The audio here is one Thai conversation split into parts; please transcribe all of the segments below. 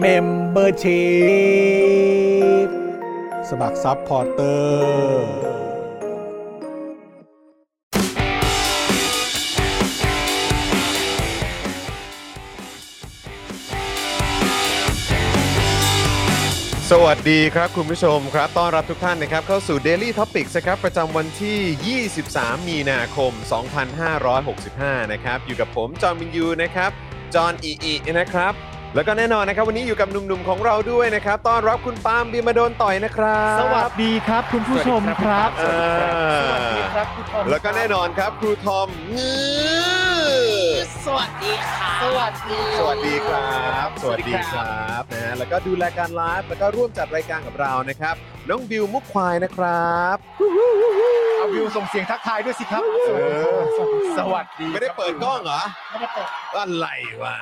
เมมเบอร์ชีพสมัครซัพพอร์เตอร์ สวัสดีครับคุณผู้ชมครับ ต้อนรับทุกท่านนะครับเข้าสู่ Daily Topics นะครับประจำวันที่ 23 มีนาคม 2565 นะครับอยู่กับผมจอห์นวินยูนะครับจอห์นอีอีนะครับ แล้วก็แน่นอนนะครับ วันนี้อยู่กับหนุ่มๆของเราด้วยนะครับต้อนรับคุณปาล์มบีมาโดนต่อยนะครับ สวัสดีครับคุณผู้ชมครับ เออแล้วก็แน่นอนครับครูทอมงื้อ สวัสดีค่ะ สวัสดี สวัสดีครับ สวัสดีครับนะฮะแล้วก็ดูแลการไลฟ์แล้วก็ร่วมจัดรายการกับเรานะครับ น้องบิวมุกควายนะครับ เอาวิวส่งเสียงทักทายด้วยสิครับ เออ สวัสดี ไม่ได้เปิดกล้องเหรอ ไม่ได้เปิด อะไรวะ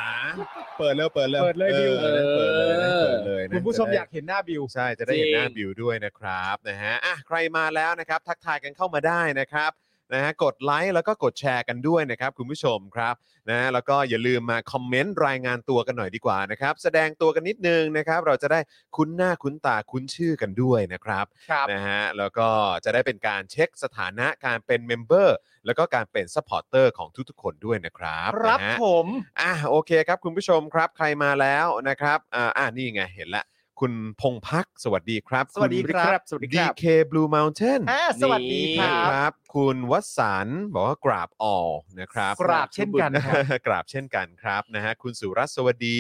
เปิดเร็วเปิดเร็ว เปิดเลยบิว ออเปิดเลยนะเปิดเลยนะ คุณผู้ชม จะได้ อยากเห็นหน้าบิว ใช่จะได้เห็นหน้าบิวด้วยนะครับนะฮะอ่ะใครมาแล้วนะครับ ทักทายกันเข้ามาได้นะครับนะฮะกดไลค์แล้วก็กดแชร์กันด้วยนะครับ คุณผู้ชมครับนะฮะแล้วก็อย่าลืมมาคอมเมนต์รายงานตัวกันหน่อยดีกว่านะครับ แสดงตัวกันนิดนึงนะครับ เราจะได้คุ้นหน้าคุ้นตาคุ้นชื่อกันด้วยนะครับ ครับ นะฮะแล้วก็จะได้เป็นการเช็คสถานะการเป็นเมมเบอร์แล้วก็การเป็นซัพพอร์เตอร์ของทุกๆ คนด้วยนะครับ ครับ นะฮะ ผม อ่ะโอเคครับคุณผู้ชมครับใครมาแล้วนะครับอ่าอ่านี่ไงเห็นละ คุณพงพักสวัสดีครับ สวัสดีครับ สวัสดีครับ DK Blue Mountain อ่าสวัสดีค นะ รั ค บ รับ คุณวัสันต์บอกว่ากราบออลนะครับ กราบเช่นกันครับ กราบเช่นกันครับนะฮะคุณสุรัสสวัสดี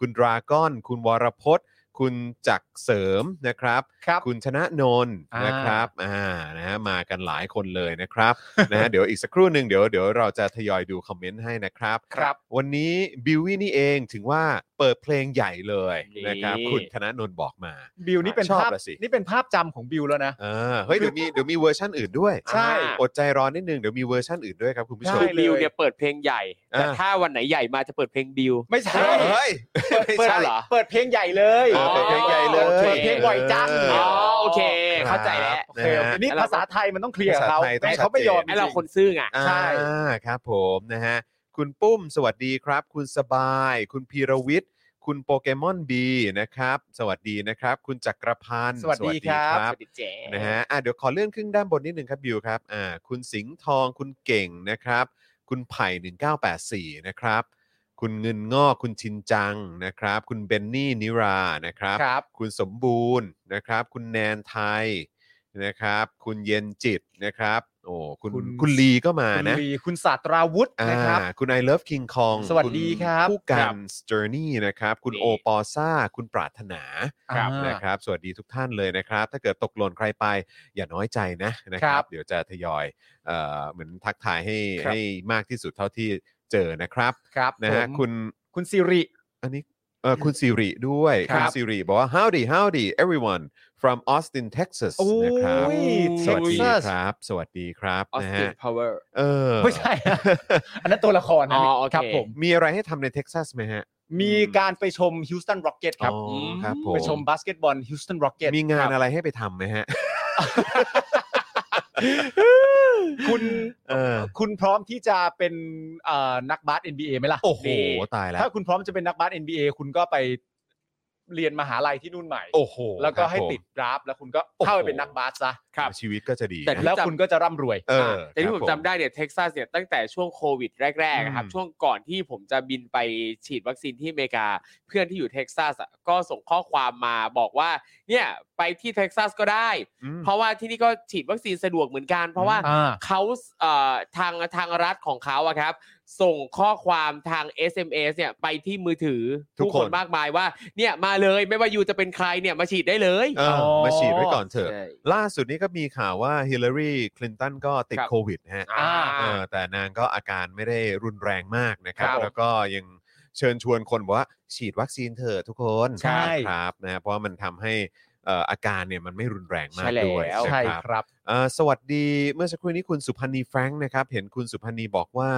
คุณดราก้อน คุณวรพจน์ คุณจักรเสริมนะครับ ครับ คุณชนะนนท์ อ่าน นะครับ อ่า นะฮะ มากันหลายคนเลยนะครับ นะฮะ เดี๋ยวอีกสักครู่หนึ่งเดี๋ยว เดี๋ยวเราจะทยอยดูคอมเมนต์ให้นะครับ ครับ วันนี้บิววี่นี่เองถึงว่าเปิดเพลงใหญ่เลยนะครับ นี่ คุณธนาโนนท์บอกมา บิวนี่เป็น ชอบ ภาพ ละสิ นี่เป็นภาพจำของบิวแล้วนะ เออเฮ้ย เดี๋ยวมี เดี๋ยวมีเวอร์ชั่นอื่นด้วย ใช่ อดใจรอนิดนึง เดี๋ยวมีเวอร์ชั่นอื่นด้วยครับคุณผู้ช ได้ ม เลย บิวเนี่ยเปิดเพลงใหญ่ อ่า แต่ถ้าวันไหนใหญ่มาจะเปิดเพลงบิว ไม่ใช่ เฮ้ย ไม่ เปิด ใช่ เหรอ เปิดเพลงใหญ่เลย เออเปิดเพลงใหญ่เลย เปิดเพลงบ่อยจัง เอออ๋ อ๋อโอเค เข้าใจแล้ว โอเคโอเคนี่ภาษาไทยมันต้องเคลียร์กับเขา ภาษาไทยต้อง แต่เขาไม่ยอม ชัดจ ไอเราคนซื่อไง อ่า ใช่ ครับผมนะฮะคุณปุ้มสวัสดีครับ คุณสบาย คุณพีรวิทย์ คุณโปเกมอนบีนะครับ สวัสดีนะครับ คุณจักรพันธ์ สวัสดีครับ สวัสดีเจ๊ นะฮะอ่ะเดี๋ยวขอเลื่อนขึ้นด้านบนนิดนึงครับบิวครับอ่าคุณสิงห์ทองคุณเก่งนะครับ คุณไผ่ 1984 นะครับ คุณเงินงอกคุณชินจังนะครับ คุณเบนนี่นิรานะครับ ครับ คุณสมบูรณ์นะครับ คุณแนนไทยนะครับ คุณเย็นจิตนะครับ โอ้คุณ คุณ คุณลีก็มา คุณ นะ ลีคุณศาสตราวุธ อ่า นะครับ คุณ I love King Kong สวัสดีครับ ผู้ ค การ ั ร บ สเจอร์นี่นะครับ คุณโอปอซ่า คุณปรารถนา อ่า นะครับ สวัสดีทุกท่านเลยนะครับ ถ้าเกิดตกหล่นใครไป อย่าน้อยใจนะนะค ค รั รับ บ เดี๋ยวจะทยอยเอ่อเหมือนทักทายให้ ครับ ให้มากที่สุดเท่าที่เจอนะครับ ครับ นะฮะ ผม คุณ คุณสิริ อันนี้เออคุณสิริด้วย คคุรับ ณสิริบอกว่า howdy howdy everyone from Austin Texas โอ้ นะครับ ย ส เท็ วั ก สดี ซัส ครับ สวัสดีครับ ออส นะ ติ ฮะ นพาวเวอร์ เออ ไม่ใช่ อันนั้นตัวละครนะ อ๋อโอเค ครับผม มีอะไรให้ทำในเท็กซัสไหมฮะ มีการไปชมฮิวสตันร็อกเก็ตครับ อ๋อครับผม ไปชมบาสเกตบอลฮิวสตันร็อกเก็ต มีงานอะไรให้ไปทำไหมฮะ คุณ เออ คุณพร้อมที่จะเป็นเอ่อนักบาส NBA ไหมล่ะ โอ้โห ตายแล้ว ถ้าคุณพร้อมจะเป็นนักบาส NBA คุณก็ไป เรียนมหาลัยที่นู่นใหม่ โอ้โห แล้วก็ให้ ครับผม ติดดราฟต์แล้วคุณก็เข้าไป โอ้โห เป็นนักบาสซะ ครับ ชีวิตก็จะดีนะ แต่ แล้วคุณก็จะร่ำรวย เออ แต่ที่ผม ครับ จำได้เนี่ยเท็กซัสเนี่ยตั้งแต่ช่วงโควิดแรกๆอะครับ อืม ช่วงก่อนที่ผมจะบินไปฉีดวัคซีนที่อเมริกา เพื่อนที่อยู่เท็กซัสอะก็ส่งข้อความมาบอกว่าเนี่ยไปที่เท็กซัสก็ได้ อืม เพราะว่าที่นี่ก็ฉีดวัคซีนสะดวกเหมือนกัน เพราะว่า อ่า เขาเอ่อทางทางรัฐของเขาอะครับ ส่งข้อความทาง SMS เนี่ยไปที่มือถือ ทุก ผู้ คน มากมายว่าเนี่ยมาเลยไม่ว่าอยู่จะเป็นใครเนี่ยมาฉีดได้เลย เออ อ มาฉีดไว้ก่อนเถอะ ใช่ ล่าสุดนี้ก็มีข่าวว่าฮิลลารีคลินตันก็ติด ครับ โควิดนะฮะ อ่า เออแต่นางก็อาการไม่ได้รุนแรงมากนะครับ ครับ แล้วก็ยังเชิญชวนคนบอกว่าฉีดวัคซีนเถอะทุกคน ใช่ ครับนะเพราะว่ามันทำให้เอ่ออาการเนี่ยมันไม่รุนแรงมาก ใช่แล้ว ด้วย เอา นะ ใช่ ครับ ครับ เอ่อสวัสดีเมื่อสักครู่นี้คุณสุพันธ์นีแฟรงค์นะครับ เห็นคุณสุพันธ์นีบอกว่า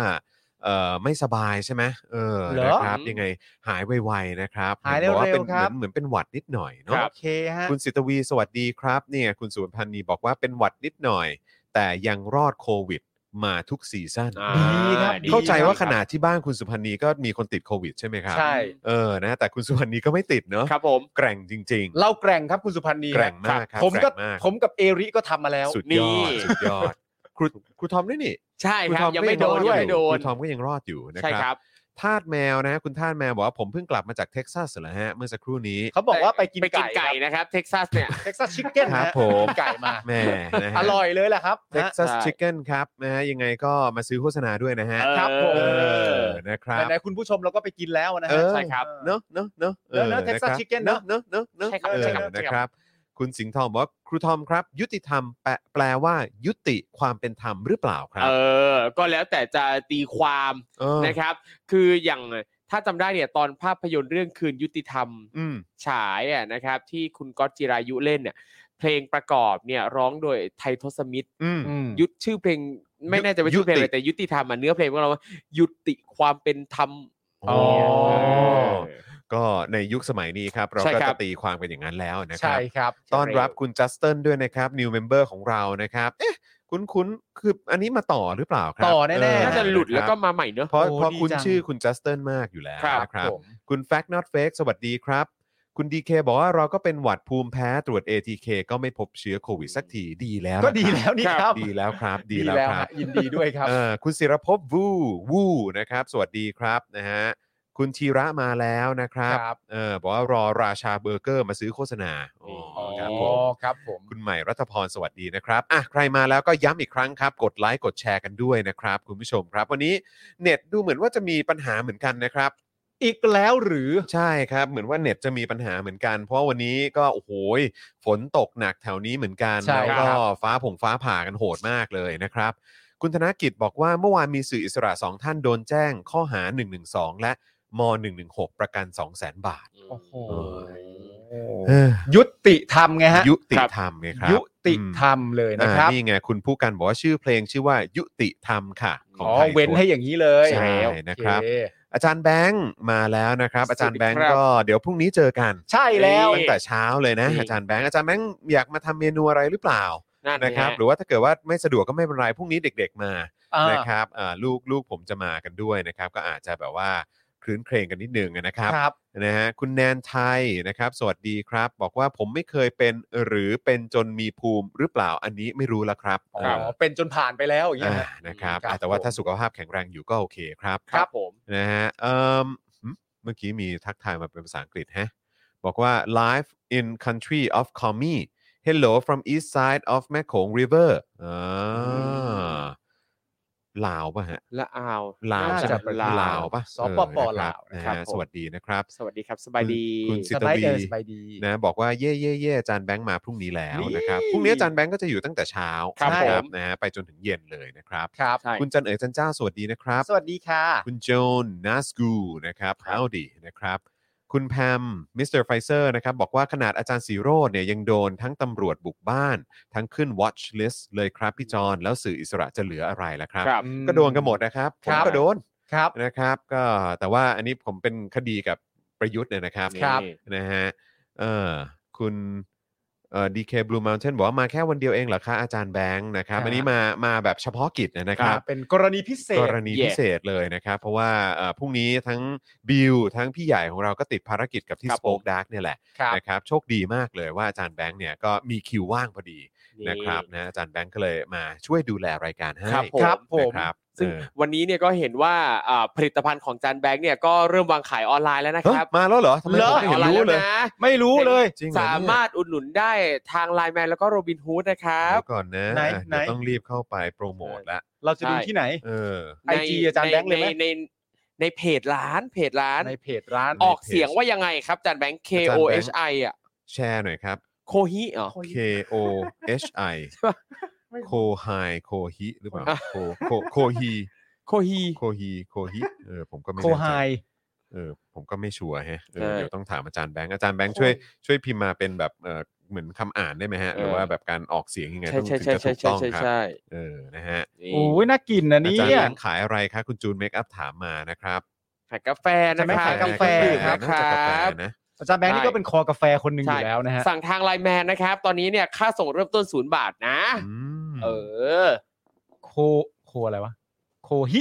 เอ่อไม่สบายใช่ไหมเออ เหรอ นะครับยังไงหายไวๆนะครับ หาย นบอก เร็วๆ เป็นเห ครั มือบ นเหมือนเป็นหวัดนิดหน่อยเนาะ โอเคฮะ คุณสิตวีสวัสดีครับเนี่ยคุณสุวรรณพันธ์นีบอกว่าเป็นหวัดนิดหน่อย แต่ยังรอดโควิดมาทุกซีซั่น อ่า ดีครับ ดี เข้าใจว่า ค ข รับ นาดที่บ้านคุณสุพันธ์นีก็มีคนติดโควิดใช่ไหมครับ ใช่ เออนะแต่คุณสุพันธ์นีก็ไม่ติดเนาะ ครับผม แกร่งจริง เล่าแกร่งครับคุณสุพันธ์นี แกร่งมากครับ ผมก็ แกร่งมาก ผมกับเอริก็ทำมาแล้ว ๆ สุด นี่ ยอดสุดยอดครูครูทอมด้วยนี่ ใช่ ค ค รู รั ท บ อม ยัง ก็ ไม่โดน รออยังไม่โดน ครูทอมก็ยังรอดอยู่นะ ใช่ ค ค รั รับ บ ทาดแมวนะคุณทาดแมวบอกว่าผมเพิ่งกลับมาจากเท็กซัสเหรอฮะเมื่อสักครู่นี้ เขาบอกว่าไปกิน ไปกิน ไก่ ไก่นะครับเท็กซัสเนี่ย เท็กซัสชิคเก้น ครับผม ไก่มา แหม่นะฮะ อร่อยเลยแหละครับ Texas ใช่ Chicken ครับนะฮะยังไงก็มาซื้อโฆษณาด้วยนะฮะ ครับผม เอ เอ อ อ นะครับ ไหนๆคุณผู้ชมเราก็ไปกินแล้วนะ เอ ฮะ อ ใช่ครับ เนอะเนอะเนอะ เนอะเนอะ Texas ครับ Chicken เนอะเนอะเนอะเนอะ ใช่ครับ เออ ใช่ครับใช่ครันะบครับ คุณสิงห์ทองบอกว่าครูทอมครับ ยุติธรรมแปลแปลว่า ยุติความเป็นธรรมหรือเปล่าครับ เออ ก็แล้วแต่จะตีความ เออ นะครับ คืออย่างถ้าจำได้เนี่ยตอนภาพยนตร์เรื่องคืนยุติธรรม อืม ฉายอ่ะนะครับ ที่คุณก๊อตจิรายุเล่นเนี่ยเพลงประกอบเนี่ยร้องโดยไททศมิตร อืม อืม ยุดชื่อเพลงไม่แน่ใจว่าชื่อเพลงอะ ยุ ไร ติ แต่ยุติธรรมอ่ะเนื้อเพลงของเราว่ายุติความเป็นธรรม โอ้ อ ก็ในยุคสมัยนี้ครับ เรา ใช่ ก็ ครั จะ บ ตีความกันอย่างนั้นแล้วนะค ใช่ รับ ครับ ต้อนรับคุณจัสตินด้วยนะครับ new member ของเรานะครับ เอ๊ะ คุ้นคุ้นๆคืออันนี้มาต่อหรือเปล่าครับ ต่อแน่ๆ เ น่าจะหลุดแล้วก็มาใหม่เนอะ เพราะ โอ้ เพราะ ดี คุณ จัง ชื่อคุณจัสตินมากอยู่แล้ว ครับ นะครับ ผม คุณ Fact Not Fake สวัสดีครับ คุณดีเคบอกว่าเราก็เป็นหวัดภูมิแพ้ตรวจ ATK ก็ไม่พบเชื้อโควิดสักทีดีแล้ว ก็ นะครับ ดีแล้วนี่ครับ ดีแล้วครับ ดี ดี แล้ว แล้ว ครั ฮะ บ ยินดีด้วยครับ เออคุณศิรภพวูวูนะครับ สวัสดีครับนะฮะคุณธีระมาแล้วนะครับ ครับ เออบอกว่ารอราชาเบอร์เกอร์มาซื้อโฆษณาอ๋ออครับผม ครับผม คุณใหม่รัฐพรสวัสดีนะครับ อ่ะ ใครมาแล้วก็ย้ำอีกครั้งครับ กดไลค์กดแชร์กันด้วยนะครับ คุณผู้ชมครับ วันนี้เน็ตดูเหมือนว่าจะมีปัญหาเหมือนกันนะครับ อีกแล้วหรือ ใช่ครับ เหมือนว่าเน็ตจะมีปัญหาเหมือนกัน เพราะวันนี้ก็โอ้โหยฝนตกหนักแถวนี้เหมือนกัน ใช่ แล้ว ค ก็ รับ ฟ้าผงฟ้าผ่ากันโหดมากเลยนะครับ คุณธนกิจบอกว่าเมื่อวานมีสื่ออิสระสองท่านโดนแจ้งข้อหา 112 และม .116 ประกัน 200,000 บาท โอ้โห เอ้อ ยุติธรรมไงฮะ ยุติธรรมไงครับ ยุติธรรมเลยนะครับ อ่านี่ไง คุณผู้กันบอกว่าชื่อเพลงชื่อว่ายุติธรรมค่ะ ของ อ๋อ ไทย เว้น พุทธ ให้อย่างนี้เลย ใช่ แล้ว นะครับ โอเ อาจารย์แบงค์มาแล้วนะครับ อาจารย์แบงค์ สวัสดีครับ ก็เดี๋ยวพรุ่งนี้เจอกัน ใช่แล้ว ตั้งแต่เช้าเลยนะ จริง อาจารย์แบงค์อาจารย์แบงค์อยากมาทำเมนูอะไรหรือเปล่า นั่น นะ นะ ค ค รั รั บบ หรือว่าถ้าเกิดว่าไม่สะดวกก็ไม่เป็นไรพรุ่งนี้เด็ก ๆมา อ่าน นะครับอ่าลูกลูกผมจะมากันด้วยนะครับ ก็อาจจะแบบว่าคลื้นเครงกันนิดนึงนะครับ ครับ นะฮะคุณแนนไทยนะครับ สวัสดีครับ บอกว่าผมไม่เคยเป็นหรือเป็นจนมีภูมิหรือเปล่าอันนี้ไม่รู้ละครับ อ๋ เอ อ อ เป็นจนผ่านไปแล้วอย่างเงี้ย อ่า ฮะ นะครับ ครับ อ่ะแต่ว่า ผม ถ้าสุขภาพแข็งแรงอยู่ก็โอเคครับ ครับผม นะฮะเอิ่มหึเมื่อกี้มีทักทายมาเป็นภาษาอังกฤษฮะบอกว่า live in country of c o m m i hello from east side of m e k o n g River อ่าลาวป่ะฮะ ละอาว ลาว น่ ใช่ จะ ไหม ลาว ลาวป่ะ สปป เออนะครับ ลาว นะ ครั ฮะ บผม สวัสดีนะครับ สวัสดีครับสบายดี คุณสิ สบายเออสบายดี นะบอกว่าเย่เย่เย่อาจารย์แบงค์มาพรุ่งนี้แล้ว นี่ นะครับพรุ่งนี้อาจารย์แบงค์ก็จะอยู่ตั้งแต่เช้า ครับ นะ ผม นะฮะไปจนถึงเย็นเลยนะครับ ครับ ใช่ คุณจันเอ๋ยจันเจ้าสวัสดีนะครับ สวัสดีค่ะ คุณโจนนัสกูนะครับ ครับ เอาดีนะครับ คุณแพมมิสเตอร์ไฟเซอร์นะครับบอกว่าขนาดอาจารย์สีโรดเนี่ยยังโดนทั้งตำรวจบุกบ้าน ทั้งขึ้น watch list เลยครับพี่จอนแล้วสื่ออิสระจะเหลืออะไรล่ะครับ ครับ ก็โดนกันหมดนะครับผ ครั ม บ ก็โดน ครับ นะครับ ก็แต่ว่าอันนี้ผมเป็นคดีกับประยุทธ์เนี่ยนะครับ ครับ นะฮะเออคุณ ดีเคบลูม u n เ a นบอกว่ามาแค่วันเดียวเองเหรอคะอาจารย์แบงค์นะครับ ครับ อันนี้มามาแบบเฉพาะกิจนะค อ่า รับ เป็นกรณีพิเศษ กรณีพิเศษเลยนะครับ เพราะว่าเอ่อพรุ่งนี้ทั้งบิวทั้งพี่ใหญ่ของเราก็ติดภารกิจกับที่ ครั ส บผม ป o อ e ดาร์กเนี่ยแหละ ครับ นะครับโชคดีมากเลยว่าอาจารย์แบงค์เนี่ยก็มีคิวว่างพอดีนะครับนะอาจารย์แบงค์ก็เลยมาช่วยดูแลรายการให้ ครับผม ครับผม นะครับ ซึ่ง เออ วันนี้เนี่ยก็เห็นว่าอ่าผลิตภัณฑ์ของจานแบงค์เนี่ยก็เริ่มวางขายออนไลน์แล้วนะค เฮ้ย รับ มาแล้วเหรอทำไม ริ่ ผม มไม่ อ เห็ อน น ไลน์ รู้ แล้ว เลย นะ ไม่รู้เลย จริงเหรอ สา เนี่ย มารถอุดหนุนได้ทางไลน์แมนแล้วก็โรบินฮูดนะครับ เดี๋ยวก่อนนะ ไหน อ่ะ ไหน เดี๋ยวต้องรีบเข้าไปโปรโมทละ เราจะดู ใช่ ที่ไหน เออ ใน IG อาจารย์แบงค์เลยไหม ในในในเพจร้านเพจร้าน ในเพจร้าน ออกเสียงว่ายังไงครับจานแบงค์ K อาจารย์ O แบงค์ H I อ่ะ แชร์หน่อยครับ โคฮิเหรอ K O H I ใช่ปะ โคไฮโคฮิหรือเปล่าโคโคโคฮี โคฮิ โคฮีโคฮิเออผมก็ไม่ โค แน่ใจ ไฮ เออผมก็ไม่ชัวร์แฮะเออ ใช่ เดี๋ยวต้องถามอาจารย์แบงค์อาจารย์แบงค์ช่วยช่วยพิมพ์มาเป็นแบบเออเหมือนคำอ่านได้ไหมฮะ เออ หรือว่าแบบการออกเสียงยังไง ใช่ ต้อง ใช่ ถึง ใช่ จะถูกใช่ใช่ ต้อง ใช่ ครับ ใช่ เออนะฮะ นี่ โอ้ยน่ากินนะ อา เนี่ จารย์ ย แบงค์ขายอะไรครับคุณจูนเมคอัพถามมานะครับ ขายกาแฟนะ จะไม่ ครับ ขายกาแฟ ดื่มนะ น่า ค จะกาแฟ รับ นะ อาจารย์แบงค์นี่ ใช่ ก็เป็นคอกาแฟคนหนึ่งอยู่แล้วนะฮะ สั่งทางไลน์แมนนะครับ ตอนนี้เนี่ยค่าส่งเริ่มต้นศูนย์บาทนะ อืม เออ โคโคอะไรวะ โคฮิ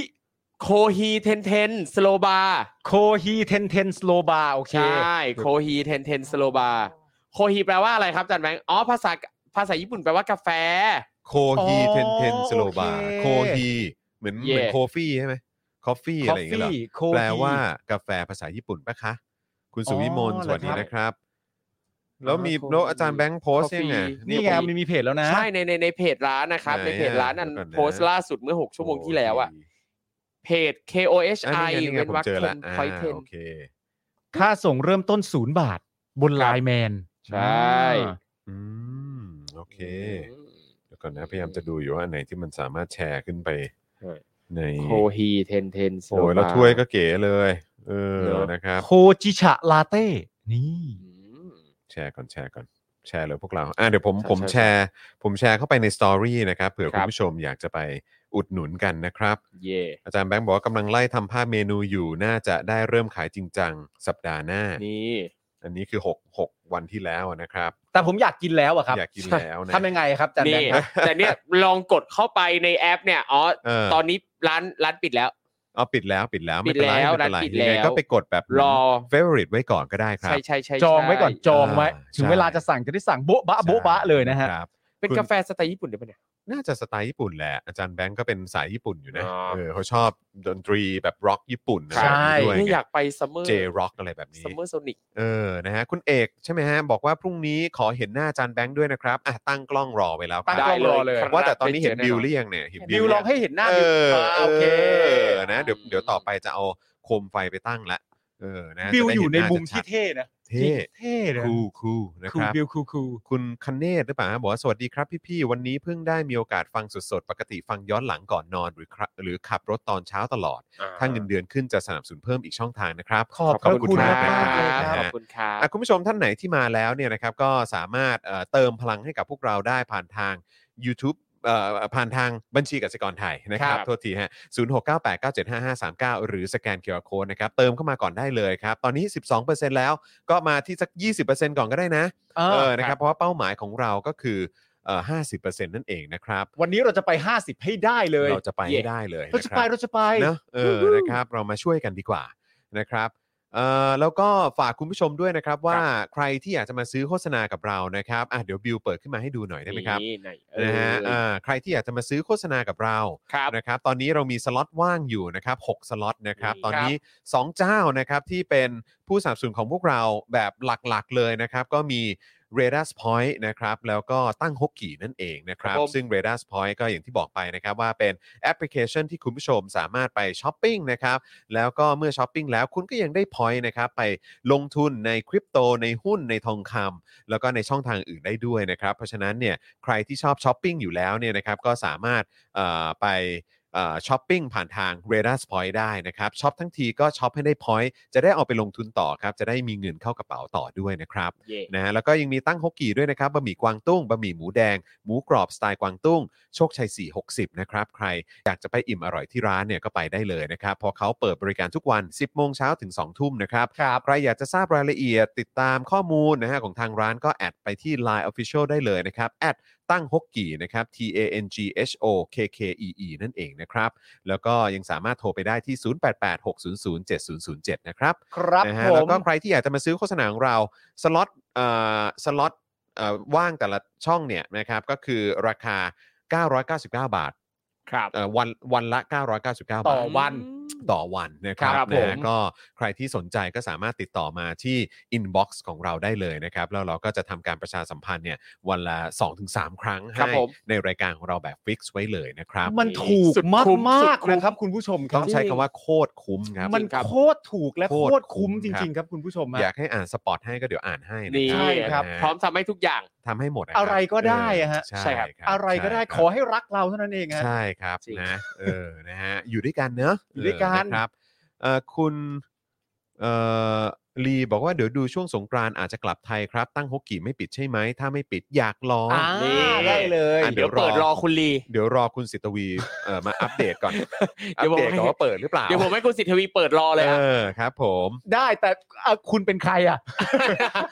โคฮีเทนเทนสโลบา โคฮีเทนเทนสโลบาโอเค ใช่ โคฮีเทนเทนสโลบาโคฮีแปลว่าอะไรครับอาจันแบงค์อ๋อภาษาภาษาญี่ปุ่นแปลว่ากาแฟ โคฮี อ๋อ เทนเทนสโลบา โอเค โคฮีเหมือน Yeah เหมือนโคฟี่ใช่ไหมคอฟฟี่ ค อะ อ ไรอฟย่างเงี้ยเหรอ ฟี่โค แปลว่า ฮี กาแฟภาษาญี่ปุ่นปะคะ คุณสุวิมล อ๋อ สวัสดี เหรอครับ นะครับ แล้วมี โคฮี แล้วอาจารย์แบงค์โพสต์ยังไง Coffee นี่ไงมันมีเพจแล้วนะ ใช่ในในในเพจร้านนะครับ ไหน ใน อะ เพจร้านอัน เดี๋ยวก่อนนะ โพสต์ล่าสุดเมื่อ 6 ชั่วโมงที่แล้วอ่ะ โค เพจ KOHI ฮีอันนี้ไง เว้น ผม วรรค เจอ เท ละ น อ่า พอยเทน โอเค ค่าส่งเริ่มต้นศูนย์บาท บน ครับ ไลน์แมน ใช่ อืมโอเคเดี๋ยวก่อนนะพยายามจะดูอยู่ว่าอันไหนที่มันสามารถแชร์ขึ้นไป ใช่ ใน โคฮีเทนเทนสโล โอ้ย บา แล้วถ้วยก็เก๋เลยเออ เนอะ นะครับ โคจิชะลาเต้ นี่ อืม แชร์ก่อนแชร์ก่อนแชร์เลยพวกเราอ่ะเดี๋ยวผม ใช่ ผมแชใช่ร์ ผมแชร์เข้าไปในสตอรี่นะครับเผื่อ ค คุ รั ณ บ ผู้ชมอยากจะไปอุดหนุนกันนะครับ เย่ อาจารย์แบงค์บอกว่ากำลังไล่ทำภาพเมนูอยู่น่าจะได้เริ่มขายจริงจังสัปดาห์หน้า นี่ อันนี้คือ 6 6 วันที่แล้วนะครับ แต่ผมอยากกินแล้วอะครับ อยากกินแล้วนะ ทำยังไงครับอาจารย์แบงค์นี่ครับ แต่เนี่ยลองกดเข้าไปในแอปเนี่ยอ๋อ เออ ตอนนี้ร้านร้านปิดแล้ว เอาปิดแล้วปิดแล้วไม่เป็นไร ปิดแล้ว ไม่เป็นไร ร้านปิด ยังไง แล้ว ก็ไปกดแบบ รอ เฟเวอริตไว้ก่อนก็ได้ครับ ใช่ใช่ใช่ จองไว้ก่อนจองไว้ า ถึง ใช่ เวลาจะสั่งจะได้สั่งโบ๊ะบะโบ๊ะบะเลยนะฮะ ครับ เป็น คุณ กาแฟสไตล์ญี่ปุ่นเดี๋ยวไปเนี่ย น่าจะสไตล์ญี่ปุ่นแหละ อาจารย์แบงก์ก็เป็นสายญี่ปุ่นอยู่นะ อ๋อ เออเขาชอบดนตรีแบบร็อกญี่ปุ่นอะไร ใช่ แบบนี้ด้วย ไม่ ไง อยากไปซัมเมอร์ J Rock อะไรแบบนี้ ซัมเมอร์โซนิก เออ นะฮะ คุณเอกใช่ไหมฮะ บอกว่าพรุ่งนี้ขอเห็นหน้าอาจารย์แบงค์ด้วยนะครับ อ่ะ ตั้งกล้องรอไว้แล้วค ตั้ รั ง บ กล้องรอเลย ครับ ว่าแต่ตอนนี้เห็น ได้เลย บิวหรือยังเนี่ยเห็น บิวลองให้เห็นหน้า เอ บิว อ อ่าโอเค อนะ เดี๋ยว เดี๋ยวต่อไปจะเอาโคมไฟไปตั้งละ เออ นะ บิว จะได้ อยู่ใน เห็า มุม ชั ที่ ด เท่นะ ๆเท่ เท่เลย คูลคูลนะ คู ครับ บิวคูคู คุณคเนศหรือเปล่าฮะบอกว่าสวัสดีครับพี่ๆวันนี้เพิ่งได้มีโอกาสฟังสดๆ ปกติฟังย้อนหลังก่อนนอนหรือครับหรือขับรถตอนเช้าตลอด ถ้าเงินเดือนขึ้นจะสนับสนุนเพิ่มอีกช่องทางนะครับ ขอบพระคุณ ขอบ มาก คุณ มากๆเลย ค ค รั รับ ขอบคุณครับ อ่ะคุณผู้ชมท่านไหนที่มาแล้วเนี่ยนะครับก็สามารถเอ่อเติมพลังให้กับพวกเราได้ผ่านทาง YouTube เอ่อผ่านทางบัญชีกสิกรไทยนะครับ ครับ โทษทีฮะ0698975539 หรือสแกน QR Code นะครับ เติมเข้ามาก่อนได้เลยครับ ตอนนี้ 12%แล้วก็มาที่สัก 20%ก่อนก็ได้นะเออนะครับเพราะว่าเป้าหมายของเราก็คือเอ่อ50%นั่นเองนะครับ วันนี้เราจะไป 50 ให้ได้เลย เราจะไป เย่ ให้ได้เลย เรา นะ จะ ค ไป รับ เราจะไป เนอะเออ นะครับ เรามาช่วยกันดีกว่านะครับเอ่อแล้วก็ฝากคุณผู้ชมด้วยนะครับ ว่าใครที่อยากจะมาซื้อโฆษณากับเรานะครับอ่ะเดี๋ยวบิวเปิดขึ้นมาให้ดูหน่อยได้ไหมครับ นี่หนเอ นะฮะ อ อ่าใครที่อยากจะมาซื้อโฆษณากับเรา ครับ นะครับ ตอนนี้เรามีสล็อตว่างอยู่นะครับ6สล็อตนะครับ นี่ ตอนนี้ 2 เจ้านะครับที่เป็นผู้สนับสนุนของพวกเราแบบหลักๆเลยนะครับ ก็มี r a d a r Point นะครับ แล้วก็ตั้งฮกกี่นั่นเองนะครับ ครับผม ซึ่ง r a d a r Point ก็อย่างที่บอกไปนะครับ ว่าเป็นแอปพลิเคชันที่คุณผู้ชมสามารถไปช้อปปิ้งนะครับ แล้วก็เมื่อช้อปปิ้งแล้วคุณก็ยังได้ Point นะครับ ไปลงทุนในคริปโตในหุ้นในทองคำแล้วก็ในช่องทางอื่นได้ด้วยนะครับ เพราะฉะนั้นเนี่ยใครที่ชอบช้อปปิ้งอยู่แล้วเนี่ยนะครับก็สามารถเอ่อไป เอ่อช้อปปิ้งผ่านทาง r a d a r s Point ได้นะครับช็อปทั้งทีก็ช็อปให้ได้ point จะได้เอาไปลงทุนต่อครับ จะได้มีเงินเข้ากระเป๋าต่อด้วยนะครับ เย่ นะฮะแล้วก็ยังมีตั้งฮกกี่ด้วยนะครับบะหมี่กวางตุ้งบะหมี่หมูแดง หมูกรอบสไตล์กวางตุ้ง โชคชัย 460 นะครับ ใครอยากจะไปอิ่มอร่อยที่ร้านเนี่ยก็ไปได้เลยนะครับ พอเขาเปิดบริการทุกวัน 10 โมงเช้าถึง 2 ทุ่มนะครับ ครับ ใครอยากจะทราบรายละเอียดติดตามข้อมูลนะฮะของทางร้านก็แอดไปที่ Line Official ได้เลยนะครับแอดตั้งฮกกี่นะครับ T A N G H O K K E E นั่นเองนะครับ แล้วก็ยังสามารถโทรไปได้ที่ 0886007007 นะครับ ครับ นะฮะ ผ แล้ว ม ก็ใครที่อยากจะมาซื้อโฆษณาของเราสล็อตเอ่อสล็อตเอ่อว่างแต่ละช่องเนี่ยนะครับก็คือราคา 999 บาท ครับ เอ่อวันวันละ 999 บาท ต่อวัน ต่อวันนะครับ ครับ นะฮะ ผม ก็ใครที่สนใจก็สามารถติดต่อมาที่ inbox ของเราได้เลยนะครับ แล้วเราก็จะทำการประชาสัมพันธ์เนี่ยวันละ 2-3 ครั้ง ครับ ให้ ผม ในรายการของเราแบบฟิกซ์ไว้เลยนะครับ มันถูก สุด มาก คุ้ม มาก สุดคุ้ม นะครับคุณผู้ชมค ต้ รั อบงใช้คำว่าโคตรคุ้มครับ มัน ครับ โคตรถูกและ โค โค ตร ตรคุ้ม คุ้ จ ม ริงๆ ครับคุณผู้ชม อยา ฮะ กให้อ่านสปอตให้ก็เดี๋ยวอ่านให้นะ นี่ ครั ใช่ครับ นะฮะ พร้อมทำให้ทุกอย่าง ทำให้หมด อะไรก็ได้อะฮะ ใช่ครับ อะไรก็ได้ ใช่ค ข บ อให้รักเราเท่านั้นเองฮะ ใช่ครับ จริง นะเออนะฮะอยู่ด้วยกันเนอะ อยู่ด้วยกัน เะครับเอ่อคุณเอ่อลีบอกว่าเดี๋ยวดูช่วงสงกรานต์อาจจะกลับไทยครับ ตั้งฮกกี่ไม่ปิดใช่ไหม ถ้าไม่ปิดอยากลอง อ่า นี่ ได้เลย อ่ะ เดี๋ยวเปิดรอคุณลี เดี๋ยวรอคุณสิตวีเอ่อมาอัปเดตก่อน อัเดี๋ย ป วผม เดตก่อนว่าเปิดหรือเปล่า เดี๋ยวผมให้คุณสิทธวีเปิดรอเลย เอ อะ อครับ ผม ได้แต่อ่ะคุณเป็นใคร อ่ะ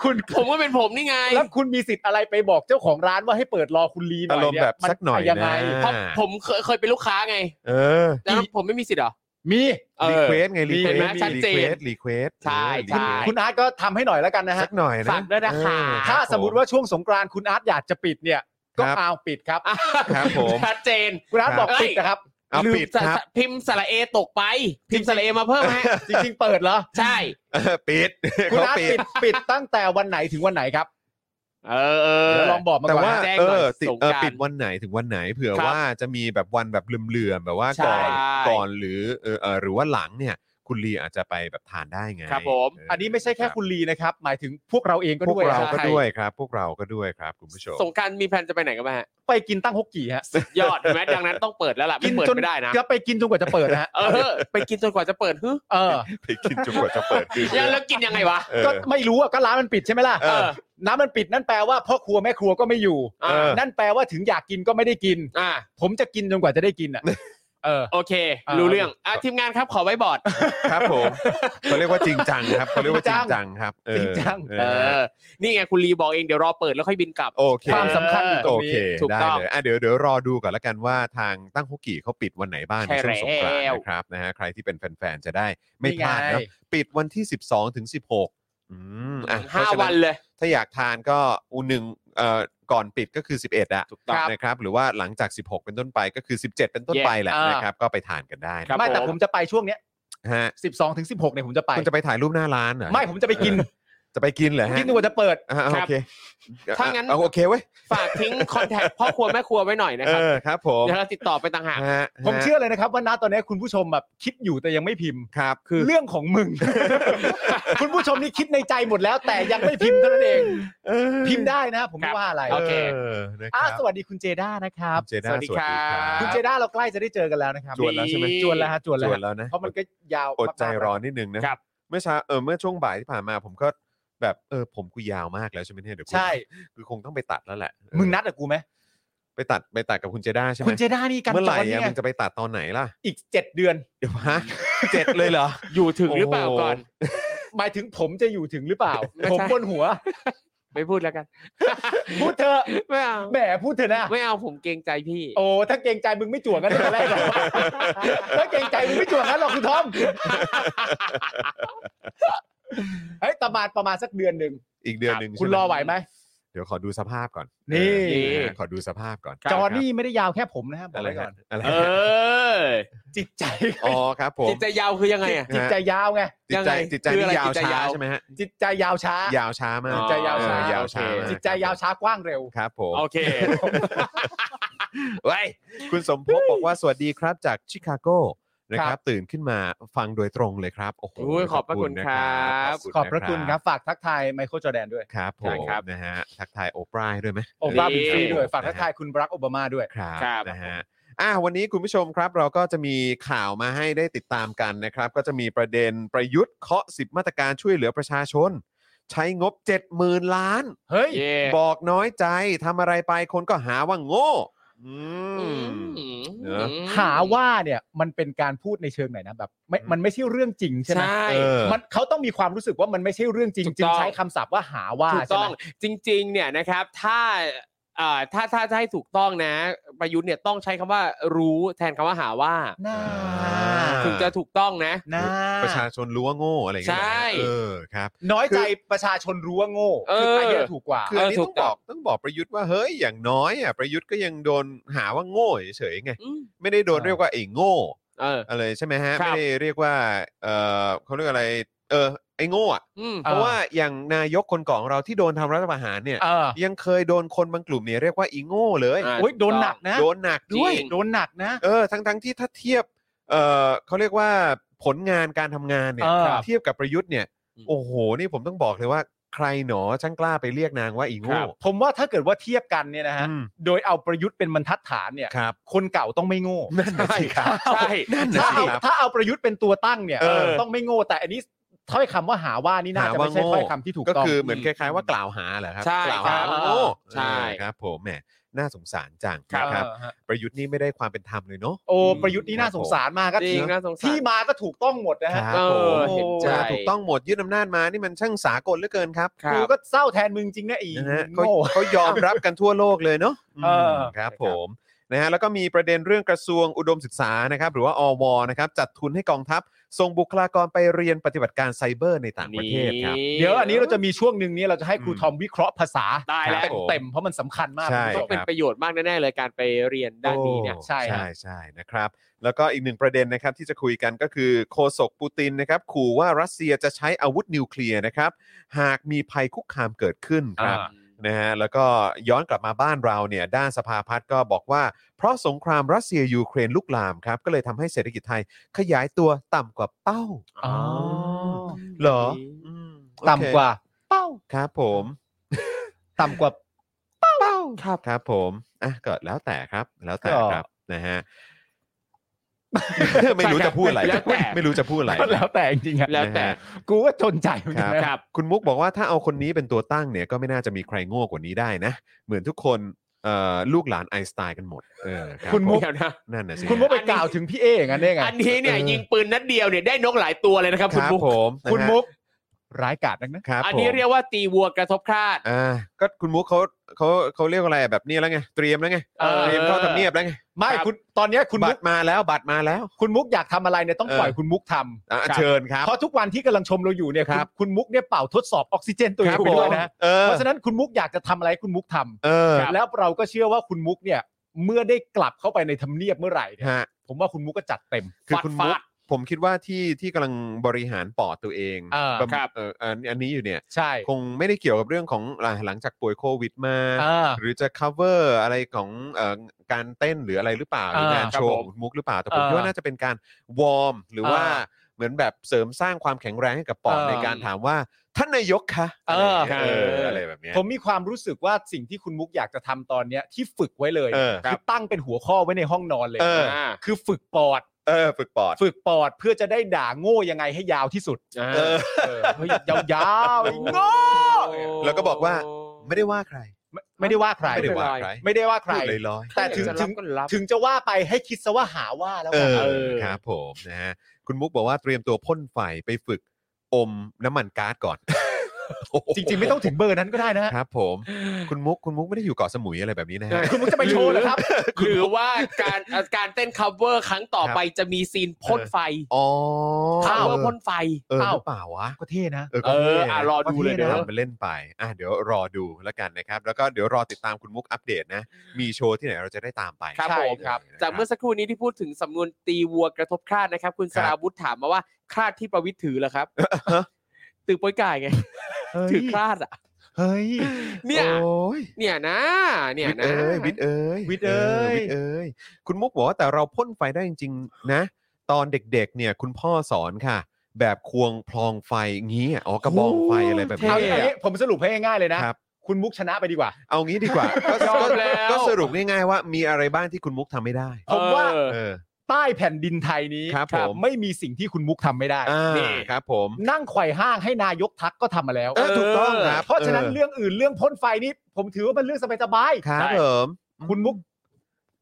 คุณ ผมก็เป็นผมนี่ไง แล้วคุณมีสิทธิ์อะไรไปบอกเจ้าของร้านว่าให้เปิดรอคุณลีหน่ อา อย รมณ์ เนี่ย แบบ มั สักหน่อย ยัง นะ ไง เพราะผมเคยเคยเป็นลูกค้าไง เออ แล้วผมไม่มีสิทธิ์เหรอ มี เอ รี อ เควสไงรี มี เคว เห็นไหม ส ชัด รี เจ เควส น รีเควส ใช่ใช่ คุณอาร์ตก็ทำให้หน่อยแล้วกันนะ สั ฮะ กหน่อยนะ ฝากด้วยนะคะ เออ ถ้าสมมติว่าช่วงสงกรานต์คุณอาร์ตอยากจะปิดเนี่ย ก็ ครับ เอาปิดครับ ครับผม ชัดเจน คุณอาร์ต ครับ บอกปิดนะครับ เอา ลืม ปิดครับ สะพิมพ์สระเอตกไป พิมพ์สระเอมาเพิ่มฮะ จริงๆ เปิดเหรอ ใช่ เออปิด คุณ เขา อาร์ต ปิ ปิ ด ดปิดตั้งแต่วันไหนถึงวันไหนครับ เออเออ เดี๋ยวลองบอกมา แต่ ก่อน ว่า นะ แจ้ง เอ หน่อย อติด สงก เออนราต์ ปิดวันไหนถึงวันไหนเผื่อ ครับ ว่าจะมีแบบวันแบบเหลื่อมๆแบบว่า ใช่ ก่อนก่อนหรือเออเออหรือว่าหลังเนี่ย คุณลีอาจจะไปแบบทานได้ไง ครับผม เ อันนี้ไม่ใช่แค่คุณลีนะครับ หมายถึงพวกเราเองก็ พว ด้ ก วย เรา นะ ก็ ครับ ด้วยครับ พวกเราก็ด้วยครับคุณผู้ชม สงกรารมีแผนจะไปไหนกันไหมฮะ ไปกินตั้งฮกกี่ฮะ ยอดเห็นไหมดังนั้นต้องเปิดแล้ว ล่ะ ไม่เปิดไม่ได้นะ จะไปกินจนกว่าจะเปิดนะฮะ เออ ไปกินจนกว่าจะเปิดฮึ เออ ไปกินจนกว่าจะเปิดคือ ยังแล้วกินยังไงวะ เออ ก็ไม่รู้อ่ะก็ร้านมันปิดใช่ไหมล่ะ เออ น้ำมันปิดนั่นแปลว่าพ่อครัวแม่ครัวก็ไม่อยู่ เออ นั่นแปลว่าถึงอยากกินก็ไม่ได้กิน อ่า ผมจะกินจนกว่าจะได้กินอ่ะ เออ โอเค เออ รู้เรื่อง อ่ะทีมงานครับขอไว้บอร์ด ครับผมเขาเรียกว่าจริงจังครับเขาเรียกว่าจริงจังครับเออ จริงจัง เอ เอ อ อ นี่ไงคุณลีบอกเองเดี๋ยวรอเปิดแล้วค่อยบินกลับ โอเค ความสำคัญอยู่ ตร โอง เค นี้ ถูก ได้ ต้อง เลยอ่ะเดี๋ยวเดี๋ยวรอดูก่อนละกันว่าทางตั้งฮกกี่เขาปิดวันไหนบ้างใน ใช่ ช่วงสงกรานต์ แล้ว นะครับนะฮะใครที่เป็นแฟนๆ จะได้ไม่ นี่ พ ไง ลาดนะปิดวันที่ 12 ถึง 16อืมอ่ะเพ ห้า ระฉะ วันเลย ถ้าอยากทานก็อูหนึ่งเอ่อก่อนปิดก็คือ 11อะ ถูกต้องครับ นะครับหรือว่าหลังจาก 16 เป็นต้นไปก็คือ 17 เป็นต้น เย่ ไปแหละ อ่าน นะครับก็ไปทานกันได้ ครับ ไม่แต่ ผม ผมจะไปช่วงเนี้ย ฮะ 12ถึง16เนี่ยผมจะไป คุณจะไปถ่ายรูปหน้าร้านเหรอ ไม่ผมจะไปกิน จะไปกินเหรอฮะ กินจนกว่าจะเปิด อ่ะโอเค ถ้างั้น เอโอเคเว้ย ฝากทิ้งคอนแทคพ่อครัวแม่ครัวไว้หน่อยนะ เอ ครับ อครับผม เดี๋ยวเราติดต่อไปต่างหาก ฮะ ผม ฮะ เชื่อเลยนะครับว่าณตอนนี้คุณผู้ชมแบบคิดอยู่แต่ยังไม่พิมพ์ ครับ เรื่องของ มึง คุณผู้ชมนี่คิดในใจหมดแล้ว แต่ยังไม่พิมพ์เท่านั้นเอง พิมพ์ได้นะ ผม ครั ไม่ บ ว่าอะไร โเค นะค อ่ะ รับ สวัสดีคุณเจด้านะครับ คุณเจด้า ส สวัสวัสดี ดี ค ค รั รับ บ คุณเจด้าเราใกล้จะได้เจอกันแล้วนะครับ จวนแล้วใช่ไหม จวนแล้วฮะจวชนแล้ว วน แล้วนะ เพราะมันก็ยาว อดใจรอ มาก นิดนึงนะ ครับ เมื่อเช้าเออเมื่อช่วงบ่ายที่ผ่านมา ผมก็แบบเออผมกูยาวมากแล้วใช่ไหมเนี่ยเดี๋ยว ๆ กู ใช่ คือคงต้องไปตัดแล้วแหละเออ มึงนัดกับกูไหม ไปตัดไปตัดกับคุณเจด้าใช่ไหม คุณเจด้านี่กัน เมื่อไหร่ จนเนี่ อะ ย มึงจะไปตัดตอนไหนล่ะ อีกเจ็ดเดือน เดี๋ยวฮะเจ็ดเลยเหรอ อยู่ถึงหรือเปล่าก่อน หมายถึงผมจะอยู่ถึงหรือเปล่า ไม่ใช่ ผมบนหัว ไม่พูดแล้วกัน พูดเถอะ ไม่เอา แหมพูดเถอะนะ ไม่เอาผมเกรงใจพี่ โอ้ถ้าเกรงใจมึงไม่จ่วงกันตั้งแต่แรกห รอกถ้าเกรงใจมึงไม่จ่วงกันหรอกคุณทอม เฮ้ยประมาณประมาณสักเดือนหนึ่ง อีกเดือนหนึ่ง คุณ ใช่ รอไหวไหม เดี๋ยวขอดูสภาพก่อน นี่ เออนะฮะขอดูสภาพก่อน จอนี่ไม่ได้ยาวแค่ผมนะครับบ ค อ รับอะไรกไว้ก่ ก่ อ อน นอะไร เออ จิตใจ อ๋อครับผม จิตใจยาวคือยังไงอ่ะ จิตใจยาวไง จิต ยัง ใจ ไง จิตใจ คืออะไร นี่ยาว จิตช้ายใจาว ใช่ไหมฮะ จิตใจยาวช้า ยาวช้ามาก จิตใจยาวช้า เออยาวช้า โอเค มาก จิตใจยาวช้ากว้างเร็ว ครับผม โอเค เว้ยคุณสมภพบอกว่าสวัสดีครับจากชิคาโกนะค ครั รับ บ ตื่นขึ้นมาฟังโดยตรงเลยครับโอ้โห โอ้ยขอบพระคุณครับ ขอบพระคุณครับฝากทักทายไมเคิลจอร์แดนด้วย ครับผ ใช่ ม ครับ นะฮะทักทายโอปราให้ด้วยไหม โอปรา นี่ บินฟรีด้วยฝากทักทายคุณบรักโอบามาด้วย ครับ ครับ นะฮะ อ่ะวันนี้คุณผู้ชมครับเราก็จะมีข่าวมาให้ได้ติดตามกันนะครับ ก็จะมีประเด็นประยุทธ์เคาะ 10 มาตรการช่วยเหลือประชาชน ใช้งบ 70,000 ล้าน เฮ้ย เย่ บอกน้อยใจทำอะไรไปคนก็หาว่าโง่อืม อืม เนอะ หาว่าเนี่ยมันเป็นการพูดในเชิงไหนนะแบบไม่ อืม มันไม่ใช่เรื่องจริงใช่ไหม ใช่ เออ มันเขาต้องมีความรู้สึกว่ามันไม่ใช่เรื่องจริง ถูก จึง ต้อง ใช้คำศัพท์ว่าหาว่า ถูก ใช่ ต้ ไห อ ม งจริงๆเนี่ยนะครับถ้าเอ่อถ้าถ้าถ้าให้ถูกต้องนะ ประยุทธ์เนี่ยต้องใช้คำว่ารู้แทนคำว่าหาว่า น่า อ่า ถึงจะถูกต้องนะ น่า ประชาชนรู้ว่าโง่อะไรอย่างเงี้ย ใช่ เออครับ น้อยใจประชาชนรู้ว่าโง่ เออ คือไอ้เนี่ยถูกกว่า คืออันนี้ ถู ต้อก ง ต้ บ อ อง กต้องบอกประยุทธ์ว่าเฮ้ยอย่างน้อยอ่ะประยุทธ์ก็ยังโดนหาว่าโง่เฉยๆไง อืม ไม่ได้โดน ใช่ เรียกว่าไอ้โง่ เออ อะไรใช่ไหมฮะ ครับ ไม่ได้เรียกว่าเออเขาเรียกอะไรเออไอ้โง่อะ อืม เพราะว่าอย่างนายกคนก่อนของเราที่โดนทำรัฐประหารเนี่ย เออ ยังเคยโดนคนบางกลุ่มเนี่ยเรียกว่าอีโง่เลย อ่า โอ้ยโดนหนักนะ โดนหนักด้วย จริง โดนหนักนะ เออทั้งทั้งที่ถ้าเทียบเออเขาเรียกว่าผลงานการทำงานเนี่ย เออ เทียบกับประยุทธ์เนี่ย อืม โอ้โหนี่ผมต้องบอกเลยว่าใครหนอช่างกล้าไปเรียกนางว่าอี ค โง่ รับ ผมว่าถ้าเกิดว่าเทียบกันเนี่ยนะฮะ อืม โดยเอาประยุทธ์เป็นบรรทัดฐานเนี่ย ครับ คนเก่าต้องไม่โง่ นั่นน่ะสิครับ ใช่ นั่น ถ้า น่ะสิ เอา ครับ ถ้าเอาประยุทธ์เป็นตัวตั้งเนี่ย เออ ต้องไม่โง่แต่อันนี้ถ้อยคำว่าหาว่านี่น่า หา จะ ว่า ไม่ใช่ โง่ ถ้อยคำที่ถูก ก็ ต้อง คือเหมือนคล้ายๆว่ากล่าวหาเหรอครับ ใช่ กล่าวหา ครับ ว่าโง่ ใช่ เออครับผมแหมน่าสงสารจัง ครั นะ บ ครับ เออฮะ ประยุทธ์นี่ไม่ได้ความเป็นธรรมเลยเนาะ โอ้ อืม ประยุทธ์นี่น่าสงสารมากก็ จริงนะสงสาร ที่มาก็ถูกต้องหมดนะฮะ ครับ เออเห็นใจ จะถูกต้องหมดยึดอำนาจมานี่มันช่างสากลเหลือเกินครับ ครับ กูก็เศร้าแทนมึงจริงนะไอี นะฮะเขา โง่ เขายอมรับกันทั่วโลกเลยเนาะ เออ มครับผมนะฮะแล้วก็มีประเด็นเรื่องกระทรวงอุดมศึกษานะครับหรือว่าอวนะครับจัดทุนให้กองทัพส่งบุคลากรไปเรียนปฏิบัติการไซเบอร์ในต่างประเทศครับ เดี๋ยวอันนี้เราจะมีช่วงหนึ่งเนี้เราจะให้ครู อืม ทอมวิเคราะห์ภาษา ได้แล้ว เต็มๆเพราะมันสำคัญมาก ใช่ คุณผู้ช ต้อ ม งเป็นประโยชน์มากแน่ๆเลยการไปเรียนด้านนี้เนี่ย โอ้ ใช่ฮะ ใช่ใช่นะครับ แล้วก็อีกหนึ่งประเด็นนะครับที่จะคุยกันก็คือโฆษกปูตินนะครับขู่ว่ารัสเซียจะใช้อาวุธนิวเคลียร์นะครับ หากมีภัยคุกคามเกิดขึ้นครับ อ่า นะฮะแล้วก็ย้อนกลับมาบ้านเราเนี่ยด้านสภาพัฒน์ก็บอกว่า เพราะสงครามรัสเซียยูเครนลุกลามครับ ก็เลยทำให้เศรษฐกิจไทยขยายตัวต่ำกว่าเป้า อ๋อ เหรออืมโอเค ต่ำกว่า เป้า ครับผม ต่ำกว่า เป้าครับครับผมอ่ะก็แล้วแต่ครับแล้วแต่ครับนะ ฮะ ไม่รู้จะพูดอะไร แล้วแต่ ไม่รู้จะพูดอะไร แล้วแต่จริงๆอะ แล้วแต่ กูก็จนใจเหมือนกันนะครับ คุณมุกบอกว่าถ้าเอาคนนี้เป็นตัวตั้งเนี่ยก็ไม่น่าจะมีใครโง่กว่านี้ได้นะ เหมือนทุกคนเอ่อลูกหลานไอน์สไตน์กันหมดเออรับ คุณมุก เดี๋ยวนะ นั่นนะสิ คุณมุกไปกล่าวถึงพี่เออย่างนั้นได้ไง อันนี้เนี่ยยิงปืนนัดเดียวเนี่ยได้นกหลายตัวเลยนะครับ ค คุณ รับ บุ๊ค ผม คุณ นะฮะ มุกร้ายกาจนักนะ ครับ อันนี้ ผม เรียกว่าตีวัวกระทบคลาด อ่าก็คุณมุกเขาเขาเขาเรียกอะไรแบบนี้แล้วไงเตรียมแล้วไง เออ เตรียมเข้าทำเนียบแล้วไง ไม่ ครับ คุณตอนเนี้ยคุณ บั มุ ต ก รมาแล้วบัตรมาแล้ว คุณมุกอยากทำอะไรเนี่ยต้อง เออ ปล่อยคุณมุกทำ อ่ะเชิญครับ เพราะทุกวันที่กำลังชมเราอยู่เนี่คยคุ รั ณ บ คุณมุกเนี่ยเป่าทดสอบออกซิเจนตัวเอง ผ ไป ม ด้วยนะ เออ เพราะฉะนั้นคุณมุกอยากจะทำอะไรคุณมุกทำ เออ แล้วเราก็เชื่อว่าคุณมุกเนี่ย เมื่อได้กลับเข้าไปในทำเนียบเมื่อไหร่เนี่ย ฮะ ผมว่าคุณมุกก็จัดเต็ม คือคุณมุก ฟาด ผมคิดว่าที่ที่กำลังบริหารปอดตัวเอง เออ บำ ครับ เอออันอันนี้อยู่เนี่ย ใช่ คงไม่ได้เกี่ยวกับเรื่องของอ่ะหลังจากป่วยโควิดมา อ่า หรือจะ cover อะไรของเออการเต้นหรืออะไรหรือเปล่าหรืเอองอานโชว์ ครับผม ของมุกหรือเปล่า แต่ผม เออ คิดว่าน่าจะเป็นการวอร์มหรือว่า เออ เหมือนแบบเสริมสร้างความแข็งแรงให้กับปอด เออ ในการถามว่าท่านนายกคะ เออ เอออะไรแบบเนี้ย ผมมีความรู้สึกว่าสิ่งที่คุณมุกอยากจะทำตอนเนี้ยที่ฝึกไว้เลย เออ คือตั้งเป็นหัวข้อไว้ในห้องนอนเลย เออ อ่า คือฝึกปอด เออฝึกปอด ฝึกปอดเพื่อจะได้ด่าโง่ยังไงให้ยาวที่สุด เออ เออเฮ้ยยาวๆไอ้โง่ แล้วก็บอกว่า ไม่ได้ว่าใคร ไม่ไม่ได้ว่าใคร ไม่ได้ว่าใคร ไม่ได้ว่าใคร พูดลอย แต่ถึงถึงถึงจะว่าไปให้คิดซะว่าหาว่าแล้ว ๆเอ กัอนครับผมนะฮะคุณมุกบอกว่าเตรียมตัวพ่นไฟไปฝึกอมน้ำมันก๊าซก่อน จริง ๆ ไม่ต้องถึงเบอร์นั้นก็ได้นะฮะ ครับ ผม คุณมุกคุณมุกไม่ได้อยู่เกาะสมุยอะไรแบบนี้นะฮะ คุณมุกจะไปโชว์เหรอครับ หรือว่าการเอ่อการเต้น cover ครั้งต่อไปจะมีซีนพ่นไฟ อ๋อ cover พ่นไฟ เออ เอ้า หรือเปล่าวะ ก็เท่นะ เออก็ท่ เอออ่ะรอดูเลยเด้อ ทำมันเล่นไป อ่ะเดี๋ยวรอดูแล้วกันนะครับ แล้วก็เดี๋ยวรอติดตามคุณมุกอัปเดตนะ มีโชว์ที่ไหนเราจะได้ตามไป ครับ ใช่ ผม เลยนะ จากเมื่อสักครู่นี้ที่พูดถึงสำนวนตีวัวกระทบคลาดนะครับ คุณ ครั ส บ ราวุธถามมาว่าคลาดที่ประวิทย์ถือเหรอครับตือโป้อยกายไง เฮ้ย ถือคลาดอ่ะ เฮ้ย เนี่ย โอ้ย เนี่ยนะ เนี่ย วิทย์ นะ เอ้ยวิทย์เอ้ย วิทย์เอ้ย วิทย์เอ้ย คุณมุกบอกว่าแต่เราพ่นไฟได้จริงๆนะ ตอนเด็กๆ เนี่ยคุณพ่อสอนค่ะ แบบควงพลองไฟงี้อ่ะอ๋อกระบองไฟอะไรแบบนี้เท่เอาอย่างนี้ผมสรุปให้ง่ายๆเลยนะ ครับ คุณมุกชนะไปดีกว่า เอางี้ดีก ว่า ก็ ยอมแล้ว ก็สรุปง่ายๆว่ามีอะไรบ้างที่คุณมุกทำไม่ได้ ผมว่า เออ เออ ใต้แผ่นดินไทยนี้ ครับผม ไม่มีสิ่งที่คุณมุกทำไม่ได้ อ่า นี่ ครับผม นั่งไขว่ห้างให้นายกทักก็ทำมาแล้ว เออถูกต้องครับ เพราะฉะนั้น ออ เรื่องอื่นเรื่องพ่นไฟนี่ผมถือว่าเป็นเรื่องสบาย ครับ ใช่ ผม ๆคุณมุก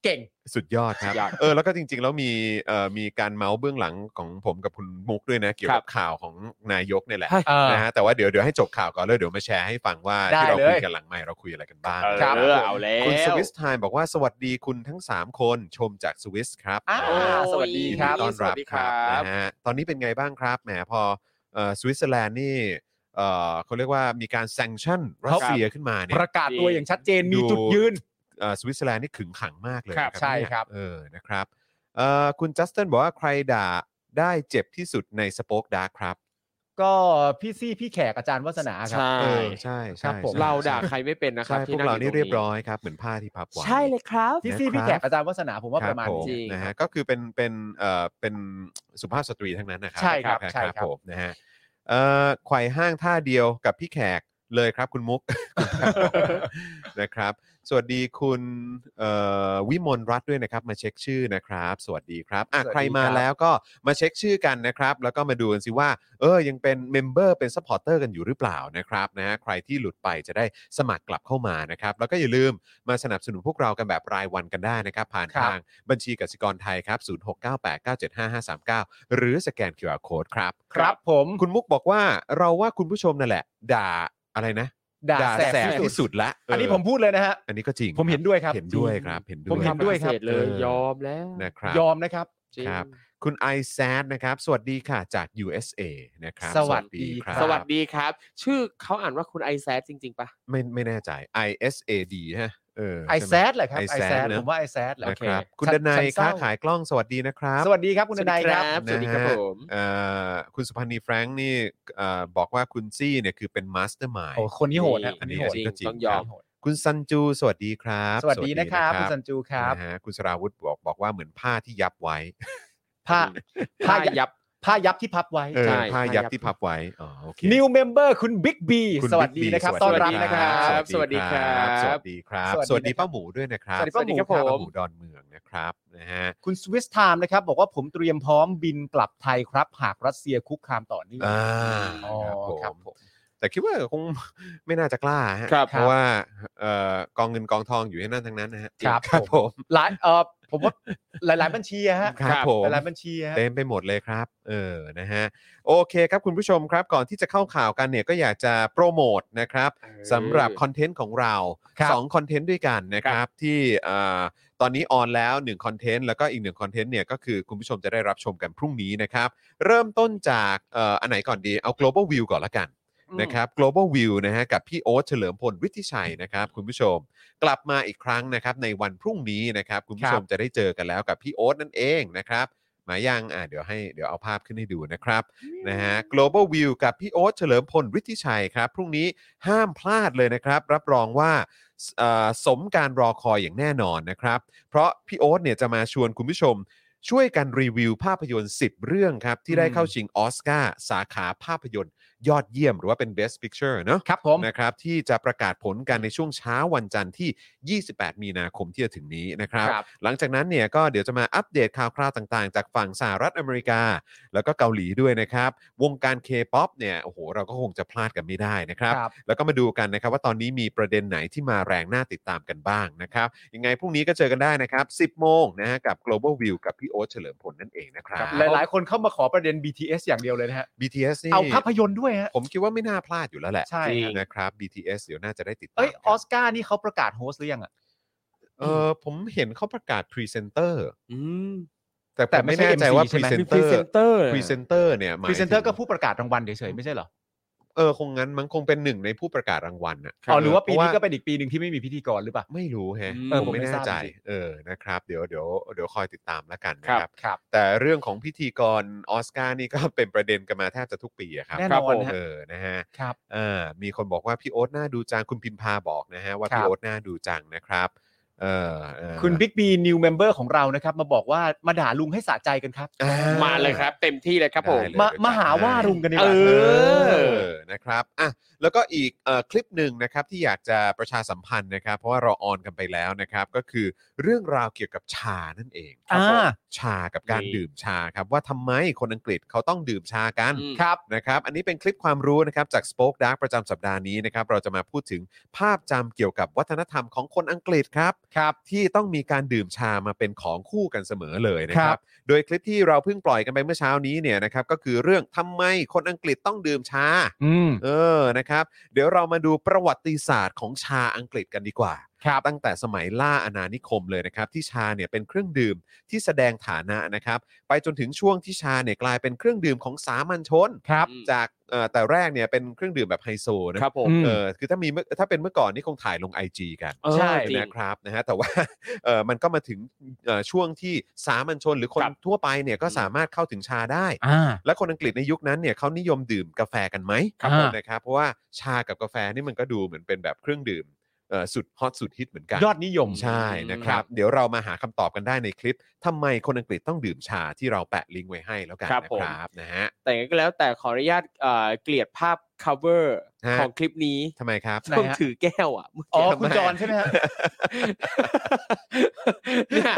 เก่ง สุดยอดครับ สุดยอด เออแล้วก็จริงๆ แล้วมีเอ่อมีการเมาส์เบื้องหลังของผมกับคุณมุกด้วยนะ เกี่ยวกับข่าวของนายกเนี่ยแหละ ใช่ นะฮะแต่ว่าเดี๋ยวเดี๋ยวให้จบข่าวก่อนแล้วเดี๋ยวมาแชร์ให้ฟังว่า ได้ ที่เราคุย เลย กันหลังไม่เราคุยอะไรกันบ้าง เออ ครับ นะ เอาแล้ คุณส ว วิสไทม์บอกว่าสวัสดีคุณทั้ง 3 คนชมจากสวิสครับ อ้าว อ่า สวัสดีครับ ยินต้อนรับครับ สวัสดีครับ นะฮะตอนนี้เป็นไงบ้างครับแหมพอเอ่อสวิตเซอร์แลนด์นี่เอ่อเขาเรียกว่ามีการแซงชั่นรัสเซียขึ้นมาเนี่ย ประกาศตัวอย่างชัดเจนมี ดู จุดยืน เอ่อสวิตเซอร์แลนด์นี่ขึงขังมากเลย ครับ นะ ใช่ เนี่ย ครับ เออนะครับเอ่อคุณจัสตินบอกว่าใครด่าได้เจ็บที่สุดในสป็อคดาร์ครับ ก็พี่ซี่พี่แขกอาจารย์วัฒนาครั ใช่ บ เออใช่ใช่ ครับผม ใช่ เราด่าใครไม่เป็นนะครับ ใช่พ ที่ วก ง เรานี่ ตง เรียบร้อยครับเหมือนผ้าที่พับไว้ ใช่เลยครับ พี่ซี่ นะครับ พี่แขกอาจารย์วัฒนาผมว่า ค ป บ ระมาณ ผม นี้ จริง นะฮะก็คือเป็นเป็นเอ่อเป็นสุภาพสตรีทั้งนั้นนะครั ใช่ครับ นะ ใช่ครับ ผมนะฮะเอ่อไขว่ห้างท่าเดียวกับพี่แขกเลยครับคุณมุก นะครับ สวัสดีคุณเอ่อวิมลรัตน์ด้วยนะครับ มาเช็คชื่อนะครับ สวัสดีครับอ่ะใครมาแล้วก็มาเช็คชื่อกันนะครับ แล้วก็มาดูกันสิว่า เออยังเป็นเมมเบอร์เป็นซัพพอร์เตอร์กันอยู่หรือเปล่านะครับนะฮะใครที่หลุดไปจะได้สมัครกลับเข้ามานะครับ แล้วก็อย่าลืมมาสนับสนุนพวกเรากันแบบรายวันกันได้นะครับ ผ่าน ครับ ทางบัญชีกสิกรไทยครับ0698975539 หรือสแกน QR Code ครับ ครับผม คุณมุกบอกว่าเราว่าคุณผู้ชมนั่นแหละ ด่าอะไรนะ ด่า ด่า แส แส บบที่ ที่ สุ สุ ด ดละเ อันนี้ผมพูดเลยนะฮะ อันนี้ก็จริง ผมเห็นด้วยครับ เห็นด้วยครับเห็นด้วย ผมเห็นด้วย ครับ เสจเลย ยอมแล้ว นะครับ ยอมนะครับ จริง ครับ คุณไอแซดนะครับ สวัสดีค่ะจาก USA นะครับ สวัสดีครับ สวัสดีครับ ชื่อเขาอ่านว่าคุณไอแซดจริง ๆปะ ไม่ไม่แน่ใจ ISAD ฮะเออ ไอ ใช่หม แซดแหละครับไอ I แซ sad ด นะ ผมว่าไอแซดแหละ นะ โอเค ครับ คุณ ฉั ดนาย ฉัเศร้ ค้าขายกล้องสวัสดีนะครับ สวัสดีครับคุณดนายครับ สวัสดีครับ นะฮะ ผม เอ่อคุณสุพันธ์นีแฟรงค์นี่เอ่อบอกว่าคุณซี่เนี่ยคือเป็นมาสเตอร์มาย โอ้คนนี้โหดนะ อันนี้ คโหด จริง ก็จริง ต้องยอม คุณซันจูสวัสดีครับ สวัสดีนะครับคุณสันจูครับ นะฮะคุณสราวุธบอกบอกว่าเหมือนผ้าที่ยับไว้ ผ้าผ้า ผ้า ยับ ยับ ผ้ายับที่พับไว้ เออ ใช่ ผ้ายับที่พับไว้อ๋อโอเค นิวเมมเบอร์คุณบิ๊กบี คุณ สวัสดี Big B นะครับ ส ต้อ วัน สดี รับนะครับ สวัสดีครับ สวัสดีครับ ส สวั วัส สดี ดี ครับ ป้าหมูด้วยนะครับ สวัสดีป้าหมู ป้า ครับ หมูดอนเมืองนะครับนะฮะ คุณสวิสไทม์นะครับ บอกว่าผมเตรียมพร้อมบินกลับไทยครับ หากรัสเซียคุกคามต่อเนื่อง อ่า อ๋อครับ ผ ผม ม แต่คิดว่าคง ไม่น่าจะกล้าฮะ ครับ เพราะว่าเอ่อกองเงินกองทองอยู่ที่นั่นทั้งนั้นนะฮะ ครับ ครับผม หลายเออผมว่า หลาย ๆ บัญชีอะฮะ ครับผม หลายๆบัญชีอะฮะ เต็มไปหมดเลยครับ เออ นะฮะ โอเคครับคุณผู้ชมครับ ก่อนที่จะเข้าข่าวกันเนี่ยก็อยากจะโปรโมทนะครับ เออ สำหรับคอนเทนต์ของเรา ครับ สองคอนเทนต์ด้วยกันนะครับที่เอ่อตอนนี้ออนแล้ว1คอนเทนต์แล้วก็อีก1คอนเทนต์เนี่ยก็คือคุณผู้ชมจะได้รับชมกันพรุ่งนี้นะครับ เริ่มต้นจากเอ่ออันไหนก่อนดี เอา global view ก่อนละกันนะครับ global view นะฮะกับพี่โอ๊ตเฉลิมพลวิทิชัยนะครับคุณผู้ชม กลับมาอีกครั้งนะครับในวันพรุ่งนี้นะครับคุณผู้ชมจะได้เจอกันแล้วกับพี่โอ๊ตนั่นเองนะครับ มายังอ่ะเดี๋ยวให้เดี๋ยวเอาภาพขึ้นให้ดูนะครับนะฮะ global view กับพี่โอ๊ตเฉลิมพลวิทิชัยครับ พรุ่งนี้ห้ามพลาดเลยนะครับ รับรองว่าเอ่อสมการรอคอยอย่างแน่นอนนะครับ เพราะพี่โอ๊ตเนี่ยจะมาชวนคุณผู้ชม ช่วยกันรีวิวภาพยนตร์ 10 เรื่องครับ ที่ได้ อืม เข้าชิงออสการ์สาขาภาพยนตร์ยอดเยี่ยมหรือว่าเป็น best picture เนอะ ครับผม นะครับที่จะประกาศผลกันในช่วงเช้าวันจันทร์ที่ 28 มีนาคมที่จะถึงนี้นะครับ ครับ หลังจากนั้นเนี่ยก็เดี๋ยวจะมาอัปเดตข่าวคราวต่างๆ จากฝั่งสหรัฐอเมริกา แล้วก็เกาหลีด้วยนะครับ วงการ K-POP เนี่ยโอ้โหเราก็คงจะพลาดกันไม่ได้นะครับ ครับ แล้วก็มาดูกันนะครับว่าตอนนี้มีประเด็นไหนที่มาแรงน่าติดตามกันบ้างนะครับ ยังไงพรุ่งนี้ก็เจอกันได้นะครับ 10 โมงนะฮะกับ global view กับพี่โอ๊ตเฉลิมพลนั่นเองนะครับ หลาย ๆ คนเข้ามาขอประเด็น BTS อย่างเดียวเลยนะฮะ BTS นี่ เอาภาพยนตร์ด้วยฮะ ผมคิดว่าไม่น่าพลาดอยู่แล้วแหละ ใช่ นะครับ BTS เดี๋ยวน่าจะได้ติดตาม เอ้ย กัน ออสการ์นี่เขาประกาศโฮสต์หรือยังอะ เออผมเห็นเขาประกาศพรีเซนเตอร์ อืม แต่ผมไม่แน่ใจว่าพรีเซนเตอร์ เตอร์ พรีเซนเตอร์เนี่ยหมาย พ ถึ รี ง เซนเตอร์ก็ผู้ประกาศรางวัลเฉยๆไม่ใช่เหรอ เออคงงั้นมันคงเป็นหนึ่งในผู้ประกาศรางวัลน่ะ อ๋อหรือว่าปีนี้ก็ เพระ เป็นอีกปีหนึ่งที่ไม่มีพิธีกรหรือเปล่า ไม่รู้แฮะ อืม เออ เออ ผ ผม ม ไม่ ไม่ แน่ ทราบ ใจ จริง เออนะครับเดี๋ยวเดี๋ยวเดี๋ยวคอยติดตามแล้วกันนะ คครัรับ บ ครับ แต่เรื่องของพิธีกรออสการ์นี่ก็เป็นประเด็นกันมาแทบจะทุกปีอะครับ แน่นอน ผม ฮะ เออนะฮะ ครับ อ่ามีคนบอกว่าพี่โอ๊ตหน้าดูจังคุณพิมพาบอกนะฮะว่า ครับ พี่โอ๊ตหน้าดูจังนะครับ เออเออ คุณบิ๊กบีนิวเมมเบอร์ของเรานะครับ มาบอกว่ามาด่าลุงให้สะใจกันครับ อ่ มาเลยครับ เต็มที่เลยครับผม ได้เลย มามาหาว่าลุงกันดีกว่า เออ เออนะครับอ่ะแล้วก็อีกเออคลิปหนึ่งนะครับที่อยากจะประชาสัมพันธ์นะครับ เพราะว่าเราออนกันไปแล้วนะครับ ก็คือเรื่องราวเกี่ยวกับชานั่นเอง อ่า ผมชากับการ นี่ ดื่มชาครับว่าทำไมคนอังกฤษเขาต้องดื่มชากัน อืม ครับ นะครับอันนี้เป็นคลิปความรู้นะครับจาก Spoke Dark ประจำสัปดาห์นี้นะครับเราจะมาพูดถึงภาพจำเกี่ยวกับวัฒนธรรมของคนอังกฤษครับครับ ที่ต้องมีการดื่มชามาเป็นของคู่กันเสมอเลยนะค ค รั รั บบ โดยคลิปที่เราเพิ่งปล่อยกันไปเมื่อเช้านี้เนี่ยนะครับก็คือเรื่องทำไมคนอังกฤษต้องดื่มชา อืม เออนะครับเดี๋ยวเรามาดูประวัติศาสตร์ของชาอังกฤษกันดีกว่า ครับ ตั้งแต่สมัยล่าอาณานิคมเลยนะครับ ที่ชาเนี่ยเป็นเครื่องดื่มที่แสดงฐานะนะครับ ไปจนถึงช่วงที่ชาเนี่ยกลายเป็นเครื่องดื่มของสามัญชน ครับ อืม จากเอ่อแต่แรกเนี่ยเป็นเครื่องดื่มแบบไฮโซนะครับ ผม อืม เออคือถ้ามีเมื่อถ้าเป็นเมื่อก่อนนี่คงถ่ายลง IG กัน เออ ใช่ จริง นะครับนะฮะแต่ว่า เอ่อมันก็มาถึงเอ่อช่วงที่สามัญชนหรือคน ครับ ทั่วไปเนี่ยก็สามารถเข้าถึงชาได้ อ่า และคนอังกฤษในยุคนั้นเนี่ยเขานิยมดื่มกาแฟกันไหม ครับผม นะครับเพราะว่าชากับกาแฟนี่มันก็ดูเหมือนเป็นแบบเครื่องดื่มเอ่อสุดฮอตสุดฮิตเหมือนกัน ยอดนิยม ใช่นะครับ เดี๋ยวเรามาหาคำตอบกันได้ในคลิปทำไมคนอังกฤษต้องดื่มชาที่เราแปะลิงก์ไว้ให้แล้วกัน ครับ นะ ผม ครับนะฮะ แต่ยังไงก็แล้วแต่ขออนุญาตเอ่อเกลียดภาพ cover ฮะ ของคลิปนี้ ทำไมครับ ไหน ต้อง ฮะ ถือแก้วอ่ะเมื่อ อ๋อ กี้ คุณจอนใช่ไหมฮะ เนี่ย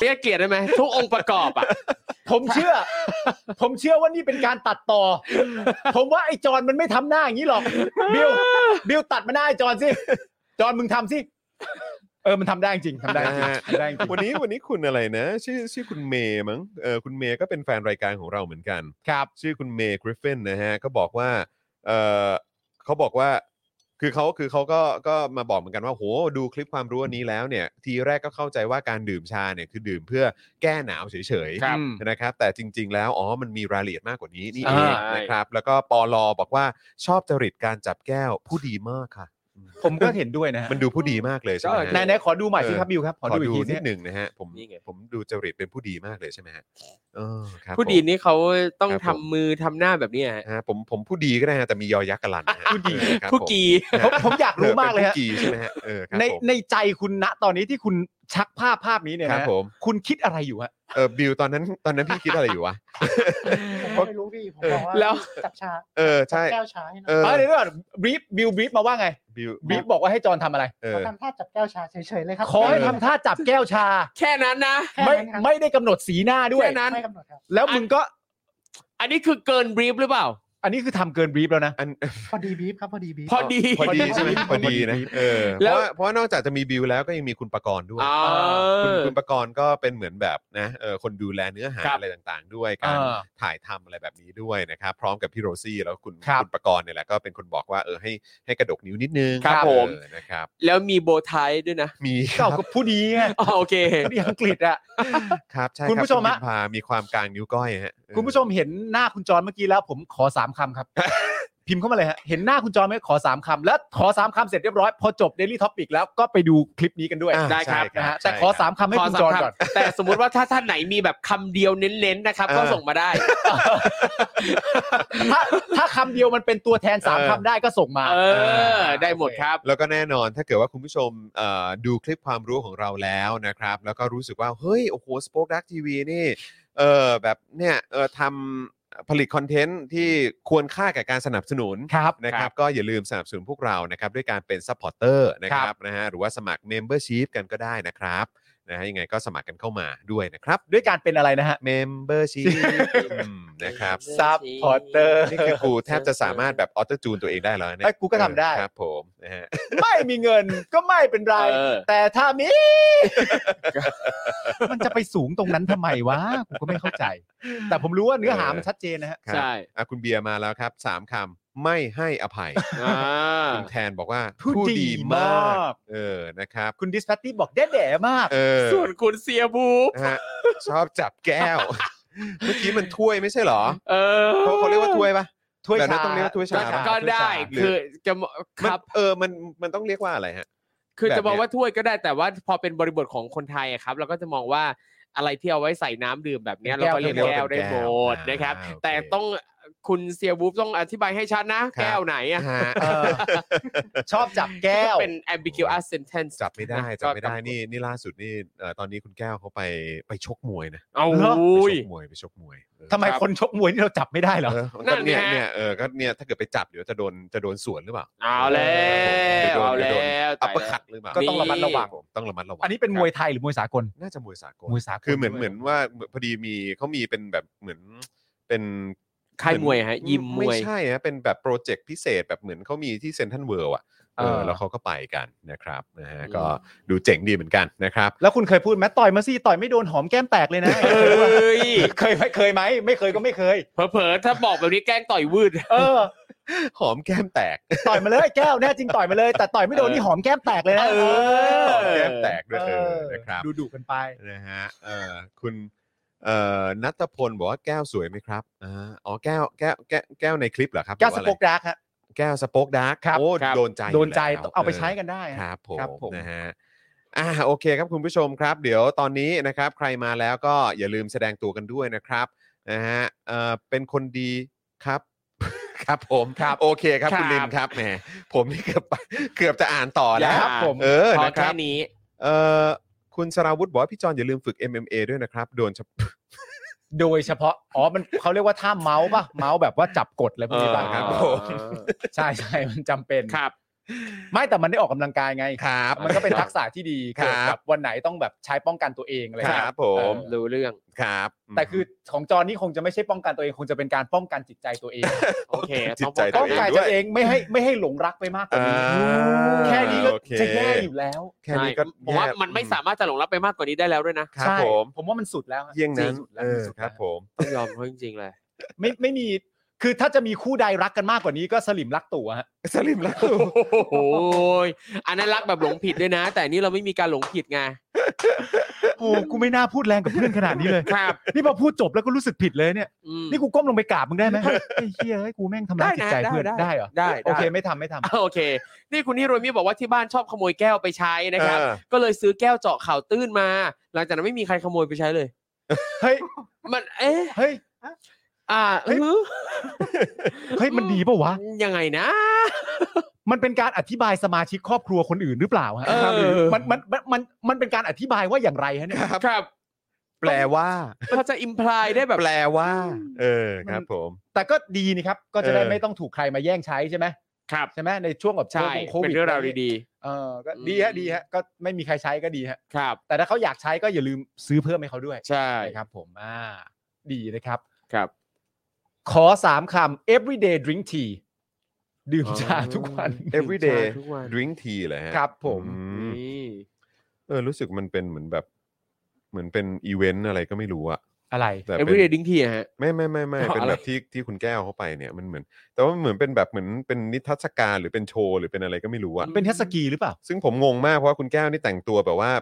เรียกเกลียดได้ไหมทุกองค์ประกอบอ่ะ ผมเชื่อ ผมเชื่อว่านี่เป็นการตัดต่อ ผมว่าไอ้จอนมันไม่ทำหน้าอย่างนี้ หรอก บิวบิวตัดมาหน้าไอ้จอนสิ จอนมึงทำสิ เออมันทำได้จริงทำได้จริง นะฮะ ทำได้จริง วันนี้วันนี้คุณอะไรนะ ชื่อชื่อคุณเมย์มั้งเออคุณเมย์ก็เป็นแฟนรายการของเราเหมือนกัน ครับ ชื่อคุณเมย์กริฟฟินนะฮะก็บอกว่าเออเขาบอกว่าคือเขาคือเขาก็ก็มาบอกเหมือนกันว่าโหดูคลิปความรู้อันนี้แล้วเนี่ย ทีแรกก็เข้าใจว่าการดื่มชาเนี่ยคือดื่มเพื่อแก้หนาวเฉย ครับ ๆนะครับแต่จริง ๆ แล้วอ๋อมันมีรายละเอียดมากกว่านี้นี่ อ่า เองนะครับ แล้วก็ปอลอบอกว่าชอบจริตการจับแก้วผู้ดีมากค่ะ ผมก็เห็นด้วยนะฮะ มันดูผู้ดีมากเลยใช่ไหม ก็ ฮะ ไหนไหนขอดูใหม่สิครับบิวครับ ข ข อ อ ดูอี ดู กทีสิ นิดหนึ่งนะฮะผม นี่ไง ผมดูจริตเป็นผู้ดีมากเลยใช่ไหมฮะเออครับ ผู้ดี ผม นี่เขาต้อง ครับผทำม มือทำหน้าแบบเนี้ยฮะ นะฮะผมผมผู้ดีก็ได้ฮะแต่มียอยักษ์กะลันนะฮะ ผู้ดี เออครับ ผู้ ผม กี นะ ผ ฮะ มผมอยากรู้มากเลย ป็น ฮะ ผู้ใช่ไหมฮะเออครับ ใน ผม ในใจคุณณตอนนี้ที่คุณชักภาพภาพนี้เนี่ย ครับนะฮะ ผม คุณคิดอะไรอยู่ฮะ เออบิวตอนนั้นตอนนั้นพี่คิดอะไรอยู่วะ ไม่รู้พี่ผมบอกว่า แล้ว จับชา เออใช่ จับแก้วชาให้หน่ เอ อย อ เออเดี๋ยวก่อนบรีฟบิวบรีฟมาว่าไง บิว บรีฟบอกว่าให้จอนทำอะไร เอ เขา อ ทำท่าจับแก้วชาเฉยๆเลยครับ ขอให้ เออ ทำท่าจับแก้วชา แค่นั้นนะ แค่ ไม่ นั้นครับ ไม่ได้กำหนดสีหน้าด้วย แค่นั้น ไม่กำหนดครับ แล้วมึงก็ อันนี้คือเกินบรีฟหรือเปล่า อันนี้คือทำเกินบรีฟแล้วนะ อัน พอดีบีฟครับพอดีบีฟ พอดี พอดีใช่ไหมพอดีนะเออเพ แล้ว ราะว่าเพราะว่านอกจากจะมีบิวแล้วก็ยังมีคุณประกรณ์ด้วย อ๋อ คุณคุณประกรณ์ก็เป็นเหมือนแบบนะเออคนดูแลเนื้อหา ครับ อะไรต่างๆ ด้วยการ เออ ถ่ายทำอะไรแบบนี้ด้วยนะครับ พร้อมกับพี่โรซี่แล้วคุณ ครับ ณประกรณ์เนี่ยแหละก็เป็นคนบอกว่าเออให้ให้กระดกนิ้วนิดนึง ครับผม เออนะครับ แล้วมีโบว์ไทายด้วยนะ มีค ก็ รับ เอากับผู้ดีไง อ๋อโอเค ผู้ดีอังกฤษอะ ครับใช่ คุณ รับ ผู้ชมฮะ พิพามีความกลางนิ้วก้อยฮะเออ คุณผู้ชมเห็นหน้าคุณจอนเมื่อกี้แล้วผมขอสาม คำครับ พิมพ์เข้ามาเลยฮะเห็นหน้าคุณจอนไหมขอสามคำแล้วขอสามคำเสร็จเรียบร้อยพอจบ Daily Topic แล้วก็ไปดูคลิปนี้กันด้วย อ่า ได้ครับ ใช่ นะฮะ ใช่ แต่ขอสามคำให้ ขอ คุณ สา จอ ม นก่อน คำแต่สมมุติว่าถ้าท่านไหนมีแบบคำเดียวเน้นๆนะครับ ก็ส่งมาได้ ถ้าถ้าคำเดียวมันเป็นตัวแทนสามคำได้ก็ส่งมา เออ ได้หมดครับ แล้วก็แน่นอนถ้าเกิดว่าคุณผู้ชมเอ่อดูคลิปความรู้ของเราแล้วนะครับ แล้วก็รู้สึกว่าเฮ้ยโอ้โหสป็อคดักทีวีนี่เออแบบเนี่ยเออทำผลิตคอนเทนต์ที่ควรค่าแก่การสนับสนุน ครับ นะครับก็อย่าลืมสนับสนุนพวกเรานะครับด้วยการเป็นซัพพอร์เตอร์นะค ครั รับบ นะฮะหรือว่าสมัคร Membership กันก็ได้นะครับนะฮะยังไงก็สมัครกันเข้ามาด้วยนะครับ ด้วยการเป็นอะไรนะฮะ Membership อืมนะครับ ซับพอร์เตอร์ นี่คือกูแทบจะสามารถแบบออโต้จูนตัวเองได้แล้วเนี่ย เอ้ยกูก็ทำได้ ครับผมนะฮะ ไม่มีเงินก็ไม่เป็นไร เออ แต่ถ้ามี มันจะไปสูงตรงนั้นทำไมวะกูก็ไม่เข้าใจ แต่ผมรู้ว่าเนื้อหามันชัดเจนนะฮะ ครับ ใช่ อ่ะคุณเบียร์มาแล้วครับสามคำไม่ให้อภัย อ่า คุณแทนบอกว่า ผู้ดีมาก เออนะครับ คุณดิสแพตตี้บอกแด่แด่ๆมาก เออ ส่วนคุณเสียบู นะฮะชอบจับแก้ว เมื่อกี้มันถ้วยไม่ใช่เหรอ เออ เขาเขาเรียกว่าถ้วยปะ ถ้วย แบบนั้ ชาน ต้องเรียกว่าถ้วยชา ก็ได้ หรือ คือจะมค มัน รับ เออ มัน มันต้องเรียกว่าอะไรฮะ คือ แบบ จะมอง เนี้ย ว่าถ้วยก็ได้แต่ว่าพอเป็นบริบทของคนไทยอะครับ เราก็จะมองว่า อะไรที่เอาไว้ใส่น้ำดื่มแบบเนี้ย เป็ เรา นแก้ว ก็เรียก เรียกว่าเป็นแก้วได้หมด แก้ว นะครับ อ่าโอเค แต่ต้องคุณเซียวูฟต้องอธิบายให้ชัดนะ ครับ แก้วไหนอะ ฮะ เออชอบจับแก้ว เป็น ambiguous sentence จับไม่ได้ นะ จับไม่ได้ ก็ นี่นี่ล่าสุดนี่เอ่อตอนนี้คุณแก้วเขาไปไปชกมวยนะ เอา เหรอ อ ไปชุ ย กมวยไปชกมวยเออ ทำไม ครับ คนชกมวยนี่เราจับไม่ได้เหรอ เออ นั่ ก็ น เนี่ย ไง เนี่ยเออก็เนี่ยถ้าเกิดไปจับเดี๋ยวจะโดนจะโดนสวนหรือเปล่า เอาแล้วเอาแล้ว อัป ตาย เปอร์แล้ว คัดหรือเปล่า ก็ต้องระมัดระวัง ผมต้องระมัดระวัง อันนี้เป็นมวยไทยหรือมวยสากล น่าจะมวยสากล มวยสากล คือเหมือน ด้วย เหมือนว่าพอดีมีเขามีเป็นแบบเหมือนเป็น ค่ายมวยฮะ เหอน ยิมมวย ไม่ใช่ฮะเป็นแบบโปรเจกต์พิเศษแบบเหมือนเขามีที่เซนทันเวิร์อ่ะเออ เออ แล้วเขาก็ไปกันนะครับนะฮะ อืม ก็ดูเจ๋งดีเหมือน กันนะครับ แล้วคุณเคยพูดไหมต่อยมาสิต่อยไม่โดนหอมแก้มแตกเลยนะ เอ้ย เคยไหมเคยไหมไม่เคยก็ไม่เคย เผลอๆถ้าบอกแบบนี้แกล้งต่อยวืด เออ หอมแก้มแตก ต่อยมาเลยแก้วแน่จริงต่อยมาเลย แต่ต่อยไม่โดน เออ นี่หอมแก้มแตกเลยนะ เออ หอมแก้มแตกด้วยเอ เอ อ อ นะครับ ดูดุกันไป นะฮะเออคุณเอ่อนัทพลบอกว่าแก้วสวยไหมครับอ่าอ๋อแก้วแก้วแก้วแก้วในคลิปเหรอครับ แก้วส หรือ ป ว่าอะอก ไร ดาร์กฮะ แก้วสปอคดาร์ก ครับ โอ้ ครับ โดนใจยู่ โดนใจ แล้ว ต้องเอาไปใช้กันได้ฮะ ครับผม ครับผม นะฮะอ่าโอเคครับคุณผู้ชมครับ เดี๋ยวตอนนี้นะครับใครมาแล้วก็อย่าลืมแสดงตัวกันด้วยนะครับนะฮะเอ่อเป็นคนดีครับ ครับผมครับโอเคครับ ครับ คุณลินครับแหมผมนี่เกือบ เกือบจะอ่านต่อแล้ว อย่าครับผม เออ พอ นะค แค่ รับ นี้ เอ่อคุณสราวุธบอกว่าพี่จอนอย่าลืมฝึก MMA ด้วยนะครับโดนเฉพาะ โดยเฉพาะอ๋อมันเขาเรียกว่าท่าเมาส์ป่ะเมาส์แบบว่าจับกดอะไรพวกนี้ป่ะ เออ ครับผม ใช่ใช่มันจำเป็น ครับ ไม่แต่มันได้ออกกำลังกายไง ครับ มันก็เป็นทักษะที่ดี ครับ เกิดแบบวันไหนต้องแบบใช้ป้องกันตัวเองอะไร ค เงี้ย รับผม เออ รู้เรื่อง ครับ แต่คือของจอนี่คงจะไม่ใช่ป้องกันตัวเองคงจะเป็นการป้องกันจิตใจตัวเอง โอเค จิตต้อง ใจ ป้ ตั อ วเอป้องงง กั กันด้นนตัว วย เองไม่ให้ไม่ให้หลงรักไปมากกว่านี้ อ่า แค่นี้ก็ โอเค จะแย่อยู่แล้ว แค่นี้ก็ ใช่ผมว่า แย่ มันไม่สามารถจะหลงรับไปมากกว่านี้ได้แล้วด้วยนะ ครับ ใช่ ผม ผมว่ามันสุดแล้วฮะ เยี่ยงนั้น สุดแล้ว เออ สุด ครับ แล้ว ผม ต้องยอม เขาจริงๆเลย ไม่ไม่มีคือถ้าจะมีคู่ใดรักกันมากกว่านี้ก็สลิมรักตู่ฮะ สลิมแล้ว โอ้โหยอันนั้นรักแบบหลงผิดด้วยนะ แต่อันนี่เราไม่มีการหลงผิดไง โอ้กูไม่น่าพูดแรงกับเพื่อนขนาดนี้เลย ครับ นี่พอพูดจบแล้วก็รู้สึกผิดเลยเนี่ย อืม นี่กูก้มลงไปกราบมึงได้ไหมไอ้เฮียเอ้ยกูแม่งทำร้ายจิตใจ ได้นะ เพื่อน ได้ได้ ได้เหรอ ได้ได้ โอเคไม่ทำไม่ทำ โอเค นี่คุณฮิโรมิบอกว่าที่บ้านชอบขโมยแก้วไปใช้นะครับ ก็เลยซื้อแก้วเจาะข่าวตื้นมา หลังจากนั้นไม่มีใครขโมยไปใช้เลย เฮ้ย มัน เอ๊ะ เฮ้ย อ่า เฮ้ย เฮ้ย เฮ้ยมันดีเปล่าวะ ยังไงนะ มันเป็นการอธิบายสมาชิกครอบครัวคนอื่นหรือเปล่าฮะ เออ มันมันมันมันมันเป็นการอธิบายว่าอย่างไรฮะเนี่ย ครับ แปลว่า เขาจะอิมพลายได้แบบ แปลว่า เออ มัน ครับผม แต่ก็ดีนี่ครับ ก็จะได้ เออ ไม่ต้องถูกใครมาแย่งใช้ใช่ไหม ครับ ใช่ไหมในช่วงแบบ ใช่ ช่วงโควิด เป็นเรื่องราวดี เออก็ดีฮะดีฮะก็ไม่มีใครใช้ก็ดีฮะ ๆ ครับ แต่ถ้าเขาอยากใช้ก็อย่าลืมซื้อเพิ่มให้เขาด้วย ใช่ นะครับผมอ่าดีนะครับ ครับ ขอสามคำ everyday drink tea ดื่มชาทุกวัน everyday ทุกวัน drink tea เลยฮะ ครับผม อืม นี่ เออรู้สึกมันเป็นเหมือนแบบ เหมือนเป็นอีเวนต์อะไรก็ไม่รู้อะ อะไร แต่เป็น everyday drink tea อะฮะ ไม่ไม่ไม่ไม่ อ๋อ เป็น อะไร แบบที่ที่คุณแก้วเขาไปเนี่ยมันเหมือน แต่ว่ามันเหมือนเป็นแบบเหมือนเป็นนิทรรศการหรือเป็นโชว์หรือเป็นอะไรก็ไม่รู้อะ เป็นเทสกีหรือเปล่า ซึ่งผมงงมากเพราะว่าคุณแก้วนี่แต่งตัวแบบว่า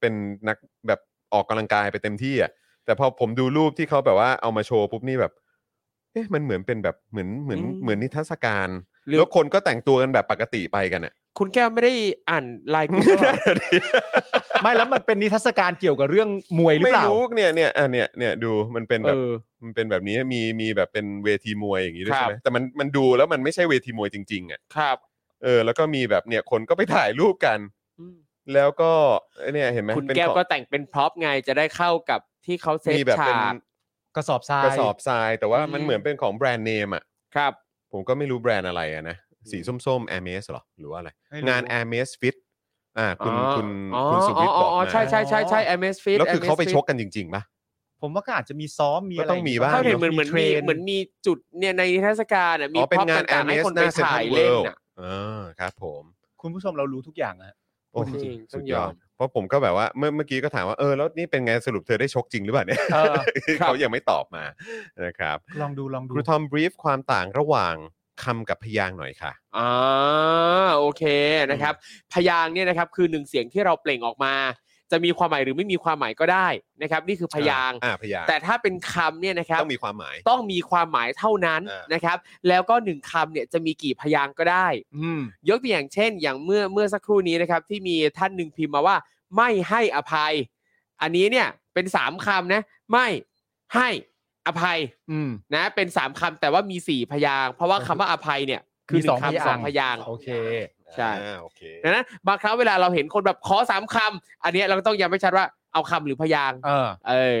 เป็นนักแบบออกกำลังกายไปเต็มที่อะแต่พอผมดูรูปที่เขาแบบว่าเอามาโชว์ปุ๊บนี่แบบ เอ๊ะมันเหมือนเป็นแบบเหมือนเหมือน อืม เหมือนนิทรรศการ หรือ แล้วคนก็แต่งตัวกันแบบปกติไปกันอ่ะ คุณแก้วไม่ได้อ่านไลน์กรุ๊ปหรอ ไม่แล้วมันเป็นนิทรรศการเกี่ยวกับเรื่องมวยหรือ ไม่ เปล่า รู้เนี่ยเนี่ยอ่ะเนี่ยเนี่ยดูมันเป็นแบ เอบ อ มันเป็นแบบนี้มีมีแบบเป็นเวทีมวยอย่างนี้ด้วย ครั ใช่ บ ไหมแต่มันมันดูแล้วมันไม่ใช่เวทีมวยจริงๆอ่ะ ครับ เออแล้วก็มีแบบเนี่ยคนก็ไปถ่ายรูปกัน อืม แล้วก็เนี่ยเห็นไหม คุณ เป็น แก้ว ของ ก็แต่งเป็นพร็อพไงจะได้เข้ากับที่เขาเซต มีแบบ ฉา เป็น ก กระสอบทราก ย ระสอบทราย แต่ว่า อืม มันเหมือนเป็นของแบรนด์เนมอ่ะ ครับ ผมก็ไม่รู้แบรนด์อะไรอ่ะนะสีส้มๆ Hermes เหรอหรือว่าอะไร ไม่รู้ งาน Hermes Fit อ่าคุณ อ๋อ คุณ อ๋อ คุณสุวิทย์บอก อ๋อ มา ใช่ใช่ใช่ใช่ MS Fit แล้วคือ MS เขาไป Fit ชกกันจริงๆปะ ผมว่าก็อาจจะมีซ้อมมี ก็ อะไร ต้องมีบ้าง เขาเห็นเหมือนเหมือน ทร มีเหมือนมีจุดเนี่ยในนิทรรศการน่ะมี อ๋อเป็น พร็อพ งาน ต่างๆให้ Hermes คหนไป น้าเซ็นท ถ่า รั ย ลเวิ เล่น ลด์ น่ะ เออครับผม คุณผู้ชมเรารู้ทุกอย่างอะฮะ โอ้ จริง จริง ต้ สุ อง ดยอด ยอม เพราะผมก็แบบว่าเมื่อเมื่อกี้ก็ถามว่าเออแล้วนี่เป็นไงสรุปเธอได้ชกจริงหรือเปล่าเนี่ย เออ เขายังไม่ตอบมานะครับ ลองดูลองดู ครูทอมบรีฟความต่างระหว่างคำกับพยางค์หน่อยค่ะ อ่าโอเคนะครับ พยางค์เนี่ยนะครับคือหนึ่งเสียงที่เราเปล่งออกมา จะมีความหมายหรือไม่มีความหมายก็ได้นะครับ นี่คือพยางค์ อ่าพยางค์ แต่ถ้าเป็นคำเนี่ยนะครับ ต้องมีความหมาย ต้องมีความหมายเท่านั้น อ่าน นะครับ แล้วก็หนึ่งคำเนี่ยจะมีกี่พยางค์ก็ได้ อืม ยกตัวอย่างเช่น อย่างเมื่อเมื่อสักครู่นี้นะครับ ที่มีท่านหนึ่งพิมพ์มาว่า ไม่ให้อภัย อันนี้เนี่ย เป็นสามคำนะ ไม่ให้อภัย อืม นะ เป็นสามคำแต่ว่ามีสี่พยางค์เพราะว่าคำว่าอภัยเนี่ย คือ มี หนึ่ สองพงยางค์ คำสองพยางค์ โอเค ใช่ อ่าโอเค ดังนั้นบางครั้งเวลาเราเห็นคนแบบขอสามคำอันเนี้ยเราก็ต้องย้ำให้ชัดว่าเอาคำหรือพยางค์ เออ เออ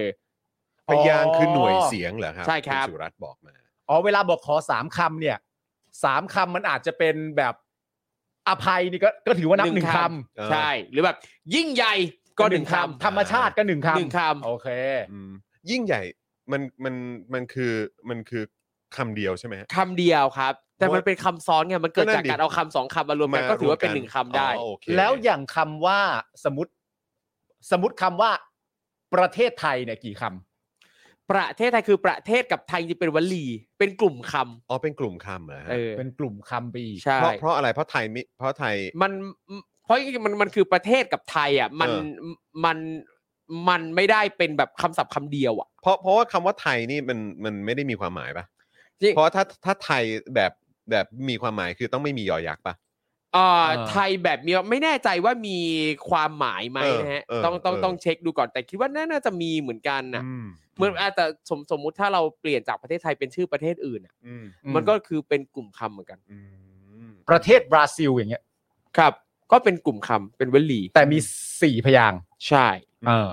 พยางค์คือหน่วยเสียงเหรอครับ ใช่ครับ ณสุรัตน์บอกมา อ๋อเวลาบอกขอสามคำเนี่ยสามคำมันอาจจะเป็นแบบอภัยนี่ก็ก็ถือว่านับหนึ่งค เออ ใช่ หรือแบบ ยิ่งใหญ่ ำ ก็หนึ่งคำ ธรรมชาติก็หนึ่งคำ หนึ่งค โอเค อืมยิ่งใหญ่มันมันมันคือมันคือคำเดียวใช่ไหมฮะ ำคำเดียวครับ แต่มันเป็นคำซ้อนไงมันเกิด ก็นั่ จาก นดิ การเอาคำสองคำมารวมกันก็ถือว่าเป็นหนึ่งคำได้ อ๋อโอเค แล้วอย่างคำว่าสมมติสมมติคำว่าประเทศไทยเนี่ยกี่ค ประเทศไทยคือประเทศกับไทยจะเป็นวลี เป็นกลุ่มค อ๋อเป็นกลุ่มคำเหรอ ำ ฮะ เออ ำเป็นกลุ่มคำไปอีก ใช่ เพราะเพราะอะไรเพราะไทยมิเพราะไทย มันเพราะมันมันคือประเทศกับไทยอ่ะมัน เอ มันมันไม่ได้เป็นแบบคำศัพท์คำเดียวอ่ะ เพราะเพราะว่าคำว่าไทยนี่มันมันไม่ได้มีความหมายปะ จริง เพราะถ้าถ้าไทยแบบแบบมีความหมายคือต้องไม่มียอยักษ์ปะ เอ่อ เออ ไทยแบบนี้ไม่แน่ใจว่ามีความหมายไหมนะฮะ เออเออ ต้องต้อง เออ ต้องเช็คดูก่อนแต่คิดว่าน่าจะมีเหมือนกันนะ อืม เหมือนอาจจะสมสมมุติถ้าเราเปลี่ยนจากประเทศไทยเป็นชื่อประเทศอื่นอะ อืม อื มันก็คือเป็นกลุ่มคำเหมือนกัน อืม ประเทศบราซิลอย่างเงี้ย ครับ ก็เป็นกลุ่มคำเป็นวลี แต่มีสี่พยางค์ ใช่ เออ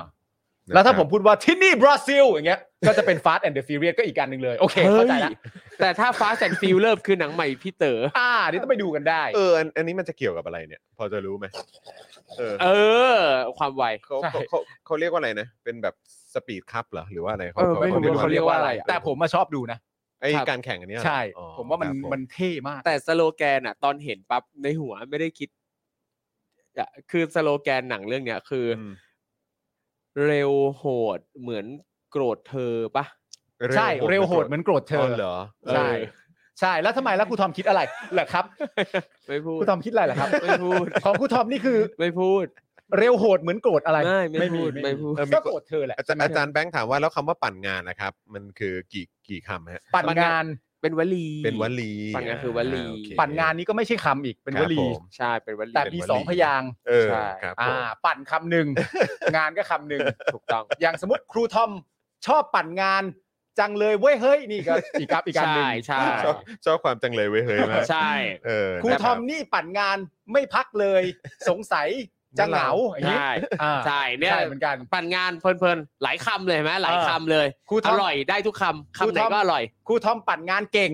แล้วถ้า นะ ผ ครัมบ พูดว่าที่นี่บราซิลอย่างเงี้ยก็จะเป็น Fast and the Furious ก็อีกการหนึ่งเลย โอเคเข้าใจละ ฮ้ยแต่ถ้าฟ้าแสนฟิลเลิฟคือหนังใหม่พี่เต๋อ อ่าเดี๋ยวต้องไปดูกันได้ เอออันอันนี้มันจะเกี่ยวกับอะไรเนี่ย พอจะรู้ไหมเออ เออ ความไว เขา ใช่ เขาเขาเขาเรียกว่าอะไรนะ เป็นแบบสปีดคัพเหรอหรือว่าอะไร เออไม่รู้ รียก เขาเรียกว่าอะไรอะ แต่ผมมาชอบดูนะ ไอ้ ครับ การแข่งอันเนี้ยเหรอ ใช่ อ๋อ ผมว่ามัน ครับผ มันเท่มาก แต่สโลแกนอะตอนเห็นปั๊บในหัวไม่ได้คิดอะคือสโลแกนหนังเรื่องเนี้ยคืออ ม เร็วโหดเหมือนโกรธเธอปะ ใช่เร็วโหดเหมือนโกรธเธอ เหรอ ใช่ เออ ใช่แล้วทำไมแล้วครูทอมคิดอะไรเหรอครับ ไม่พู ค ด รูทอมคิดอะไรเหรอครับ ไม่พูด ของครูทอมนี่คือ ไม่พูด เร็วโหดเหมือนโกรธอะไร ไม่ไม่พูดไม่พูด เออมี ก็ ค โกร น ธเธอแหละ อาจารย์อาจารย์แบงค์ถามว่าแล้วคำว่าปั่นงานนะครับ มันคือกี่กี่คำฮะ ปั่นงาน เป็นวลี เป็นวลี ปั่นงานคือวาลีโอเค ปั่นงานนี้ก็ไม่ใช่คำอีกเป็นวลี ครับผม ใช่เป็นวลี แต่มีสองพยางค์ เออ ใช่ ครับผ อ่า ม ปั่นคำหนึ่งงานก็คำหนึ่ง ถูกต้อง อย่างสมมติครูทอมชอบปั่นงาน จังเลยเว้ยเฮ้ยนี่ก็อีกครับอีกการหนึ่ง ใช่ใช่ ชอบชอบความจังเลยเว้ยเฮ้ยมาก ใช่ เออ ครูทอมนี่ปั่นงานไม่พักเลย สงสัยจะเหงาอย่างนี้ ใช่ อ่า ใช่เนี่ย ใช่เหมือนกัน ปั่นงานเพลินๆ หลายคำเลยเห็นไหมหลายคำเลย ครูท อ อม ร่อยได้ทุกคำ ครู คำไหน ทอม ก็อร่อย ครูทอมปั่นงานเก่ง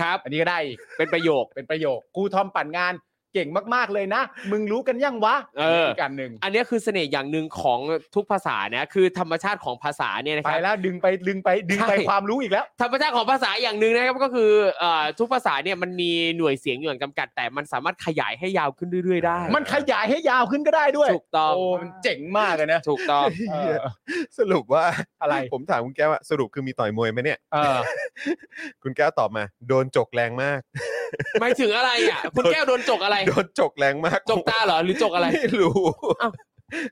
ครับ อันนี้ก็ได้อีก เป็นประโยค เป็นประโยคครูทอมปั่นงานเก่งมากๆเลยนะ มึงรู้กันยังวะ เอออั กการหนึ่ง อันเนี้ยคือเสน่ห์อย่างหนึ่งของทุกภาษานะคือธรรมชาติของภาษาเนี่ยนะ ไป ครับ แล้วดึงไปดึงไปดึงไป ใช่ ความรู้อีกแล้ว ธรรมชาติของภาษาอย่างหนึ่งนะครับก็คือเอ่อทุกภาษาเนี่ยมันมีหน่วยเสียงหน่วยจำกัด แต่มันสามารถขยายให้ยาวขึ้นเรื่อย ๆ ได้ มันขยายให้ยาวขึ้นก็ได้ด้วย ถูกต้อง โอ้มันเจ๋งมากเลยนะ ถูกต้อง เหี้ย เออ สรุปว่า อะไร ผมถามคุณแก้วว่าสรุปคือมีต่อยมวยไหมเนี่ย เออ คุณแก้วตอบมา โดนจกแรงมาก หมายถึงอะไรอ่ะ คุณแก้วโดนจกอะไร โดนจกแรงมาก จกตาเหรอ หรือจกอะไร ไม่รู้ อ้าว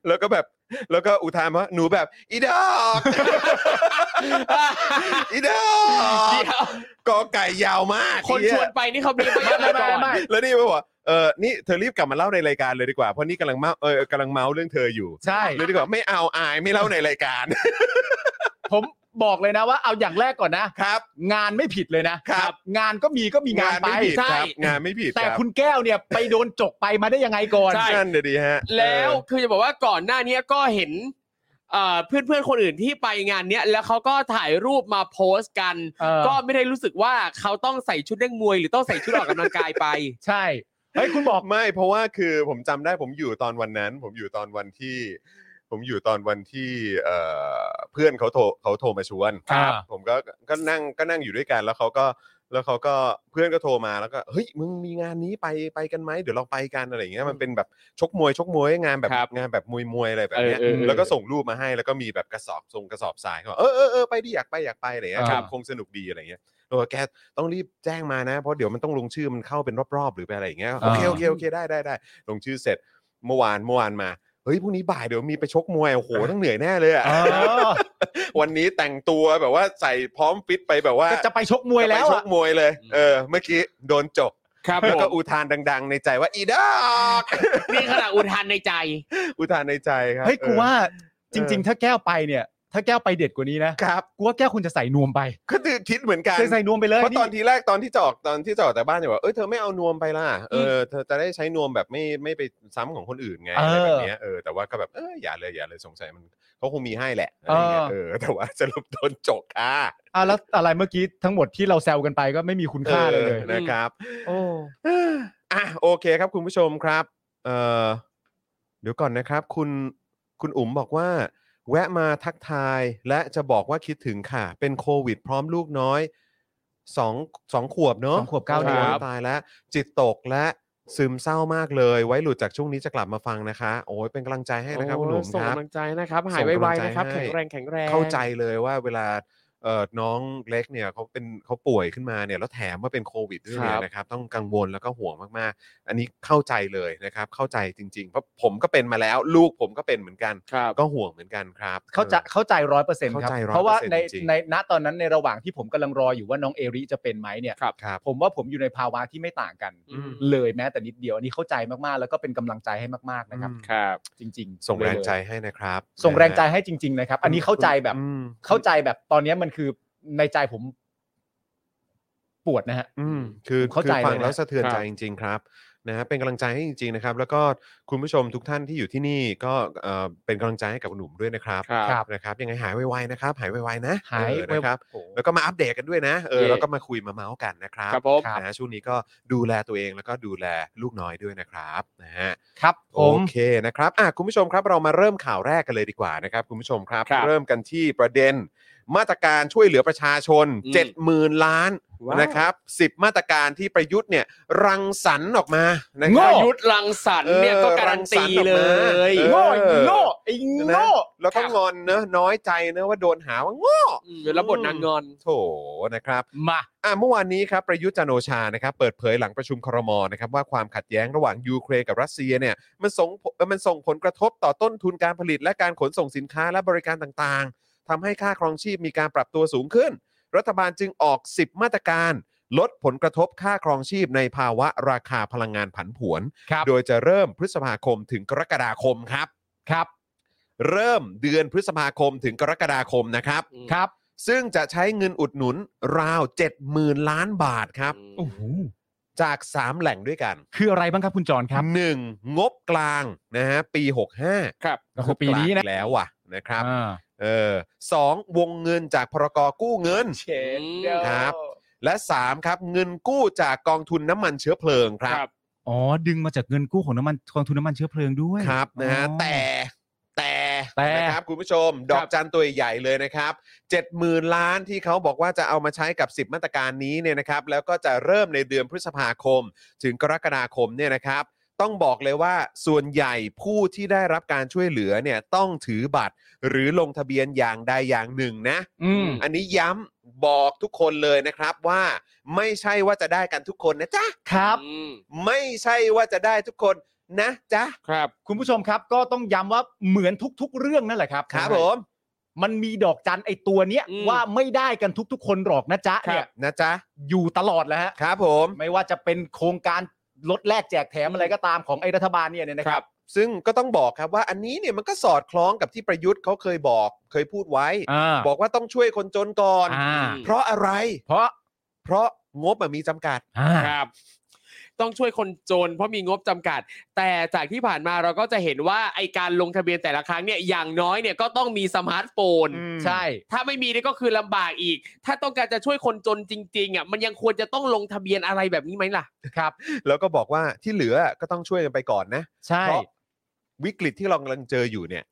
แล้วก็แบบ แล้วก็อุทานว่าหนูแบบ อีดอก อีดอก เดี๋ยว กอไก่ยาวมาก คน เหี้ ช ย วนไปนี่เขามีไป ไม่ไม่ไม่ แล้วนี่ไปบอกว่าเออนี่เธอรีบกลับมาเล่าในรายการเลยดีกว่า เพราะนี่กำลังเมาเออกำลังเมาเรื่องเธออยู่ ใช่ เลยดีกว่าไม่เอาอายไม่เล่าในรายการ ผมบอกเลยนะว่าเอาอย่างแรกก่อนนะ ครับ งานไม่ผิดเลยนะครับ งานก็มีก็มีงานไป ไม่ผิดครับ งานไม่ผิด แต่ รับ คุณแก้วเนี่ยไปโดนจกไปมาได้ยังไงก่อน นั่นเดี๋ยวดีฮะ แล้วคือจะบอกว่าก่อนหน้านี้ก็เห็นเพื่อนเพื่อนๆคนอื่นที่ไปงานเนี้ยแล้วเขาก็ถ่ายรูปมาโพสต์กัน เออ ก็ไม่ได้รู้สึกว่าเขาต้องใส่ชุดเล่นมวย หรือต้องใส่ชุดออกกำลังกายไป ใช่เฮ้ยคุณบอก ไม่เพราะว่าคือผมจำได้ผมอยู่ตอนวันนั้น ผมอยู่ตอนวันที่ ผมอยู่ตอนวันที่เอ่อเพื่อนเขาโทรเขาโทรมาชวน ครับ ผมก็ก็นั่งก็นั่งอยู่ด้วยกันแล้วเขาก็แล้วเขาก็เพื่อนก็โทรมาแล้วก็เฮ้ยมึงมีงานนี้ไปไปกันไหมเดี๋ยวเราไปกันอะไรอย่างเงี้ยมันเป็นแบบชกมวยชกมวยงานแบบ ครับ งานแบบมวยมวยอะไรแบบเนี้ย เออเออเออ แล้วก็ส่งรูปมาให้แล้วก็มีแบบกระสอบส่งกระสอบทรายเขาบอกเออเออเออไปดิอยากไปอยากไปอะไรอย่างเงี้ย ครับ คงสนุกดีอะไรอย่างเงี้ย เออแกต้องรีบแจ้งมานะ เพราะเดี๋ยวมันต้องลงชื่อมันเข้าเป็นรอบๆ หรือไปนอะไรอย่างเงี้ยโอเคโอเคโอเคได้ได้ได้ลงชื่อเสร็จเมื่อวานเมื่อวานมาเฮ้ยพรุ่งนี้บ่ายเดี๋ยวมีไปชกมวยโอ้โหต้องเหนื่อยแน่เลยอะ เออ วันนี้แต่งตัวแบบว่าใส่พร้อมฟิตไปแบบว่า จะจะไปชกมวย จะไป แล้ว ช อะ กมวยเลยเออเมื่อกี้โดนจบ ครับ แล้ว ผ ก็ ม อุทานดัง ๆ ในใจว่าอีดอก นี่ขนาดอุทานในใจ อุทานในใจครับ เฮ้ยกูว่า เออ จ จริง ๆ ถ้าแก้วไปเนี่ย ถ้าแก้วไปเด็ดกว่านี้นะครับ กูว่าแก้วคุณจะใส่นวมไป ก็คือคิดเหมือนกัน ใส่ใส่นวมไปเลย เพราะตอน นี่ ทีแรกตอนที่จะออกตอนที่จะออกจากบ้านเนี่ยบอกเอ้ยเธอไม่เอานวมไปล่ะเออเธอจะได้ใช้นวมแบบไม่ไม่ไปซ้ำของคนอื่นไงอะไรแบบเนี้ยเออแต่ว่าก็แบบเอออย่าเลยอย่าเลยสงสัยมันเขาคงมีให้แหละอะไรเงี้ยเออแต่ว่าสรุปโดนจกค่ะ อ่ะแล้วอะไรเมื่อกี้ทั้งหมดที่เราแซวกันไปก็ไม่มีคุณค่าเลยเลย ออนะครับ โอ้ อ่ะโอเคครับคุณผู้ชมครับเอ่อเดี๋ยวก่อนนะครับ คุณคุณอุ๋มบอกว่า แวะมาทักทายและจะบอกว่าคิดถึงค่ะ เป็นโควิดพร้อมลูกน้อยสองสองขวบเนอะ สองขวบเก้า โอ้โห เดือน ตายแล้ว จิตตกและซึมเศร้ามากเลย ไว้หลุดจากช่วงนี้จะกลับมาฟังนะคะ โอ้ยเป็นกำลังใจให้นะครับ คุณ โอ้ อุ๋ม ส่ง ครับ กำลังใจนะครับ หาย ส่งกำลัง ไวๆนะครับ ใจให้ แข็งแรงแข็งแรง เข้าใจเลยว่าเวลาเอ่อน้องเล็กเนี่ยเขาเป็นเขาป่วยขึ้นมาเนี่ยแล้วแถมว่าเป็นโควิดด้วยเนี่ยนะครับ ต้องกังวลแล้วก็ห่วงมากๆ อันนี้เข้าใจเลยนะครับ เข้าใจจริงๆ เพราะผมก็เป็นมาแล้ว ลูกผมก็เป็นเหมือนกัน ครับ ก็ห่วงเหมือนกันครับ เข้าใจเข้าใจร้อยเปอร์เซ็นต์ครับ เข้าใจ100% เพราะว่าใน จริงๆ ในณตอนนั้นในระหว่างที่ผมกำลังรออยู่ว่าน้องเอริจะเป็นไหมเนี่ย ครับ ครับ ผมว่าผมอยู่ในภาวะที่ไม่ต่างกัน อืม เลยแม้แต่นิดเดียวอันนี้เข้าใจมากๆ แล้วก็เป็นกำลังใจให้มากๆนะครับ อืม ครับ จริงๆ ส่งแรงใจ เลย ให้นะครับ ส่งแรงใจให้จริง ๆ นะครับ อันนี้เข้าใจแบบ อืม เข้าใจแบบตอนนี้มันคือในใจผมปวดนะฮะ อืมคือ เข้า คื ใจ อฟัง เลยนะ แล้วสะเทือน ครับ ใจจริง ๆ ครับนะฮะเป็นกำลังใจให้จริง ๆ นะครับ แล้วก็คุณผู้ชมทุกท่านที่อยู่ที่นี่ก็เอ่อเป็นกำลังใจให้กับคุณหนุ่มด้วยนะครับ ครับ นะครับยังไงหายไวๆนะครับ หายไวๆนะ หาย เออนะครับ โอ้ แล้วก็มาอัปเดตกันด้วยนะเออ เย่ แล้วก็มาคุยมาเมาส์กันนะครับ ครับผม นะช่วงนี้ก็ดูแลตัวเองแล้วก็ดูแลลูกน้อยด้วยนะครับนะฮะ ครับผ โอ ม เคนะครับอ่ะคุณผู้ชมครับเรามาเริ่มข่าวแรกกันเลยดีกว่านะครับ คุณผู้ชมครับ ครับ เริ่มกันที่ประเด็น มาตรการช่วยเหลือประชาชน อืม 70,000 ล้าน ว้าว นะครับ 10 มาตรการที่ประยุทธ์เนี่ยรังสรรค์ออกมานะครับ ประยุทธ์รังสรรค์เนี่ย เออ ก็การันตีเล รังสรรค์ออกมาเออยโง่ไอ้โง่ไอ้ นะ โง่ แล้วก็ ครับ งอนเนอะน้อยใจเนอะว่าโดนหาว่าโง่ อืมแล้วบทนางงอน โถนะครับ มา อ่ะเมื่อวานนี้ครับประยุทธ์จันทร์โอชานะครับเปิดเผยหลังประชุมครมนะครับว่าความขัดแย้งระหว่างยูเครนกับรัสเซียเนี่ยมันส่งผลเอ่อมันส่งผลกระทบต่อต้นทุนการผลิตและการขนส่งสินค้าและบริการต่างๆทำให้ค่าครองชีพมีการปรับตัวสูงขึ้น รัฐบาลจึงออก 10 มาตรการ ลดผลกระทบค่าครองชีพในภาวะราคาพลังงานผันผวน ครับ โดยจะเริ่มพฤษภาคมถึงกรกฎาคมครับ ครับ เริ่มเดือนพฤษภาคมถึงกรกฎาคมนะครับ อืม ครับ ซึ่งจะใช้เงินอุดหนุนราว 70,000 ล้านบาทครับ อื โอ้ ม โห จาก 3 แหล่งด้วยกัน คืออะไรบ้างครับคุณจรครับ 1. งบกลางนะฮะปี 65 ครับ ก็คือปีนี้นะ งบกลางแล้วอ่ะนะครับ อ่า เออสองวงเงินจากพรกกู้เงิน นเดียว ครับ และ 3 ครับเงินกู้จากกองทุนน้ำมันเชื้อเพลิงครับ อ๋อ ดึงมาจากเงินกู้ของน้ำมันกองทุนน้ำมันเชื้อเพลิงด้วย ครับนะฮะ อ๋อ แต่แต่ แต่ นะครับคุณผู้ชม ดอกจันตัวใหญ่ๆเลยนะครับ 70,000 ล้านที่เขาบอกว่าจะเอามาใช้กับ 10 มาตรการนี้เนี่ยนะครับ แล้วก็จะเริ่มในเดือนพฤษภาคม ถึงกรกฎาคมเนี่ยนะครับ ต้องบอกเลยว่าส่วนใหญ่ผู้ที่ได้รับการช่วยเหลือเนี่ยต้องถือบัตรหรือลงทะเบียนอย่างใดอย่างหนึ่งนะ อืม อันนี้ย้ำบอกทุกคนเลยนะครับว่าไม่ใช่ว่าจะได้กันทุกคนนะจ๊ะ ครับ อืม ไม่ใช่ว่าจะได้ทุกคนนะจ๊ะ ครับ คุณผู้ชมครับ ก็ต้องย้ำว่าเหมือนทุก ๆ เรื่องนั่นแหละครับ ครับผม มันมีดอกจันไอตัวเนี้ย อืม ว่าไม่ได้กันทุก ๆ คนหรอกนะจ๊ะเนี่ย นะจ๊ะ อยู่ตลอดแหล้วฮะ ครับผม ไม่ว่าจะเป็นโครงการลดแลกแจกแถมอะไรก็ตามของไอรัฐบาลเนี่ยเนี่ยนะครับ ซึ่งก็ต้องบอกครับว่าอันนี้เนี่ยมันก็สอดคล้องกับที่ประยุทธ์เขาเคยบอก เคยพูดไว้ อ่า บอกว่าต้องช่วยคนจนก่อน อ่า ม เพราะอะไร เพราะ เพราะงบมันมีจำกัด อ่า ครับ ต้องช่วยคนจนเพราะมีงบจำกัด แต่จากที่ผ่านมาเราก็จะเห็นว่าไอการลงทะเบียนแต่ละครั้งเนี่ยอย่างน้อยเนี่ยก็ต้องมีสมาร์ทโฟน ใช่ ถ้าไม่มีเนี่ยก็คือลำบากอีก ถ้าต้องการจะช่วยคนจนจริงๆอ่ะมันยังควรจะต้องลงทะเบียนอะไรแบบนี้ไหมล่ะ ครับ แล้วก็บอกว่าที่เหลือก็ต้องช่วยกันไปก่อนนะ ใช่ เพราะวิกฤตที่เรากำลังเจออยู่เนี่ย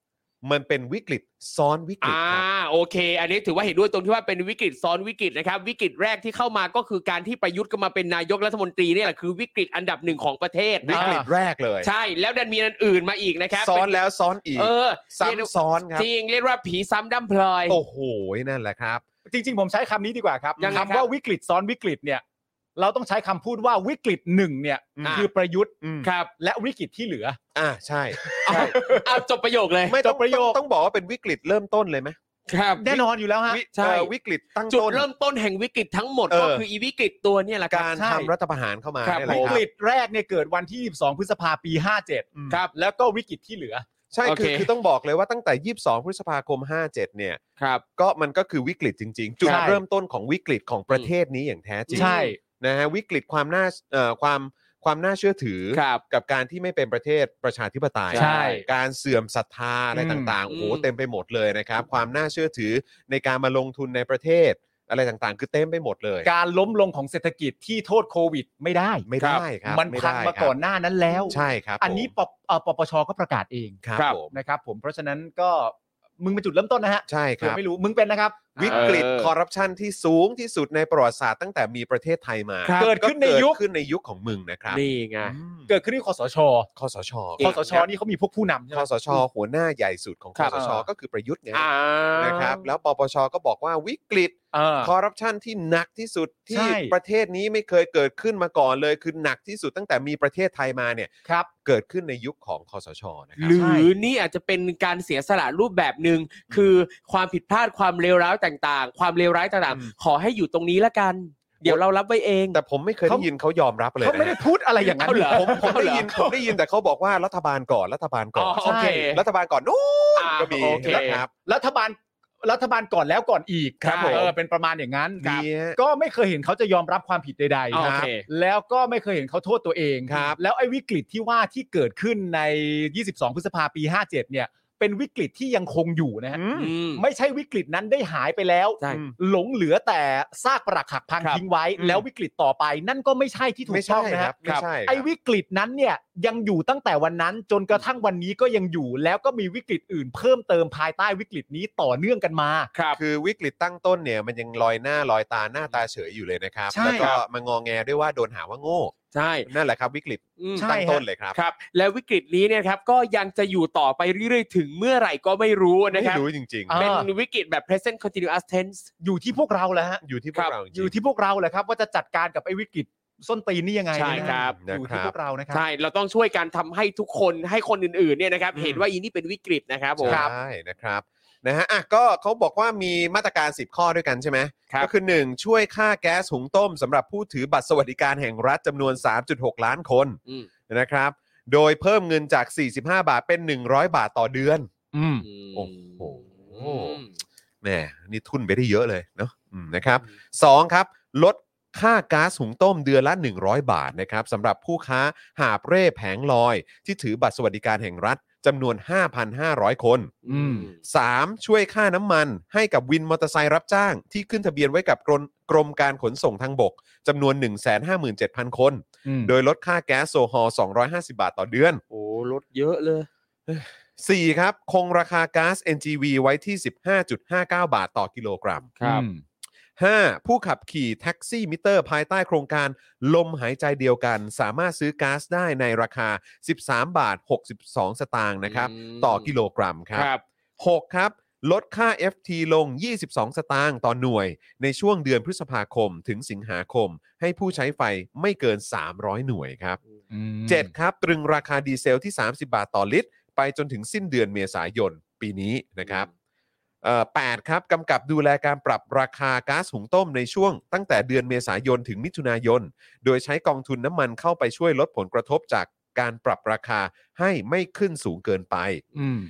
มันเป็นวิกฤตซ้อนวิกฤต อ่า ครับ โอเค อันนี้ถือว่าเห็นด้วยตรงที่ว่าเป็นวิกฤตซ้อนวิกฤตนะครับ วิกฤตแรกที่เข้ามาก็คือการที่ประยุทธ์ก็มาเป็นนายกรัฐมนตรีเนี่ยแหละคือวิกฤตอันดับหนึ่งของประเทศ วิ นะ กฤตแรกเลย ใช่แล้วดันมีอันอื่นมาอีกนะครับ ซ้อน เป็น แล้วซ้อนอีก เออเรียกได้ ซ้ำซ้อนครับ จริงเรียกว่าผีซ้ำดำพลอย โอ้โหนั่นแหละครับ จริง ๆ ผมใช้คำนี้ดีกว่าครับ ยังไงครับ คำว่าวิกฤตซ้อนวิกฤตเนี่ย เราต้องใช้คำพูดว่าวิกฤตหนึ่งเนี่ย อืม คือประยุทธ์ อืม ครับ และวิกฤตที่เหลือ อ่าใช่ เอาเอาจบประโยคเลย ไม่ต้อง จบประโยต้คองต้องบอกว่าเป็นวิกฤตเริ่มต้นเลยไหม ครับ แน่นอนอยู่แล้วฮะ วิ ใช่ เอ่อวิกฤตตั้ง จุด ต้น เริ่มต้นแห่งวิกฤตทั้งหมด เออ ก็คืออีวิกฤตตัวเนี่ยแหละคบ การ ใช่ ทำรัฐประหารเข้ามา ครับ เนี่ยแหละ วิ ค ก รับ ฤตแรกเนี่ยเกิดวันที่ 22 พฤษภาปี อืม 57 ครับ แล้วก็วิกฤตที่เหลือ ใช่ โอ คื เค อคือต้องบอกเลยว่าตั้งแต่ 22 พฤษภาคม 57 เนี่ย ครับ ก็มันก็คือวิกฤตจริง ๆ จุด ใช่ เริ่มต้นของวิกฤตของประเทศนี้อย่างแท้จริง ใช่ นะฮะวิกฤตความน่าเอ่อความความน่าเชื่อถือ ครับ กับการที่ไม่เป็นประเทศประชาธิปไตย ใช่ การเสื่อมศรัทธาอะไรต่างๆ อืม โอ้โหเต็มไปหมดเลยนะครับ ความน่าเชื่อถือในการมาลงทุนในประเทศ อะไรต่างๆ คือเต็มไปหมดเลย การล้มลงของเศรษฐกิจที่โทษโควิดไม่ได้ ไม่ได้ครับ มัน ไได้ พังมาก่อนหน้านั้นแล้ว ใช่ครับ อันนี้ ผม ปปเอ่อปปชก็ประกาศเอง ครับ ครับ ผม นะครับ ผมเพราะฉะนั้นก็มึงเป็นจุดเริ่มต้นนะฮะ ใช่ค ผม รับ ไม่รู้มึงเป็นนะครับ วิกฤต เออ คอร์รัปชันที่สูงที่สุดในประวัติศาสตร์ตั้งแต่มีประเทศไทยมา ครับ เกิดขึ้นในยุค เกิดขึ้นในยุคของมึงนะครับ นี่ไง อืม เกิดขึ้นที่คอสช คอสช คอสชนี่เขามีพวกผู้นำคใช่ไหม อสช หัวหน้าใหญ่สุดของค ครั อบ สช ก็คือประยุทธ์ไง อ่า นะครับแล้วปปชก็บอกว่าวิกฤต เออ คอร์รัปชันที่หนักที่สุด ใช่ ที่ประเทศนี้ไม่เคยเกิดขึ้นมาก่อนเลย คือหนักที่สุดตั้งแต่มีประเทศไทยมาเนี่ย ครับ เกิดขึ้นในยุคของคอสชนะครั หรือนี่อาจจะเป็นการเสียสละรูปแบบหนึ่งคือความผิดพลาดความเลวร้ายต่างๆ ความเลวร้ายต่างๆ ขอให้อยู่ตรงนี้ละกัน เดี๋ยวเรารับไว้เอง แต่ผมไม่เคยได้ยินเขายอมรับเลย เขาไม่ได้ นะ พูดอะไรอย่างนั้น เอาเหรอ ผมผมได้ยินผมได้ยินแต่เขาบอกว่ารัฐบาลก่อนรัฐบาลก่ อ๋ อ อน โอเค รัฐบาลก่อนนู้น อ่า ก็มี โอเค นะครับ รัฐบาลรัฐบาลก่อนแล้วก่อนอีก ครับผม เออเป็นประมาณอย่างนั้น ครับมีฮะ ก็ไม่เคยเห็นเขาจะยอมรับความผิดใดๆ โอ ค เครับ แล้วก็ไม่เคยเห็นเขาโทษตัวเอง ครับ แล้วไอ้วิกฤตที่ว่าที่เกิดขึ้นใน 22 พฤษภาปี 57 เนี่ย เป็นวิกฤตที่ยังคงอยู่นะฮะ อืม ไม่ใช่วิกฤตนั้นได้หายไปแล้ว ใช่ หลงเหลือแต่ซากปรักหักพัง ครับ ทิ้งไว้ อืม แล้ววิกฤตต่อไป นั่นก็ไม่ใช่ที่ถู ไม่ กต้ ใช่ องนะ ค ค รั รั บบ ไม่ใช่ครับ ไอ้วิกฤตนั้นเนี่ยยังอยู่ตั้งแต่วันนั้นจนกระทั่งวันนี้ก็ยังอยู่ แล้วก็มีวิกฤตอื่นเพิ่มเติมภายใต้วิกฤตนี้ต่อเนื่องกันมา ครับ คือวิกฤตตั้งต้นเนี่ยมันยังลอยหน้าลอยตาหน้าตาเฉยอยู่เลยนะครับ ใช่ แล้ว ค ก็ รับ มางอแงด้วยว่าโดนหาว่าโง่ ใช่ นั่นแหละครับวิกฤต อืม ใช่ ตั้งต้นเลยครับ ครับและวิกฤตนี้เนี่ยครับก็ยังจะอยู่ต่อไปเรื่อยๆ ถึงเมื่อไหร่ก็ไม่รู้นะค ไม่ รับ รู้จริง อ่า เป็นวิกฤตแบบ present continuous tense อยู่ที่พวกเราแหล้วฮะ ๆ อยู่ที่พวกเราจริงๆ อยู่ที่พวกเราแหละครับ ว่าจะจัดการกับไอ้วิกฤตส้นตีนนี่ยังไง ใช่ นะครับ อยู่ที่พวกเรานะครั ใช่ เราต้องช่วยการทำให้ทุกคนให้คนอื่นๆเนี่ยนะครับ อืม เห็นว่าอีนี่เป็นวิกฤตนะครับผม ใช่นะครับนะฮะอ่ะก็เขาบอกว่ามีมาตรการ 10 ข้อด้วยกันใช่ไหม ครับ ก็คือ 1 ช่วยค่าแก๊สหุงต้มสำหรับผู้ถือบัตรสวัสดิการแห่งรัฐจำนวน 3.6 ล้านคน อืม นะครับ โดยเพิ่มเงินจาก 45 บาทเป็น 100 บาทต่อเดือน โอ้โห อืม แหมนี่ทุนไปได้เยอะเลยเนาะอืมนะครับ 2 ครับ ลดค่าก๊าซหุงต้มเดือนละ 100 บาทนะครับสำหรับผู้ค้าหาบเร่แผงลอย ที่ถือบัตรสวัสดิการแห่งรัฐจำนวน 5,500 คน อืม 3. ช่วยค่าน้ำมันให้กับวินมอเตอร์ไซค์รับจ้าง ที่ขึ้นทะเบียนไว้กับกรมกรมการขนส่งทางบกจำนวน 157,000 คน โดยลดค่าแก๊สโซฮอล250 บาทต่อเดือน โอ้ลดเยอะเลย 4. ครับ คงราคาก๊าซ NGV ไว้ที่ 15.59 บาทต่อกิโลกรัม ครับ 5. ผู้ขับขี่แท็กซี่มิเตอร์ ภายใต้โครงการลมหายใจเดียวกัน สามารถซื้อก๊าซได้ในราคา 13 บาท 62 สตางค์นะครับ อืม ต่อกิโลกรัมครับ ครับ 6 ครับ ลดค่า FT ลง 22 สตางค์ต่อหน่วย ในช่วงเดือนพฤษภาคมถึงสิงหาคม ให้ผู้ใช้ไฟไม่เกิน 300 หน่วยครับ 7 ครับ ตรึงราคาดีเซลที่ 30 บาทต่อลิตร ไปจนถึงสิ้นเดือนเมษายนปีนี้นะครับเอ่อ8ครับกำกับดูแลการปรับราคาก๊าซหุงต้มในช่วงตั้งแต่เดือนเมษายนถึงมิถุนายน โดยใช้กองทุนน้ำมันเข้าไปช่วยลดผลกระทบจากการปรับราคาให้ไม่ขึ้นสูงเกินไป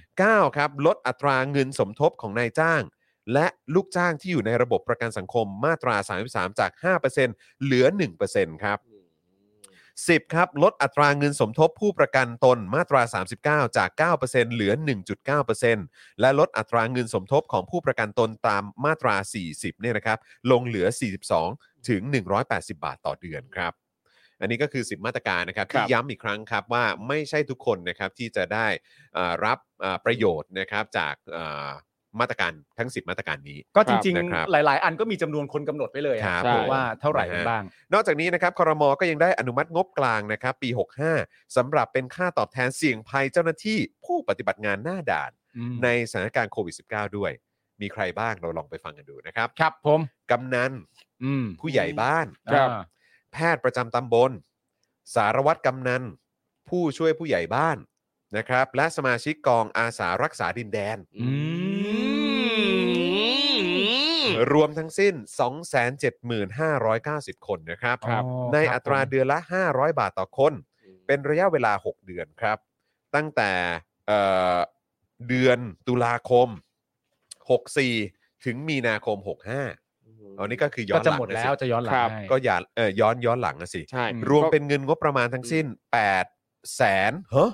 9ครับลดอัตราเงินสมทบของนายจ้าง และลูกจ้างที่อยู่ในระบบประกันสังคมมาตรา 33 จาก 5%เหลือ 1%ครับ 10ครับลดอัตราเงินสมทบผู้ประกันตนมาตรา 39 จาก 9%เหลือ 1.9%และลดอัตราเงินสมทบของผู้ประกันตนตามมาตรา 40เนี่ยนะครับลงเหลือ 42 ถึง 180 บาทต่อเดือนครับ อันนี้ก็คือ 10 มาตรการนะครับ ครั ที่ บ ย้ำอีกครั้งครับว่าไม่ใช่ทุกคนนะครับที่จะได้เอ่อรับเอ่อประโยชน์นะครับจากเอ่อมาตรการทั้ง 10 มาตรการนี้ ก็จริง นะครับ ๆ หลาย ๆ อันก็มีจำนวนคนกำหนดไว้เลย ครับ อะ ผม ว่าเท่าไหร่กันบ้าง นอกจากนี้นะครับคอรมอก็ยังได้อนุมัติงบกลางนะครับปี 65สำหรับเป็นค่าตอบแทนเสี่ยงภัยเจ้าหน้าที่ผู้ปฏิบัติงานหน้าด่าน ในสถานการณ์โควิด -19 ด้วย มีใครบ้างเราลองไปฟังกันดูนะครับ ครับผม กำนัน อืม ผู้ใหญ่บ้าน ครับ อ่า แพทย์ประจำตำบล สารวัตรกำนัน ผู้ช่วยผู้ใหญ่บ้านนะครับ และสมาชิกกองอาสารักษาดินแดน อื ม รวมทั้งสิ้น 275,90 คนนะครับ ครับ อ๋อ ใน ครับ อัตรา ผม เดือนละ 500 บาทต่อคน เป็นระยะเวลา 6 เดือนครับ ตั้งแต่เอ่อ เดือนตุลาคม 64 ถึงมีนาคม 65อันนี้ก็คือย้อ ก็ นห จะ ลัง หมด นะ แล้ สิ วจะย้อนหลัง ครับ ให้ ก็อย่าเออย้อนย้อนหลังนะสิ ใช่ รวมเป็นเงินงบประมาณทั้งสิ้น8แสนเฮ้อ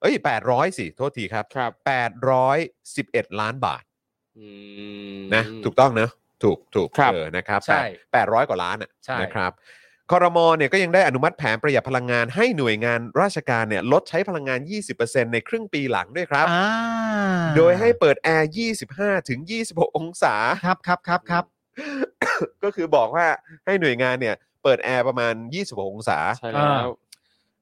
เอ้ย800สิโทษทีครับ ครับ 811 ล้านบาท อืม นะถูกต้องเนอะถูกถูก ครับ เออนะครับ ใช่ แปด800 กว่าล้านอะ ใช่ นะครับคอรมอเนี่ยก็ยังได้อนุมัติแผนประหยัดพลังงานให้หน่วยงานราชการเนี่ยลดใช้พลังงาน 20%ในครึ่งปีหลังด้วยครับ อ่า โดยให้เปิดแอร์ 25 ถึง 26 องศา ครับครับครับครับ ก็คือบอกว่าให้หน่วยงานเนี่ยเปิดแอร์ประมาณ 26 องศา ใช่แล้ว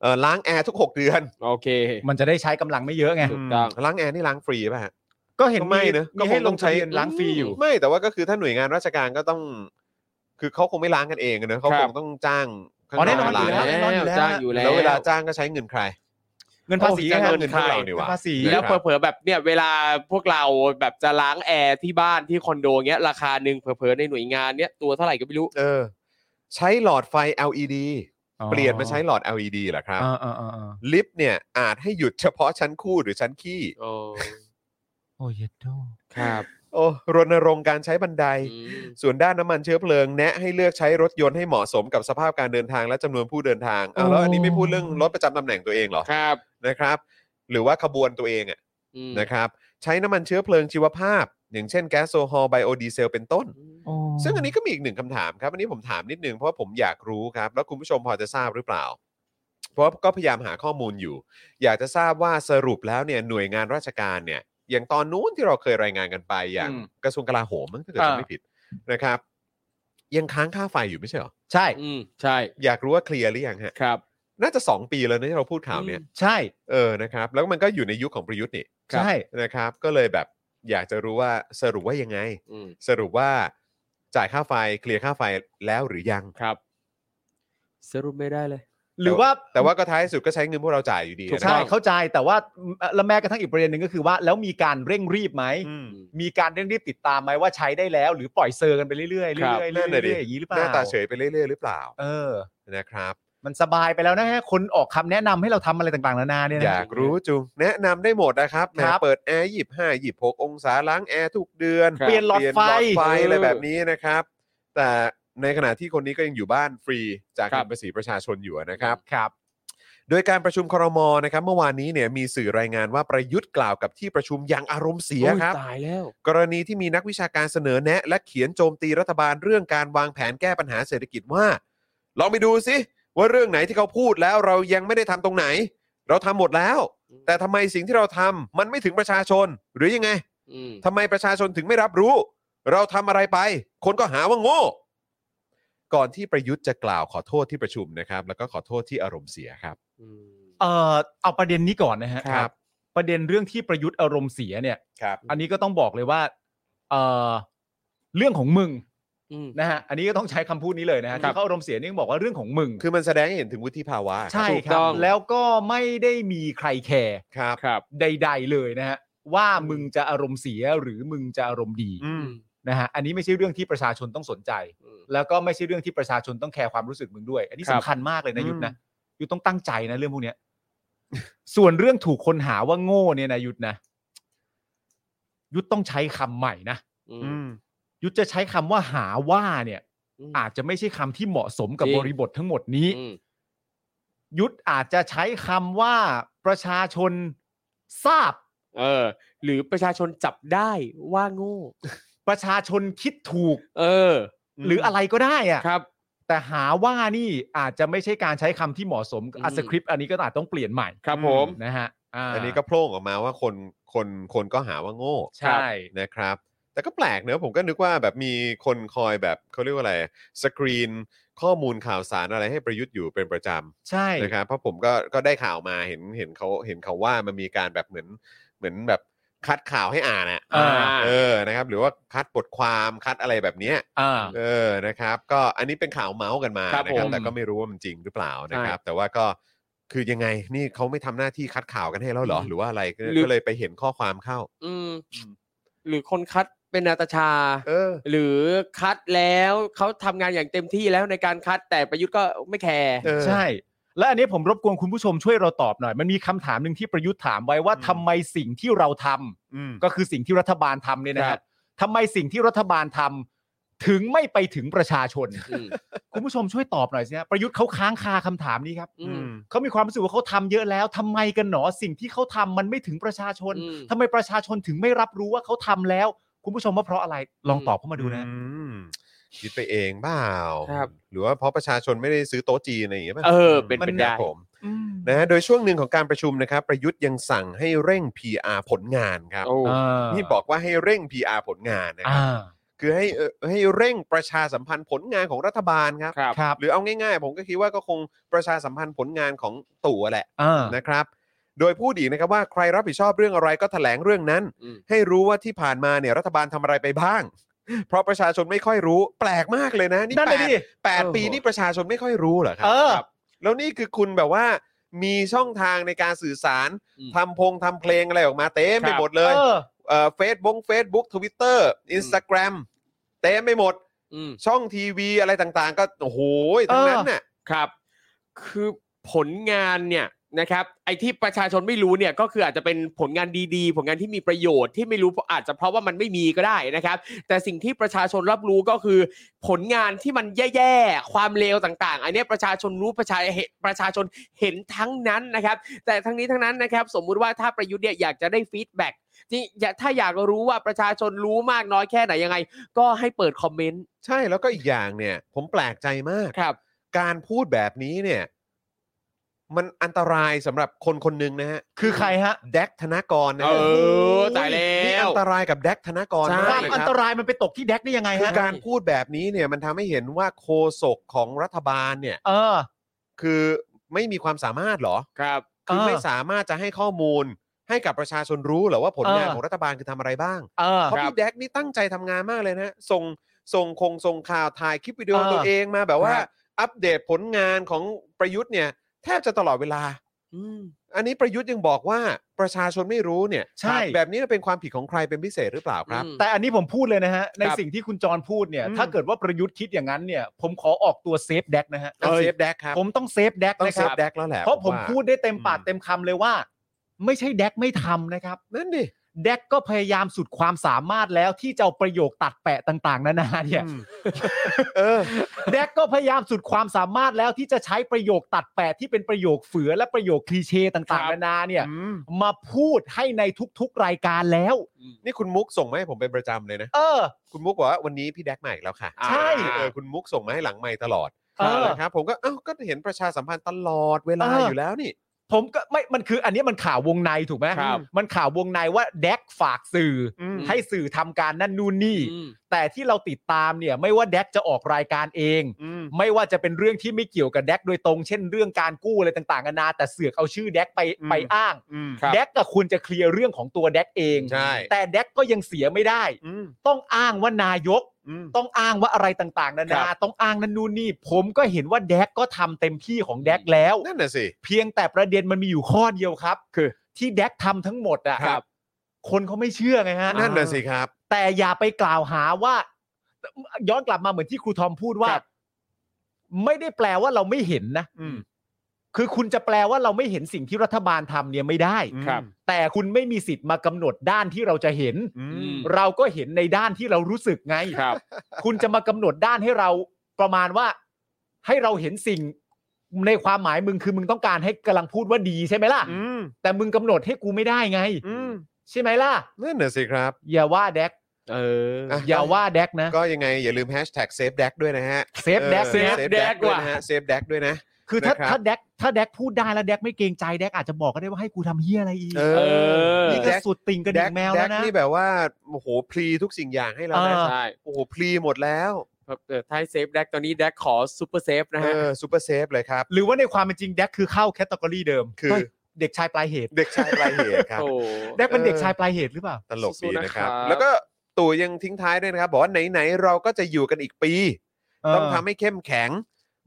เอ่อล้างแอร์ทุก 6 เดือน โอเค มันจะได้ใช้กำลังไม่เยอะไง ถูกต้อง ล้างแอร์นี่ล้างฟรีป่ะฮะ ก็เห็น ก็ไม่นะ มีให้ ก็คง ล ต้องงใช้ ทะเบียนล้างฟรีอยู่ ไม่แต่ว่าก็คือถ้าหน่วยงานราชการก็ต้อง คือเขาคงไม่ล้างกันเองอะเนอะเขา ค ครับ งต้องจ้างข้าง อ๋อแน่นอน มาล้าง แล้ว จ้างอยู่แล้ว แล้วเวลาจ้างก็ใช้เงินใคร เงินภาษี โอ้ ไง ใช้ ฮะ เงินพวกเรานี่หวะ ภาษี แล้ว นะครับ เผลอๆแบบเนี่ยเวลาพวกเราแบบจะล้างแอร์ที่บ้านที่คอนโดเงี้ยราคาหนึ่งเผลอๆในหน่วยงานเนี้ยตัวเท่าไหร่ก็ไม่รู้ เออ ใช้หลอดไฟ LED เปลี่ยนมาใช้หลอด LED เหรอครับ อ่าอ่าอ่าอ่า ลิฟต์เนี่ยอาจให้หยุดเฉพาะชั้นคู่หรือชั้นขี้ โอ้ โอ้ยดโด ครับ โอ้รณรงค์การใช้บันได อืม ส่วนด้านน้ำมันเชื้อเพลิงแนะให้เลือกใช้รถยนต์ให้เหมาะสมกับสภาพการเดินทางและจำนวนผู้เดินทางเอาแล้วอันนี้ไม่พูดเรื่องรถประจำตำแหน่งตัวเองเหรอ ครับ นะครับ หรือว่าขบวนตัวเองอะ อืม นะครับ ใช้น้ำมันเชื้อเพลิงชีวภาพ อย่างเช่นแก๊สโซฮอลไบโอดีเซลเป็นต้น ซึ่งอันนี้ก็มีอีกหนึ่งคำถามครับ อันนี้ผมถามนิดนึงเพราะว่าผมอยากรู้ครับ แล้วคุณผู้ชมพอจะทราบหรือเปล่า เพราะก็พยายามหาข้อมูลอยู่ อยากจะทราบว่าสรุปแล้วเนี่ยหน่วยงานราชการเนี่ย อย่างตอนนู้นที่เราเคยรายงานกันไปอย่างกระทรวงกลาโหมมั้งถ้าเกิดจำไม่ผิดนะครับ ยังค้างค่าไฟอยู่ไม่ใช่เหรอ ใช่ อืมใช่ อยากรู้ว่าเคลียร์หรือยังฮะ ครับ น่าจะสองปีแล้วนะที่เราพูดข่าวเนี่ย ใช่ เออนะครับ แล้วมันก็อยู่ในยุคของประยุทธ์นี่ ใช่ นะครับ ก็เลยแบบอยากจะรู้ว่าสรุปว่ายังไง อืม สรุปว่าจ่ายค่าไฟเคลียร์ค่าไฟแล้วหรือยัง ครับ สรุปไม่ได้เลย หรือว่า แต่ว่าก็ท้ายสุดก็ใช้เงินพวกเราจ่ายอยู่ดี ถูก นะค ใช่ รับ เข้าใจแต่ว่าแล้วแม้กระทั่งอีกประเด็นหนึ่งก็คือว่า แล้วมีการเร่งรีบไหม อืม มีการเร่งรีบติดตามไหมว่าใช้ได้แล้ว หรือปล่อยเซอร์กันไปเรื่อยๆเรื่อยๆ ครับ เรื่อยๆ นั่นน่ะดิ อย่างนี้หรือเป ห ล่า น้าตาเฉยไปเรื่อยๆหรือเปล่า เออ นะครับ มันสบายไปแล้วนะฮะคนออกคำแนะนำให้เราทำอะไรต่างๆนานาเนี่ย อ นะ ยากรู้จุงแนะนำได้หมดนะครับแหม ครับ เปิดแอร์ยี่ห้ายี่หกองศาล้างแอร์ทุกเดือน ครับ เปลี่ยนหลอดไฟ อะไรแบบนี้นะครับ แต่ในขณะที่คนนี้ก็ยังอยู่บ้านฟรีจาก ครั เงิ บ นภาษีประชาชนอยู่นะครับ ครับ โดยการประชุมครมนะครับ เมื่อวานนี้เนี่ยมีสื่อรายงานว่าประยุทธ์กล่าวกับที่ประชุมอย่างอารมณ์เสียครับ โอ้ตายแล้ว กรณีที่มีนักวิชาการเสนอแนะ และเขียนโจมตีรัฐบาลเรื่องการวางแผนแก้ปัญหาเศรษฐกิจว่า ลองไปดูสิว่าเรื่องไหนที่เขาพูดแล้วเรายังไม่ได้ทำตรงไหน เราทำหมดแล้ว แต่ทำไมสิ่งที่เราทำมันไม่ถึงประชาชน หรือยังไง อืม ทำไมประชาชนถึงไม่รับรู้ เราทำอะไรไป คนก็หาว่าโง่ ก่อนที่ประยุทธ์จะกล่าวขอโทษที่ประชุมนะครับ แล้วก็ขอโทษที่อารมณ์เสียครับ อืม เอ่อเอาประเด็นนี้ก่อนนะฮะ ครับ ประเด็นเรื่องที่ประยุทธ์อารมณ์เสียเนี่ย ครับ อันนี้ก็ต้องบอกเลยว่าเอ่อเรื่องของมึง อืม นะฮะอันนี้ก็ต้องใช้คำพูดนี้เลยนะฮะ ครับ ที่เขาอารมณ์เสียนี่บอกว่าเรื่องของมึง คือมันแสดงให้เห็นถึงวุฒิภาวะ ใช่ ถูก ครั ต้ บ อง แล้วก็ไม่ได้มีใครแคร์ ครับ ครับ ใด ๆ เลยนะฮะว่ามึงจะอารมณ์เสียหรือมึงจะอารมณ์ดี อืม นะฮะอันนี้ไม่ใช่เรื่องที่ประชาชนต้องสนใจ อืม แล้วก็ไม่ใช่เรื่องที่ประชาชนต้องแคร์ความรู้สึกมึงด้วย อันนี้ ครั สำ บ คัญมากเลยนะยุทธ อืม นะยุทธต้องตั้งใจนะเรื่องพวกเนี้ย ส่วนเรื่องถูกคนหาว่าโง่เนี่ยนะยุทธนะยุทธต้องใช้คำใหม่นะ อื อื ม ม ยุทธจะใช้คำว่าหาว่าเนี่ย อาจจะไม่ใช่คำที่เหมาะสมกับ จริง บริบททั้งหมดนี้ อืม ยุทธอาจจะใช้คำว่าประชาชนทราบ เออ หรือประชาชนจับได้ว่าโง่ ประชาชนคิดถูก เออ หรืออะไรก็ได้อะ ครับ แต่หาว่านี่อาจจะไม่ใช่การใช้คำที่เหมาะสม อืม อ่ะสคริปต์อันนี้ก็อาจต้องเปลี่ยนใหม่ ครับผม นะฮะา อันนี้ก็โผล่ออกมาว่าคนคนคนก็หาว่าโง่ ใช่ นะครับ แต่ก็แปลกเนอะผมก็นึกว่าแบบมีคนคอยแบบเขาเรียกว่าอะไรสกรีนข้อมูลข่าวสารอะไรให้ประยุทธ์อยู่เป็นประจ ใช่ ำนะครับเพราะผมก็ก็ได้ข่าวมาเห็นเห็นเขาเห็นเขาว่ามันมีการแบบเหมือนเหมือนแบบคัดข่าวให้อ่านอะ อ่า เออนะครับหรือว่าคัดบทความคัดอะไรแบบเนี้ย อ่า เออนะครับ ก็อันนี้เป็นข่าวเมาส์กันมา ครับ นะครับ ผม แต่ก็ไม่รู้ว่ามันจริงหรือเปล่านะครับ แต่ว่าก็คือยังไงนี่เขาไม่ทำหน้าที่คัดข่าวกันให้แล้วเหรอหรือว่าอะไรก็ก็เลยไปเห็นข้อความเข้า อืม หรือคนคัดเป็นนาตาชา เออ หรือคัดแล้วเขาทำงานอย่างเต็มที่แล้วในการคัดแต่ประยุทธ์ก็ไม่แคร์ เออ ใช่ และอันนี้ผมรบกวนคุณผู้ชมช่วยเราตอบหน่อย มันมีคำถามหนึ่งที่ประยุทธ์ถามไว้ว่า อืม ทำไมสิ่งที่เราทำ อืม ก็คือสิ่งที่รัฐบาลทำเนี่ยนะค ครั รับ บทำไมสิ่งที่รัฐบาลทำถึงไม่ไปถึงประชาชน อืม คุณผู้ชมช่วยตอบหน่อยสิฮะประยุทธ์เขาค้างคาคำถามนี้ครับ อืม เขามีความรู้สึกว่าเขาทำเยอะแล้วทำไมกันหนอสิ่งที่เขาทำมันไม่ถึงประชาชน อืม ทำไมประชาชนถึงไม่รับรู้ว่าเขาทำแล้ว คุณผู้ชมว่าเพราะอะไรลองตอบเข้ามาดูนะฮะ อืมคิดไปเองเปล่า ครับ หรือว่าเพราะประชาชนไม่ได้ซื้อโต๊ะจีนอะไรอย่างเงี้ยปล่า เออ เป็น มั เป็นคได้รับผมนะฮะโดยช่วงหนึ่งของการประชุมนะครับ ประยุทธ์ยังสั่งให้เร่ง PR ผลงานครับ โอ้ นี่บอกว่าให้เร่ง PR ผลงานนะครับ คือให้เอ่อให้เร่งประชาสัมพันธ์ผลงานของรัฐบาลครับ ครับ ครับ หรือเอาง่ายๆ ผมก็คิดว่าก็คงประชาสัมพันธ์ผลงานของตู่แหละ อ่า นะครับ โดยพูดอีกนะครับว่าใครรับผิดชอบเรื่องอะไรก็แถลงเรื่องนั้น อืม ให้รู้ว่าที่ผ่านมาเนี่ยรัฐบาลทำอะไรไปบ้าง เพราะประชาชนไม่ค่อยรู้ แปลกมากเลยนะนี่ นั่น แป เลย ด ดิ แปด เออ ปีนี่ประชาชนไม่ค่อยรู้เหรอครั เออ ครับ แล้วนี่คือคุณแบบว่ามีช่องทางในการสื่อสาร อืม ทำพงทำเพลงอะไรออกมาเต็มไป ครับ หมดเลย เออ เฟซบุ๊กเฟซบุ๊กทวิตเตอร์อินสตาแกรมเต็มไปหมด อืม ช่องทีวีอะไรต่างๆ ก็โอ้โหทั้งนั้นน่ะ ครับ คือผลงานเนี่ยนะครับ ไอ้ที่ประชาชนไม่รู้เนี่ยก็คืออาจจะเป็นผลงานดีๆ ผลงานที่มีประโยชน์ที่ไม่รู้เพราะอาจจะเพราะว่ามันไม่มีก็ได้นะครับ แต่สิ่งที่ประชาชนรับรู้ก็คือ ผลงานที่มันแย่ๆ ความเลวต่างๆ อันเนี้ยประชาชนรู้ประชาเห็นประชาชนเห็นทั้งนั้นนะครับ แต่ทั้งนี้ทั้งนั้นนะครับ สมมุติว่าถ้าประยุทธ์เนี่ยอยากจะได้ฟีดแบ็กที่อยากถ้าอยากรู้ว่าประชาชนรู้มากน้อยแค่ไหนยังไง ก็ให้เปิดคอมเมนต์ ใช่แล้วก็อีกอย่างเนี่ย ผมแปลกใจมาก ครับ การพูดแบบนี้เนี่ย มันอันตรายสำหรับคนคนหนึ่งนะฮะ คือใครฮะ แดกธนากรนะ เอ ฮะ อตายแล้ นี่ ว อันตรายกับแดกธนากร ใช่ มากความ เลย อัน ค ต รับ รายมันไปตกที่แดกได้ยังไง คือ ฮะ การพูดแบบนี้เนี่ย มันทำให้เห็นว่าโคศกของรัฐบาลเนี่ย เออ คือไม่มีความสามารถเหรอ ครับ คือ เออ ไม่สามารถจะให้ข้อมูล ให้กับประชาชนรู้เหรอว่าผลงาน เออ ของรัฐบาลคือทำอะไรบ้าง เออ เพราะพี่แดกนี่ตั้งใจทำงานมากเลยนะส่งส่งคงส่งข่าวถ่ายคลิปวิดีโอ เออ ตัวเองมาแบบว่า ครับ อัปเดตผลงานของประยุทธ์เนี่ย แทบจะตลอดเวลา อืม อันนี้ประยุทธ์ยังบอกว่าประชาชนไม่รู้เนี่ย ใช่ แบบนี้เป็นความผิดของใครเป็นพิเศษหรือเปล่าครับ อืม แต่อันนี้ผมพูดเลยนะฮะ ใน ครับ สิ่งที่คุณจรพูดเนี่ย อืม ถ้าเกิดว่าประยุทธ์คิดอย่างนั้นเนี่ย ผมขอออกตัวเซฟแดกนะฮะ ต้องเซฟแดกครับ ผมต้องเซฟแดก ต้อง นะ เซ ครั ฟ บ แดกแล้วแหละ เพราะผม ว่า พูดได้เต็มปาก อืม เต็มคำเลยว่า ไม่ใช่แดกไม่ทำนะครับ นั่นดิ แดกก็พยายามสุดความสามารถแล้วที่จะเอาประโยคตัดแปะต่าง ๆ นานาเนี่ย อืมเออ แดกก็พยายามสุดความสามารถแล้วที่จะใช้ประโยคตัดแปะที่เป็นประโยคเฝือและประโยคคลีเช่ต่าง ครั ๆ บ นานาเนี่ย อืม มาพูดให้ในทุกๆรายการแล้ว นี่คุณมุกส่งมาให้ผมเป็นประจำเลยนะ เออ คุณมุกบอกว่าวันนี้พี่แดกมาอีกแล้วค่ะ ใช่ เออคุณมุกส่งมาให้หลังไมค์ตลอด เออ นะครับ ผมก็เอ้าก็เห็นประชาสัมพันธ์ตลอดเวลา เออ อ อ ยู่แล้วนี่ ผมก็ไม่ มันคืออันนี้มันข่าววงในถูกไหม ครับ มันข่าววงในว่าแดกฝากสื่ออ ม ให้สื่อทำการนั่นนู่นนี่ อืม แต่ที่เราติดตามเนี่ยไม่ว่าแดกจะออกรายการเอง อืม ไม่ว่าจะเป็นเรื่องที่ไม่เกี่ยวกับแดกโดยตรง เช่นเรื่องการกู้อะไรต่างๆนานาแต่เสือกเอาชื่อแดกไป อืม ไปอ้าง อืม ครับ แดกก็ควรจะเคลียร์เรื่องของตัวแดกเอง ใช่ แต่แดกก็ยังเสียไม่ได้ อืม ต้องอ้างว่านายก อืม ต้องอ้างว่าอะไรต่างๆนา ครั นา บ ต้องอ้างนั่นนู่นนี่ ผมก็เห็นว่าแดกก็ทำเต็มที่ของแดกแล้ว นั่นน่ะสิ เพียงแต่ประเด็นมันมีอยู่ข้อเดียวครับ คือที่แดกทำทั้งหมดอ่ะ ครับ คนเขาไม่เชื่อไงฮะ นั่นน่ะสิครับ แต่อย่าไปกล่าวหาว่า ย้อนกลับมาเหมือนที่ครูทอมพูดว่า ครับ ไม่ได้แปลว่าเราไม่เห็นนะ อืม คือคุณจะแปลว่าเราไม่เห็นสิ่งที่รัฐบาลทำเนี่ยไม่ได้ อืม ครับ แต่คุณไม่มีสิทธิ์มากำหนดด้านที่เราจะเห็น อื อื ม ม เราก็เห็นในด้านที่เรารู้สึกไง ครับ คุณจะมากำหนดด้านให้เราประมาณว่า ให้เราเห็นสิ่งในความหมายมึงคือมึงต้องการให้กำลังพูดว่าดีใช่ไหมล่ะ อืม แต่มึงกำหนดให้กูไม่ได้ไง อืม ใช่ไหมล่ะ นั่นน่ะสิครับ อย่าว่าแดก เออ อ่ะ อย่าว่าแดกนะ ก็ยังไงอย่าลืมแฮชแท็กเซฟแดกด้วยนะฮะ เซฟแดก เซ นะ ฟ Save แดก Dak ด้วย ว่ะ นะฮะเซฟแดกด้วยนะ คือถ้า นะครับ ถ้าแดกถ้าแดกพูดได้แล้วแดกไม่เกรงใจแดกอาจจะบอกก็ได้ว่าให้กูทำเฮียอะไรอีก เอ เออ นี่ก็สุดติ่งกระดิ่งแมวแล้ว ด นะ กนี่แบบว่าโอ้โหพลีทุกสิ่งอย่างให้เรานะ เออ ใช่ โอ้โหพลีหมดแล้ว ครับเออถ้าให้เซฟแดกตอนนี้แดกขอซูเปอร์เซฟนะ เอ ฮะ อซูเปอร์เซฟเลยครับ หรือว่าในความเป็นจริงแดกคือเข้าแคตตากรีเดิม คือ เฮ้ยเด็กชายปลายเหตุ เด็กชายปลายเหตุครับ โอ้ แดกเป็นเด็ก เออ ชายปลายเหตุหรือเปล่า ตลกดีนะครับ สู้ๆนะครับ แล้วก็ตู่ยังทิ้งท้ายด้วยนะครับ บอกว่าไหนๆเราก็จะอยู่กันอีกปี ต้องทำให้เข้มแข็ง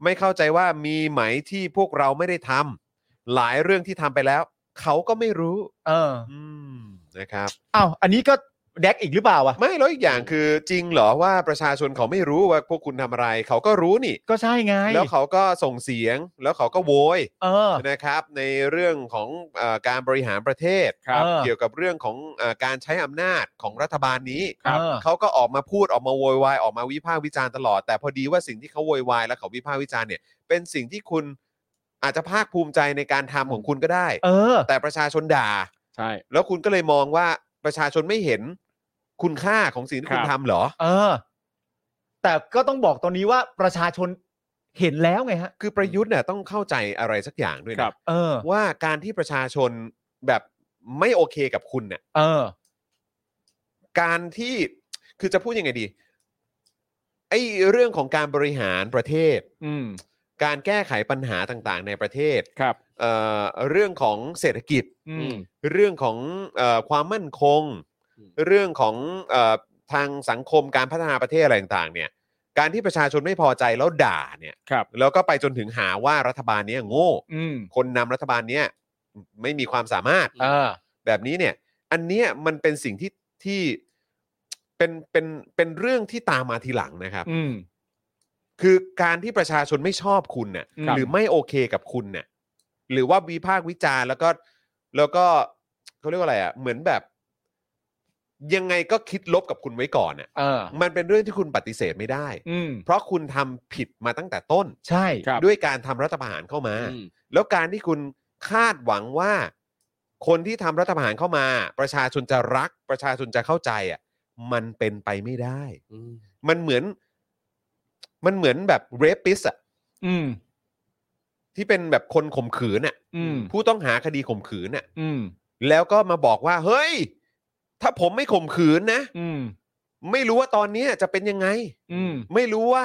ไม่เข้าใจว่ามีไหมที่พวกเราไม่ได้ทำหลายเรื่องที่ทำไปแล้ว เขาก็ไม่รู้ เออ อืมนะครับ เอ้าวอันนี้ก็ แดกอีกหรือเปล่าวะ ไม่แล้วอีกอย่างคือจริงเหรอว่าประชาชนเขาไม่รู้ว่าพวกคุณทำอะไร เขาก็รู้นี่ ก็ใช่ไง แล้วเขาก็ส่งเสียงแล้วเขาก็โวย เออ นะครับในเรื่องของเออการบริหารประเทศ ครับเออ เกี่ยวกับเรื่องของเออการใช้อำนาจของรัฐบาลนี้ ครับเออ เขาก็ออกมาพูดออกมาโวยวายออกมาวิพากษ์วิจารณ์ตลอด แต่พอดีว่าสิ่งที่เขาโวยวายและเขาวิพากษ์วิจารณ์เนี่ยเป็นสิ่งที่คุณอาจจะภาคภูมิใจในการทำของคุณก็ได้ เออ แต่ประชาชนด่า ใช่ แล้วคุณก็เลยมองว่าประชาชนไม่เห็นคุณค่าของสิ่งที่คุณ ครับ ทำเหรอ เออ แต่ก็ต้องบอกตอนนี้ว่าประชาชนเห็นแล้วไงฮะ คือประยุทธ์เนี่ยต้องเข้าใจอะไรสักอย่างด้วย ครั นะ บ เออ ว่าการที่ประชาชนแบบไม่โอเคกับคุณเนี่ย เออ การที่คือจะพูดยังไงดีไอ้เรื่องของการบริหารประเทศ อืม การแก้ไขปัญหาต่างๆ ในประเทศ ครับ เอ่อเรื่องของเศรษฐกิจ อื อื ม ม เรื่องของเออความมั่นคง อืม เรื่องของเออทางสังคมการพัฒนาประเทศอะไรต่างๆเนี่ยการที่ประชาชนไม่พอใจแล้วด่าเนี่ย ครับ แล้วก็ไปจนถึงหาว่ารัฐบาลเนี้ยโง่ อืม คนนำรัฐบาลเนี้ยไม่มีความสามารถ เออ แบบนี้เนี่ย อันเนี้ยมันเป็นสิ่งที่ที่เป็นเป็นเป็นเรื่องที่ตามมาทีหลังนะครับ อืม คือการที่ประชาชนไม่ชอบคุณเนี่ย ครับ หรือไม่โอเคกับคุณเนี่ยหรือว่าวิพากษ์วิจารณ์แล้วก็แล้วก็เขาเรียกว่าอะไรอ่ะเหมือนแบบ ยังไงก็คิดลบกับคุณไว้ก่อนน่ะ เออ มันเป็นเรื่องที่คุณปฏิเสธไม่ได้ อืม เพราะคุณทำผิดมาตั้งแต่ต้น ใช่ ครับ ด้วยการทำรัฐประหารเข้ามา อืม แล้วการที่คุณคาดหวังว่า คนที่ทำรัฐประหารเข้ามา ประชาชนจะรักประชาชนจะเข้าใจอ่ะมันเป็นไปไม่ได้ มันเหมือน มันเหมือนแบบเรปิสอ่ะ อืม ที่เป็นแบบคนข่มขืนอ่ะ อืม ผู้ต้องหาคดีข่มขืนอ่ะ อืม แล้วก็มาบอกว่า เฮ้ย ถ้าผมไม่ข่มขืนนะ อืม ไม่รู้ว่าตอนเนี้ยจะเป็นยังไง อืม ไม่รู้ว่า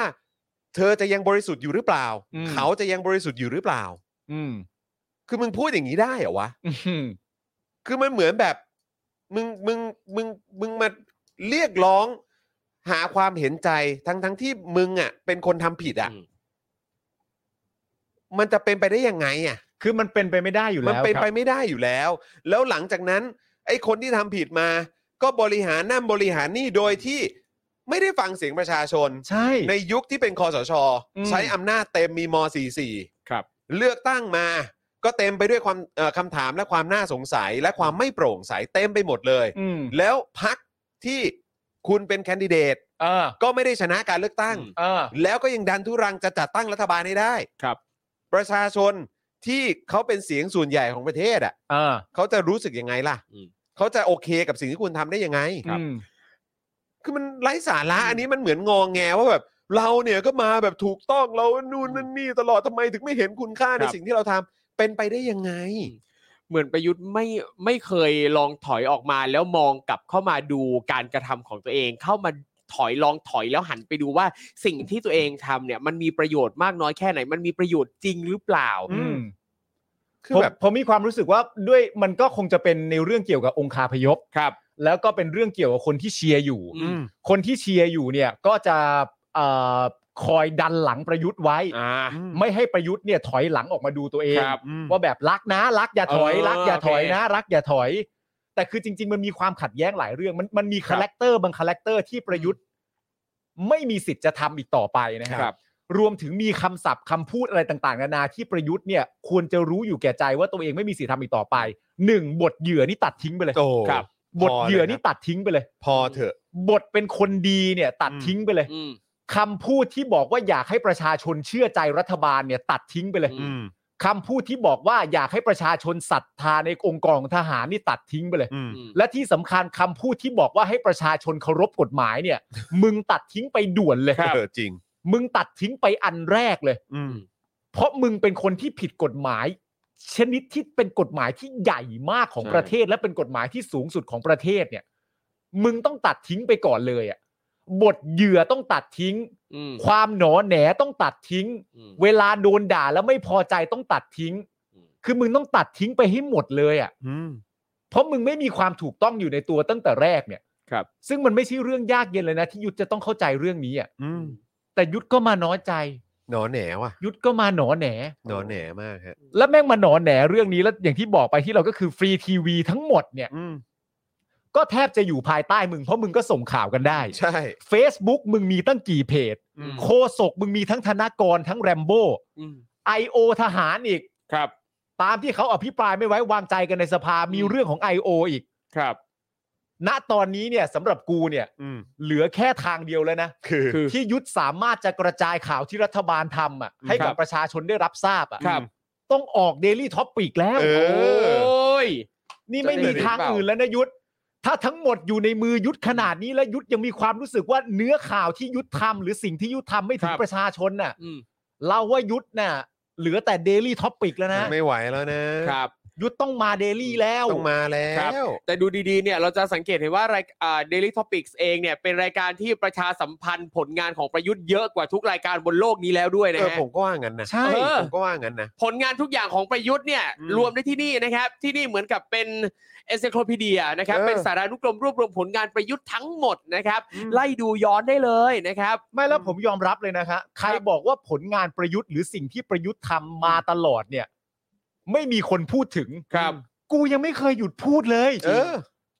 เธอจะยังบริสุทธิ์อยู่หรือเปล่า อืม เขาจะยังบริสุทธิ์อยู่หรือเปล่า อืม คือมึงพูดอย่างนี้ได้เหรอวะ อืม คือมันเหมือนแบบ มึงมึงมึงมึงมาเรียกร้อง หาความเห็นใจทั้งทั้งที่มึงอ่ะ เป็นคนทำผิดอ่ะ อืม มันจะเป็นไปได้ยังไงอ่ะ คือมันเป็นไปไม่ได้อยู่แล้ว มันเป็นไป ครับ ไม่ได้อยู่แล้ว แล้วหลังจากนั้น ไอ้คนที่ทำผิดมา ก็บริหารนั่นบริหารนี่โดยที่ไม่ได้ฟังเสียงประชาชน ใช่ ในยุคที่เป็นคอสช อืม ใช้อำนาจเต็มมีม 44 ครับ เลือกตั้งมา ก็เต็มไปด้วยความเอ่อคำถามและความน่าสงสัยและความไม่โปร่งใสเต็มไปหมดเลย อืม แล้วพักที่คุณเป็นแคนดิเดต เออ ก็ไม่ได้ชนะการเลือกตั้ง อืม เออ แล้วก็ยังดันทุรังจะจัดตั้งรัฐบาลให้ได้ ครับ ประชาชนที่เขาเป็นเสียงส่วนใหญ่ของประเทศอ่ะ เออ เขาจะรู้สึกยังไงล่ะ อืม เขาจะโอเคกับสิ่งที่คุณทำได้ยังไง อืม คือมันไร้สาระอันนี้มันเหมือนงองแงว่าแบบ เราเนี่ยก็มาแบบถูกต้องเรานู่นนั่นนี่ตลอดทำไมถึงไม่เห็นคุณค่าใน ครับ สิ่งที่เราทำเป็นไปได้ยังไง เหมือนประยุทธ์ไม่ไม่เคยลองถอยออกมาแล้วมองกลับเข้ามาดูการกระทำของตัวเอง เข้ามาถอยลองถอยแล้วหันไปดูว่าสิ่งที่ตัวเองทำเนี่ย มันมีประโยชน์มากน้อยแค่ไหน มันมีประโยชน์จริงหรือเปล่า อื อืม คือ ผม แบบ ผมมีความรู้สึกว่าด้วยมันก็คงจะเป็นในเรื่องเกี่ยวกับองคาพยพ ครับ แล้วก็เป็นเรื่องเกี่ยวกับคนที่เชียร์อยู่ อืม คนที่เชียร์อยู่เนี่ยก็จะเอ่อคอยดันหลังประยุทธ์ไว้ อ่า ไม่ให้ประยุทธ์เนี่ยถอยหลังออกมาดูตัวเอง ครับ อืม ว่าแบบรักนะ รักอย่าถอย เออ รักอย่าถอย โอเค นะ รักอย่าถอย แต่คือจริง ๆ มันมีความขัดแย้งหลายเรื่อง มันมันมี ครับ คาแรคเตอร์บางคาแรคเตอร์ที่ประยุทธ์ ไม่มีสิทธิ์จะทำอีกต่อไปนะค ครั รับ รวมถึงมีคำศัพท์คำพูดอะไรต่างๆนานาที่ประยุทธ์เนี่ยควรจะรู้อยู่แก่ใจว่าตัวเองไม่มีสิทธิ์ทำอีกต่อไปหนึ่งบทเหยื่อนี่ตัดทิ้งไปเลย โอ้ ครับ บทเหยื่อ พล นี่ ครับ ตัดทิ้งไปเลย พอเถอะ บทเป็นคนดีเนี่ย ตัด อืม ทิ้งไปเลย อืม คำพูดที่บอกว่าอยากให้ประชาชนเชื่อใจรัฐบาลเนี่ย ตัดทิ้งไปเลย อื ม คำพูดที่บอกว่าอยากให้ประชาชนศรัทธาในองค์กรของทหารนี่ตัดทิ้งไปเลย อืม อืม และที่สำคัญคำพูดที่บอกว่าให้ประชาชนเคารพกฎหมายเนี่ย มึงตัดทิ้งไปด่วนเลย เออจริง มึงตัดทิ้งไปอันแรกเลย อืม เพราะมึงเป็นคนที่ผิดกฎหมาย ชนิดที่เป็นกฎหมายที่ใหญ่มากของ ใช่ ประเทศ และเป็นกฎหมายที่สูงสุดของประเทศเนี่ย มึงต้องตัดทิ้งไปก่อนเลยอะบทเหยื่อต้องตัดทิ้ง อืม ความหนอแหนต้องตัดทิ้ง อืม เวลาโดนด่าแล้วไม่พอใจต้องตัดทิ้ง อืม คือมึงต้องตัดทิ้งไปให้หมดเลยอะ่ะ อืม เพราะมึงไม่มีความถูกต้องอยู่ในตัวตั้งแต่แรกเนี่ย ครับ ซึ่งมันไม่ใช่เรื่องยากเย็นเลยนะที่ยุทธจะต้องเข้าใจเรื่องนี้อะ่ะ อืม แต่ยุทธก็มาน้อยใจ หนอแหนว่ะ ยุทธก็มาหนอแหน หนอแหนมากฮะ แล้วแม่งมาหนอแหนเรื่องนี้แล้วอย่างที่บอกไปที่เราก็คือฟรีทีวีทั้งหมดเนี่ย อืม ก็แทบจะอยู่ภายใต้มึง เพราะมึงก็ส่งข่าวกันได้ ใช่ Facebook มึงมีตั้งกี่เพจ อืม โคศกมึงมีทั้งธนากรทั้งแรมโบ้ อืม ไอโอทหารอีก ครับ ตามที่เขาอภิปรายไม่ไว้วางใจกันในสภา มี อืม เรื่องของ I.O. อีก ครับ ณตอนนี้เนี่ยสำหรับกูเนี่ย อืม เหลือแค่ทางเดียวแล้วนะ คือ คือ ที่ยุทธสามารถจะกระจายข่าวที่รัฐบาลทำอ่ะให้กั ครับ บ ประชาชนได้รับทราบอ่ะ ครับ ต้องออกเดลี่ท็อปปีกแล้ว เออ โอ้ย นี่ไม่มีทางอื่นแล้วนะยุทธถ้าทั้งหมดอยู่ในมือยุทธขนาดนี้และยุทธยังมีความรู้สึกว่าเนื้อข่าวที่ยุทธทำหรือสิ่งที่ยุทธทำไม่ถึง ครับ ประชาชนน่ะ อืม เราว่ายุทธน่ะเหลือแต่เดลี่ท็อปปิกแล้วนะ ไม่ไหวแล้วนะครับ ยุทธต้องมาเดลี่แล้ว ต้องมาแล้ ครับ ว แต่ดูดีๆเนี่ยเราจะสังเกตเห็นว่ารายอ่า Daily Topics เองเนี่ยเป็นรายการที่ประชาสัมพันธ์ผลงานของประยุทธ์เยอะกว่าทุกรายการบนโลกนี้แล้วด้วยนะ เออ ฮะ ผมก็ว่างั้นนะ ใช่ เออผมก็ว่างั้นนะ ผลงานทุกอย่างของประยุทธ์เนี่ย อืม รวมได้ที่นี่นะครับ ที่นี่เหมือนกับเป็นเอ c น c l o p พีเดียนะครับ เออ เป็นสารานุกรมรวบรวมผลงานประยุทธ์ทั้งหมดนะครับ ไล่ดูย้อนได้เลยนะครับ ไม่แล้วผมยอมรับเลยนะคะใครบอกว่าผลงานประยุทธ์หรือสิ่งที่ประยุทธ์ทำมาตลอดเนี่ย ไม่มีคนพูดถึง ครับ กูยังไม่เคยหยุดพูดเลย เออ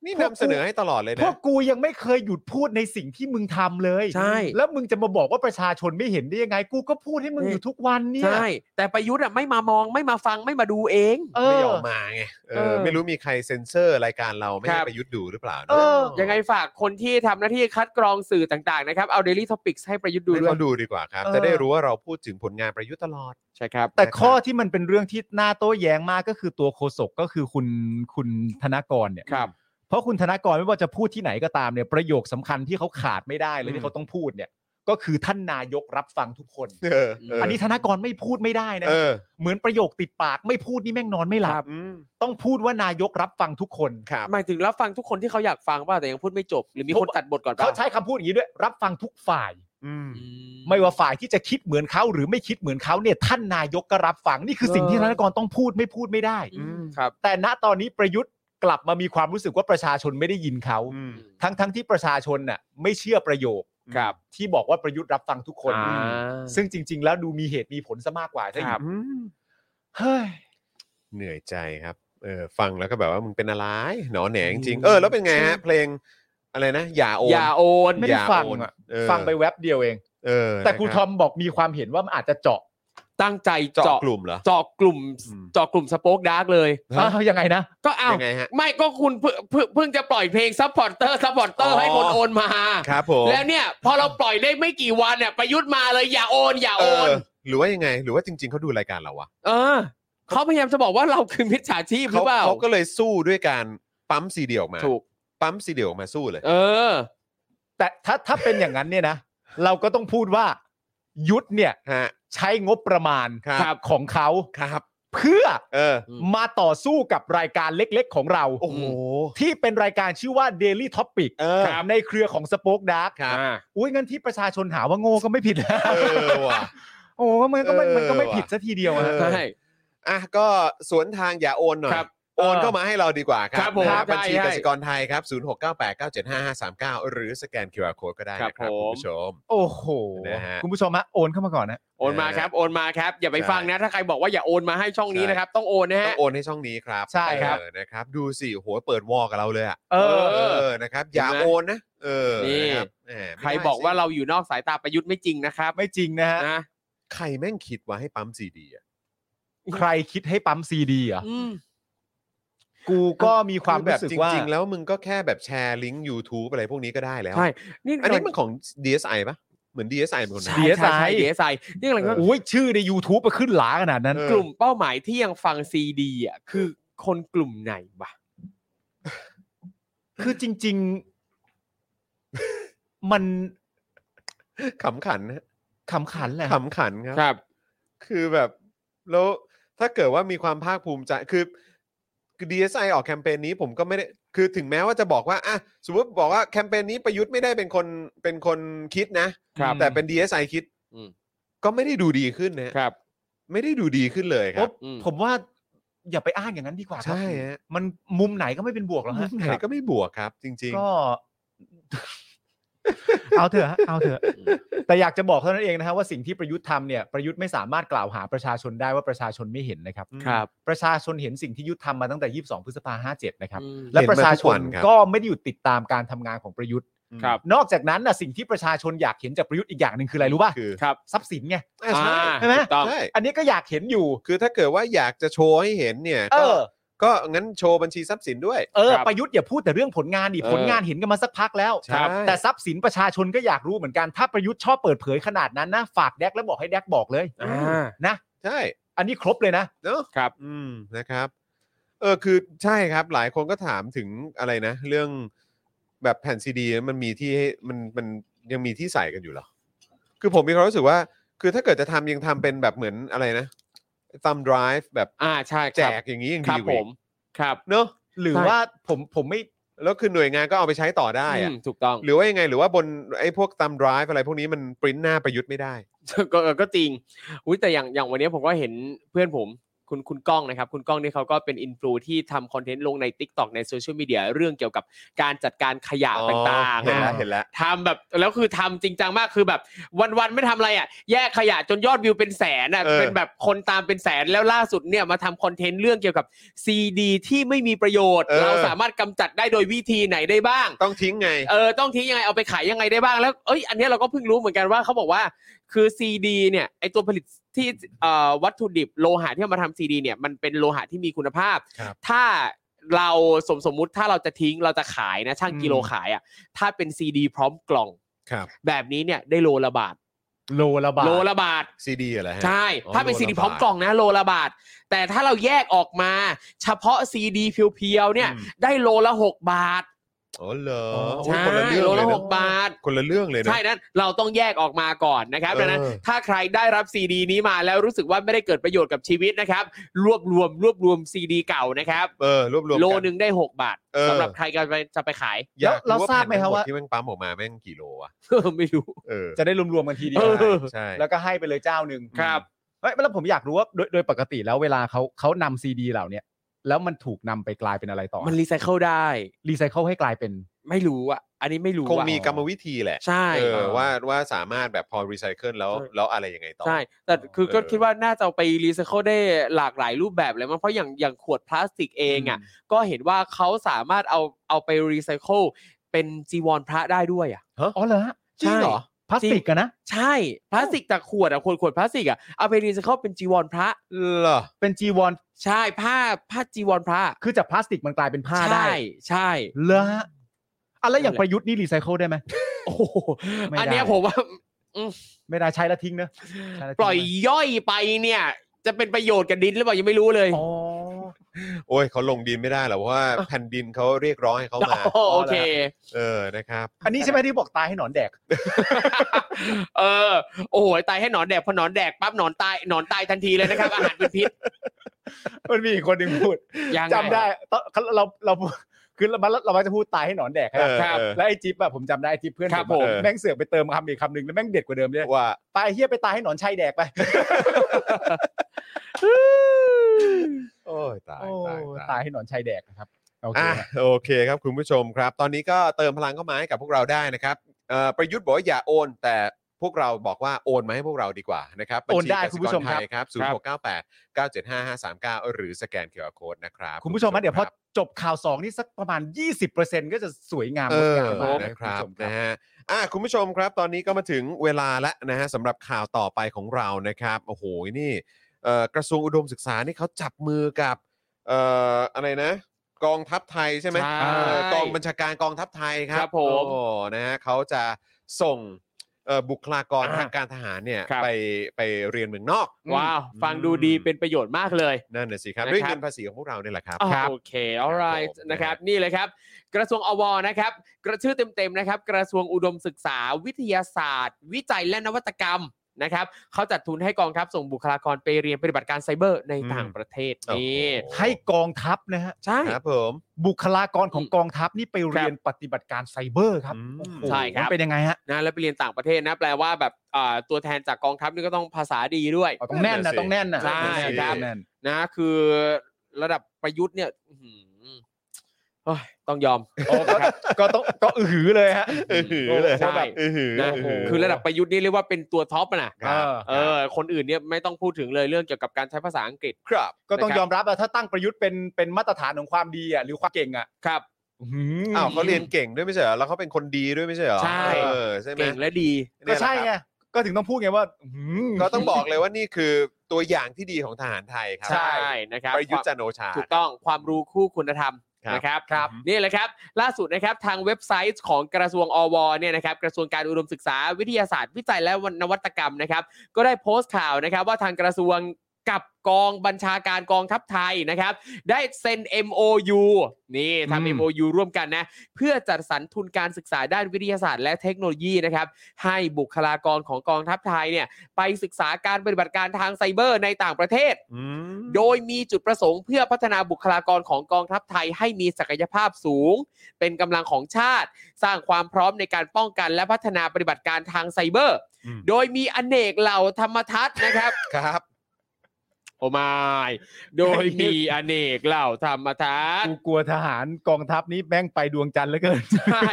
นี่นำเสนอให้ตลอดเลย พว นะ กกูยังไม่เคยหยุดพูดในสิ่งที่มึงทำเลย ใช่ แล้วมึงจะมาบอกว่าประชาชนไม่เห็นได้ยังไง กูก็พูดให้มึง นี่ อยู่ทุกวันเนี่ย ใช่ แต่ประยุทธ์อ่ะไม่มามองไม่มาฟังไม่มาดูเอง เอ ไม่ อ ยอมมาไงเอ เอ อ อ ไม่รู้มีใครเซ็นเซอร์รายการเราไม่ ค ให้ รับ ประยุทธ์ดูหรือเปล่านะ เออ ยังไงฝากคนที่ทำหน้าที่คัดกรองสื่อต่างๆนะครับเอา Daily Topics ให้ประยุทธ์ดู ให้ ด้วย เขาดูดีกว่าครับ เออ จะได้รู้ว่าเราพูดถึงผลงานประยุทธ์ตลอด ใช่ครับ แต่ นะครับ ข้อที่มันเป็นเรื่องที่น่าโต้แย้งมากก็คือตัวโคศกก็คือคุณคุณธนากรเนี่ย ครับ เพราะคุณธนากรไม่ว่าจะพูดที่ไหนก็ตามเนี่ยประโยคสำคัญที่เขาขาดไม่ได้เลย อืม ที่เขาต้องพูดเนี่ย ก็คือท่านนายกรับฟังทุกคน เออเออ อั อั นนี้ธนากรไม่พูดไม่ได้นะ เออ เหมือนประโยคติดปากไม่พูดนี่แม่งนอนไม่หลับ อืม ต้องพูดว่านายกรับฟังทุกคน ครับ หมายถึงรับฟังทุกคนที่เขาอยากฟังเปล่าแต่ยังพูดไม่จบ หรือมีคนตัดบทก่อนเปล่า เขาใช้คำพูดอย่างนี้ด้วย รับฟังทุกฝ่าย อืม อื ไม่ว่าฝ่ายที่จะคิดเหมือนเขาหรือไม่คิดเหมือนเขาเนี่ยท่านนายกก็รับฟังนี่คือสิ่งที่ เออ ธนากรต้องพูดไม่พูดไม่ได้ อืมครับ แต่ณตอนนี้ประยุทธ์กลับมามีความรู้สึกว่าประชาชนไม่ได้ยินเขา อืม ทั้งทั้งที่ประชาชนน่ะไม่เชื่อประโยค ครับ ที่บอกว่าประยุทธ์รับฟังทุกคน อ่า ซึ่งจริง ๆ แล้วดูมีเหตุมีผลซะมากกว่าใช่ไหม ครับ อืม เฮ้ย เหนื่อยใจครับเออฟังแล้วก็แบบว่ามึงเป็นอะไรหนอแหนจริงๆเออ แล้วเป็นไงฮะเพลงอะไรนะอย่าโอน อย่าโอน ไม่ได้ฟัง อย่าโน อะ เออ ฟังไปแว็บเดียวเอง เออ แต่ครู นะ ท รับ อมบอกมีความเห็นว่ามันอาจจะเจาะ ตั้งใจ เจาะ เจาะ กลุ่มเหรอ เจาะกลุ่ม อืม เจาะกลุ่มสป็อกดาร์กเลย ฮะ อ้าวยังไงนะ ก็อ้าว ยังไงฮะ ไม่ก็คุณเพิ่งเพิ่งเพิ่งจะปล่อยเพลงซัพพอร์เตอร์ซัพพอร์เตอ อ๋ ร์ อ ให้คนโอนมา ครับผม แล้วเนี่ย พอเราปล่อยได้ไม่กี่วันเนี่ยประยุทธ์มาเลยอย่าโอน อย่า เอ โอ อน หรือว่ายังไง หรือว่าจริง ๆเขาดูรายการเราวะ เออเขาพยายามจะบอกว่าเราคือมิจฉาชีพหรื เขา อเปล่า เขาก็เลยสู้ด้วยการปั๊มซีเดียออกมา ถูก ปั๊มซีเดียออกมาสู้เลย เออ แต่ถ้าถ้าเป็นอย่างนั้นเนี่ยนะ เราก็ต้องพูดว่ายุทธเนี่ย ฮะ ใช้งบประมาณ ครับ ของเขา ครับ เพื่อ เออ อืม มาต่อสู้กับรายการเล็กๆ ของเรา โอ้โห ที่เป็นรายการชื่อว่า Daily Topic เออ ครับในเครือของ Spoke Dark ครับ อ่า อุ้ยงั้นที่ประชาชนหาว่าโง่ก็ไม่ผิดนะ เออว่ะ โอ้มันก็ไม่ เออ มันก็ไม่ ว่ะ ผิดซะทีเดียวอะ เออ ใช่ อ่ะก็สวนทางอย่าโอนหน่อย ครับ โอนเข้ามาให้เราดีกว่าค ค รั รั บบ ผม นะฮะบัญชี ได้ กสิกรไทยครับ 0698975539 หรือสแกน QR Code ก็ได้นะค ครั รับบ ผม คุณผู้ชม โอ้โห นะฮะ คุณผู้ชมฮะโอนเข้ามาก่อนนะ โอนมาครับ โอนมาครับ อย่าไป ใช่ ฟังนะ ถ้าใครบอกว่าอย่าโอนมาให้ช่องนี้ ใช่ นะครับ ต้องโอนนะ ต้อ ฮะ งโอนให้ช่องนี้ครับ ใช่ครับ เออนะครับ ดูสิหัวเปิดวอลกับเราเลยอะ เอ เอ อ อ เออนะครับ อย่า เห็นไหม โอนนะ เออ นี่ ะครับแหมไม่ได้ ใครบอกว่าเราอยู่นอกสายตาประยุทธ์ไม่จริงนะครับ ไม่จริงนะฮะ นะ ใครแม่งคิดว่าให้ปั๊มซีดีอ่ะ ใครคิดให้ปั๊มซีดีอ่ะ อืม กูก็มีความ แบ รู้ บ สึก จ ว่า ริง ๆ แล้วมึงก็แค่แบบแชร์ลิงก์ YouTube อะไรพวกนี้ก็ได้แล้ว ใช่ นี่ อันนี้มันของ DSI ปะเหมือน DSI เป็นคนทำ ใช่ใช่ใช่ DSI นี่อะไรก็ โอ้ยชื่อใน YouTube ไปขึ้นหลาขนาดนั้น เออ กลุ่มเป้าหมายที่ยังฟังซีดีอ่ะคือคนกลุ่มไหนวะ คือจริง ๆ มัน ขำขันนะ ขำขันแหละ ขำขันครับ ครับ คือแบบแล้วถ้าเกิดว่ามีความภาคภูมิใจคือคือ DSI ออกแคมเปญนี้ผมก็ไม่ได้คือถึงแม้ว่าจะบอกว่าอ่ะสมมติบอกว่าแคมเปญนี้ประยุทธ์ไม่ได้เป็นคนเป็นคนคิดนะ ครับ แต่เป็น DSI คิด อืม ก็ไม่ได้ดูดีขึ้นนะครับ ไม่ได้ดูดีขึ้นเลยค ผ รั ม บ อืม ผมว่า อย่าไปอ้างอย่างนั้นดีกว่าครับ ใช่ฮะ มันมุมไหนก็ไม่เป็นบวกแล้วฮะ ไหนก็ไม่บวกครับ จริง ก็ เอาเถอะฮะเอาเถอะ แต่อยากจะบอกเท่านั้นเองนะครับว่าสิ่งที่ประยุทธ์ทำเนี่ยประยุทธ์ไม่สามารถกล่าวหาประชาชนได้ว่าประชาชนไม่เห็นนะครับ ครับ ประชาชนเห็นสิ่งที่ยุทธทำมาตั้งแต่ 22 พฤษภา57 นะครับ อืม และ เห็น ป มาทุกวันครับ ระชาชนก็ไม่ได้หยุดติดตามการทำงานของประยุทธ์ ครับ นอกจากนั้นนะสิ่งที่ประชาชนอยากเห็นจากประยุทธ์อีกอย่างหนึ่งคืออะไรรู้ป่ะ คือ ครับ ทรัพย์สินไง อ่าใช่ ใช่ไหม ถูกต้อง ใช่ อันนี้ก็อยากเห็นอยู่ คือถ้าเกิดว่าอยากจะโชว์ให้เห็นเนี่ย เอ ก็ อ ก็งั้นโชว์บัญชีทรัพย์สินด้วย เออ ครับ ประยุทธ์อย่าพูดแต่เรื่องผลงานดิ เออ ผลงานเห็นกันมาสักพักแล้ว ใช่ แต่ทรัพย์สินประชาชนก็อยากรู้เหมือนกันถ้าประยุทธ์ชอบเปิดเผยขนาดนั้นนะฝากแดกแล้วบอกให้แดกบอกเลย อ่า นะ ใช่ อันนี้ครบเลยนะ เนอะ ครับ อืมนะครับเออคือใช่ครับหลายคนก็ถามถึงอะไรนะ เรื่องแบบแผ่นซีดีมันมีที่ให้มันมันยังมีที่ใส่กันอยู่เหรอ คือผมมีความรู้สึกว่า คือถ้าเกิดจะทำยังทำเป็นแบบเหมือนอะไรนะตัมไดรฟ์แบบ อ่าใช่ครับ แจกอย่างนี้ยังดีครับ ก ผ ว่าอี ม ก ครับ เนอะ หรือว่าผมผมไม่ แล้วคือหน่วยงานก็เอาไปใช้ต่อได้อะ อืมถูกต้อง หรือว่ายังไงหรือว่าบนไอ้พวกตัมไดรฟ์อะไรพวกนี้มันปริ้นหน้าประยุทธ์ไม่ได้ ก็เออก็จริงอุ้ยแต่อย่างอย่างวันนี้ผมก็เห็นเพื่อนผมคุณคุณก้องนะครับ คุณก้องนี่เขาก็เป็นอินฟลูที่ทำคอนเทนต์ลงใน Tik t o อกในโซเชียลมีเดียเรื่องเกี่ยวกับการจัดการขยะ อ๋อ ต่าง เห็นแล้ว ๆ เห็นแล้ว ทำแบบแล้วคือทำจริงจังมากคือแบบวันๆไม่ทำอะไรอ่ะแยกขยะจนยอดวิวเป็นแสนอ่ะเป็นแบบคนตามเป็นแสนแล้วล่าสุดเนี่ยมาทำคอนเทนต์เรื่องเกี่ยวกับซีดีที่ไม่มีประโยชน์ เราสามารถกำจัดได้โดยวิธีไหนได้บ้าง ต้องทิ้งไง เออต้องทิ้งยังไงเอาไปขายยังไงได้บ้างแล้วเอ้ยอันเนี้ยเราก็เพิ่งรู้เหมือนกันว่าเขาบอกว่าคือซีดีเนี่ยไอตัวผลิตที่เอ่อวัตถุดิบโลหะที่เอามาทำซีดีเนี่ยมันเป็นโลหะที่มีคุณภาพ ครับ ถ้าเราสมสมมุติถ้าเราจะทิ้งเราจะขายนะช่างกิโลขายอ่ะถ้าเป็นซีดีพร้อมกล่อง ครับ แบบนี้เนี่ยได้โลละบาท โลละบาท โลละบาท ซีดีอะไรอฮะ ใช่ อ๋อ ถ้าเป็น โลละ ซีดีพร้อม บาท กล่องนะโลละบาท แต่ถ้าเราแยกออกมา เฉพาะซีดีเพียวๆเนี่ย อืม ได้โลละหกบาท อ๋อเหรอ โ โอ้ย ใช่ คนละเรื่อง โล เล ละ ย ห นะ กบาท คนละเรื่องเลยนะ ใช่นั้นเราต้องแยกออกมาก่อนนะครับ เออ ดังนั้นถ้าใครได้รับซีดีนี้มาแล้วรู้สึกว่าไม่ได้เกิดประโยชน์กับชีวิตนะครับ รวบรวมรวบรวมซีดีเก่านะครับ เออรวบรวม โล กั หนึ่งได้หกบาท เออ สำหรับใครกำลันไปจะไปขาย อยก แล้วเรา ว่ ทราบไหม แผ่น คทั้งดรับว่า ที่แม่งปั๊มออกมาแม่งกี่โลวะ ไม่รู้ เออ จะได้รวมๆกันทีเดียว เออ ใช่ แล้วก็ให้ไปเลยเจ้าหนึ่ง ครับ เฮ้ยแล้วผมอยากรู้ว่าโดยโดยปกติแล้วเวลาเขาเขานำซีดีเหล่าเนี้ยแล้วมันถูกนำไปกลายเป็นอะไรต่อ มันรีไซเคิลได้ รีไซเคิลให้กลายเป็น ไม่รู้อ่ะ อันนี้ไม่รู้ คง อะ มีกรรมวิธีแหละ ใช่ เออว่าว่าสามารถแบบพอรีไซเคิลแล้ว ใช่ แล้วอะไรยังไงต่อ ใช่ แต่คือก็ เออ คิดว่าน่าจะเอาไปรีไซเคิลได้หลากหลายรูปแบบเลยมั้งเพราะอย่างอย่างขวดพลาสติกเองอ่ะ ก็เห็นว่าเขาสามารถเอาเอาไปรีไซเคิลเป็นจีวรพระได้ด้วยอ่ะ อ๋อเหรอฮะ จริงเหรอ พลาสติกกันนะ ใช่ พลาสติกจากขวดอ่ะขวดขวดพลาสติกอ่ะ เอาไปรีไซเคิลเป็นจีวรพระ เหรอ เป็นจีวร ใช่ ผ้าผ้าจีวรพระ คือจากพลาสติกมันกลายเป็นผ้าได้ ใช่ ใช่ เหรอฮะอะแล้วอย่าง นั่นแหปละระยุทธ์นี่รีไซเคิลได้ไหม โอ้โห ไม่ อันเนี้ย ได้ ผมว่า ไม่ได้ใช้แล้วทิ้งเนอะใช้แวทิ้งนะ ปล่อยย่อยไปเนี่ย จะเป็นประโยชน์กับดินหรือเปล่ายังไม่รู้เลย อ๋อ โอ้ยเขาลงดินไม่ได้หรอกเพราะว่าแผ่นดินเขาเรียกร้องให้เขามา อ๋อโอเค เออนะครับ อันนี้ใช่ไหมที่บอกตายให้หนอนแดก เออ โอ้โหตายให้หนอนแดกพอหนอนแดกปั๊บหนอนตายหนอนตายทันทีเลยนะครับ อาหารเป็นพิษ มันมีอีกคนหนึ่งพูด ยังง จำได้ตอนเราเราคือเราเราเราจะพูดตายให้หนอนแดก เอ ให้ อ ครับ เออ แล้วไอ้จิ๊บอะผมจำได้ไอ้จิ๊บเพื่อน ครับ อะ ผม แม่งเสือกไปเติมคำอีกคำหนึ่งแล้วแม่งเด็ดกว่าเดิมเลย ว่า ตายเฮียไปตายให้หนอนชายแดกไป โอ้ยตาย โอ้ ตาย ตา ตาย ย ให้หนอนชายแดกนะครับโอเค อ่ะ ฮะ โอเคครับคุณผู้ชมครับ ตอนนี้ก็เติมพลังเข้ามาให้กับพวกเราได้นะครับเอ่อประยุทธ์บอกว่าอย่าโอน แต่พวกเราบอกว่าโอนมาให้พวกเราดีกว่านะครับบัญ โอน ชี ได้ ก คุ สิ ณ ก ผู้ช ร ม ไท ครับ ยครับ0 6 9 8 9 7 5 5 3 9 หรือสแกนเคอร์โค้ดนะครับ คุณผู้ชมฮะเดี๋ยวพอจบข่าวสองนี่สักประมาณ 20%ก็จะสวยงาม เององดามมาก นะ นะ ค คุณ รับผู้ชมครับ นะฮะอ่ะคุณผู้ชมครับ ตอนนี้ก็มาถึงเวลาแล้วนะฮะสำหรับข่าวต่อไปของเรานะครับโอ้โหนี่เอ่อกระทรวงอุดมศึกษานี่เขาจับมือกับเอ่ออะไรนะ กองทัพไทยใช่ไหม ใช่ เออกองบัญชาการกองทัพไทยครับ ครับผม โอ้นะฮะเขาจะส่งเอ่อบุคลากรทางการทหารเนี่ย ครับ ไปไปเรียนเมืองนอก ว้าว ฟังดูดีเป็นประโยชน์มากเลย นั่นน่ะสิครับ นะครับ ด้วยเงินภาษีของพวกเราเนี่ยแหละครับ โอเค alright ผม นะครับ นี่เลยครับ กระทรวงอวนะครับ กระชื่อเต็มๆนะครับ กระทรวงอุดมศึกษา วิทยาศาสตร์ วิจัยและนวัตกรรมนะครับ เขาจัดทุนให้กองทัพส่งบุคลากรไปเรียนปฏิบัติการไซเบอร์ใน อืม ต่างประเทศ โอ้โ นี่ ให้กองทัพนะฮะ ใช่ ครับผม บุคลากรของกองทัพนี่ไปเรียนปฏิบัติการไซเบอร์ครับ อืม ใช่ครับ มันเป็นยังไงฮะ นะแล้วไปเรียนต่างประเทศนะแปลว่าแบบอ่าตัวแทนจากกองทัพนี่ก็ต้องภาษาดีด้วย อ๋อต้องแน่นนะ นั่นน่ะสิ ต้องแน่นนะ ใช่ ต้องแน่น ครับ ต้องแน่น นะคือระดับประยุทธ์เนี่ยอื้อหือ โอ้ยต้องยอม อ๋อก็ ก็ต้องก็อือหือเลยฮะ อือหือเลย ใช่ อือหือ นะ อื้อหือ คือระดับประยุทธ์นี่เรียกว่าเป็นตัวท็อปอะนะ ครั บ เออคนอื่นเนี่ยไม่ต้องพูดถึงเลยเรื่องเกี่ยวกับการใช้ภาษาอังกฤษ ครับ ก็ต้อง นะครับ ยอมรับอะถ้าตั้งประยุทธ์เป็นเป็นมาตรฐานของความดีอะหรือความเก่งอะ ครับ อ้าวเขาเรียนเก่งด้วยไม่ใช่เหรอ แล้วเขาเป็นคนดีด้วยไม่ใช่เหรอ ใช่ เออใช่ไหม เก่งและดี ก็ เนี่ยแหละ ใช่คไงรับ ก็ถึงต้องพูดไงว่าอื้อหือ ก็ต้องบอกเลยว่านี่คือตัวอย่างที่ดีของทหารไทยครั ใช่นะครับ ประยุทธ์จันทร์โอชา ถูกต้องความรู้คู่คุณธรรม ครับ นะครับ ครับ นี่แหละครับ ล่าสุดนะครับทางเว็บไซต์ของกระทรวงอวเนี่ยนะครับกระทรวงการอุดมศึกษาวิทยาศาสตร์วิจัยและนวัตกรรมนะครับ ก็ได้โพสต์ข่าวนะครับ ว่าทางกระทรวงกับกองบัญชาการกองทัพไทยนะครับ ได้เซ็น MOU นี่ทำ อืม MOU ร่วมกันนะ เพื่อจัดสรรทุนการศึกษาด้านวิทยาศาสตร์และเทคโนโลยีนะครับ ให้บุคลากรของกองทัพไทยเนี่ยไปศึกษาการปฏิบัติการทางไซเบอร์ในต่างประเทศ โดยมีจุดประสงค์เพื่อพัฒนาบุคลากรของกองทัพไทยให้มีศักยภาพสูง เป็นกำลังของชาติ สร้างความพร้อมในการป้องกันและพัฒนาปฏิบัติการทางไซเบอร์ อืม โดยมีอเนกเหล่าธรรมทัศน์นะครับ ครับ โอ้ไม่โดยมีอเนกเหล่าธรรมทัศน์ กูกลัวทหารกองทัพนี้แม่งไปดวงจันทร์เหลือเกิน ใช่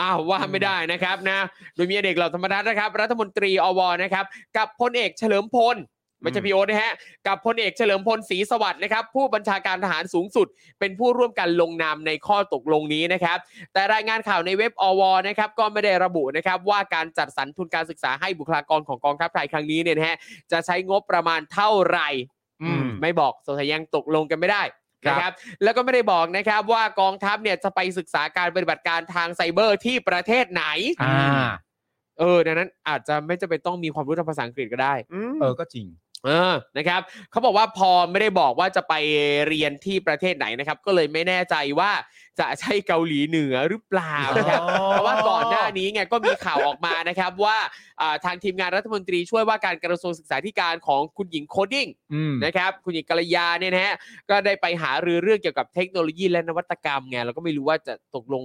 อ้าวว่าไม่ได้นะครับนะ โดยมีอเนกเหล่าธรรมรัฐนะครับ รัฐมนตรีอวนะครับ กับพลเอกเฉลิมพลไม่ใช่พี่โอ๊ตนะฮะ กับพลเอกเฉลิมพลศรีสวัสดิ์นะครับ ผู้บัญชาการทหารสูงสุด เป็นผู้ร่วมกันลงนามในข้อตกลงนี้นะครับ แต่รายงานข่าวในเว็บอวนะครับ ก็ไม่ได้ระบุนะครับ ว่าการจัดสรรทุนการศึกษาให้บุคลากรของกองทัพไทยครั้งนี้เนี่ยนะฮะจะใช้งบประมาณเท่าไหร่ อืม ไม่บอกสงสัยยังตกลงกันไม่ได้ ครับ นะครับ แล้วก็ไม่ได้บอกนะครับว่ากองทัพเนี่ยจะไปศึกษาการปฏิบัติการทางไซเบอร์ที่ประเทศไหน อ่า เออดังนั้นอาจจะไม่จำเป็นต้องมีความรู้ทางภาษาอังกฤษก็ได้ เออก็จริง เออ นะครับ เขาบอกว่าพอไม่ได้บอกว่าจะไปเรียนที่ประเทศไหนนะครับ ก็เลยไม่แน่ใจว่าจะใช่เกาหลีเหนือหรือเปล่านะครับ อ๋อ เพราะว่าก่อนหน้านี้ไงก็มีข่าวออกมานะครับว่าอ่าทางทีมงานรัฐมนตรีช่วยว่าการกระทรวงศึกษาธิการของคุณหญิงโคดดิ้ง อืม นะครับคุณหญิงกัลยาเนี่ยนะฮะก็ได้ไปหารือเรื่องเกี่ยวกับเทคโนโลยีและนวัตกรรมไงเราก็ไม่รู้ว่าจะตกลง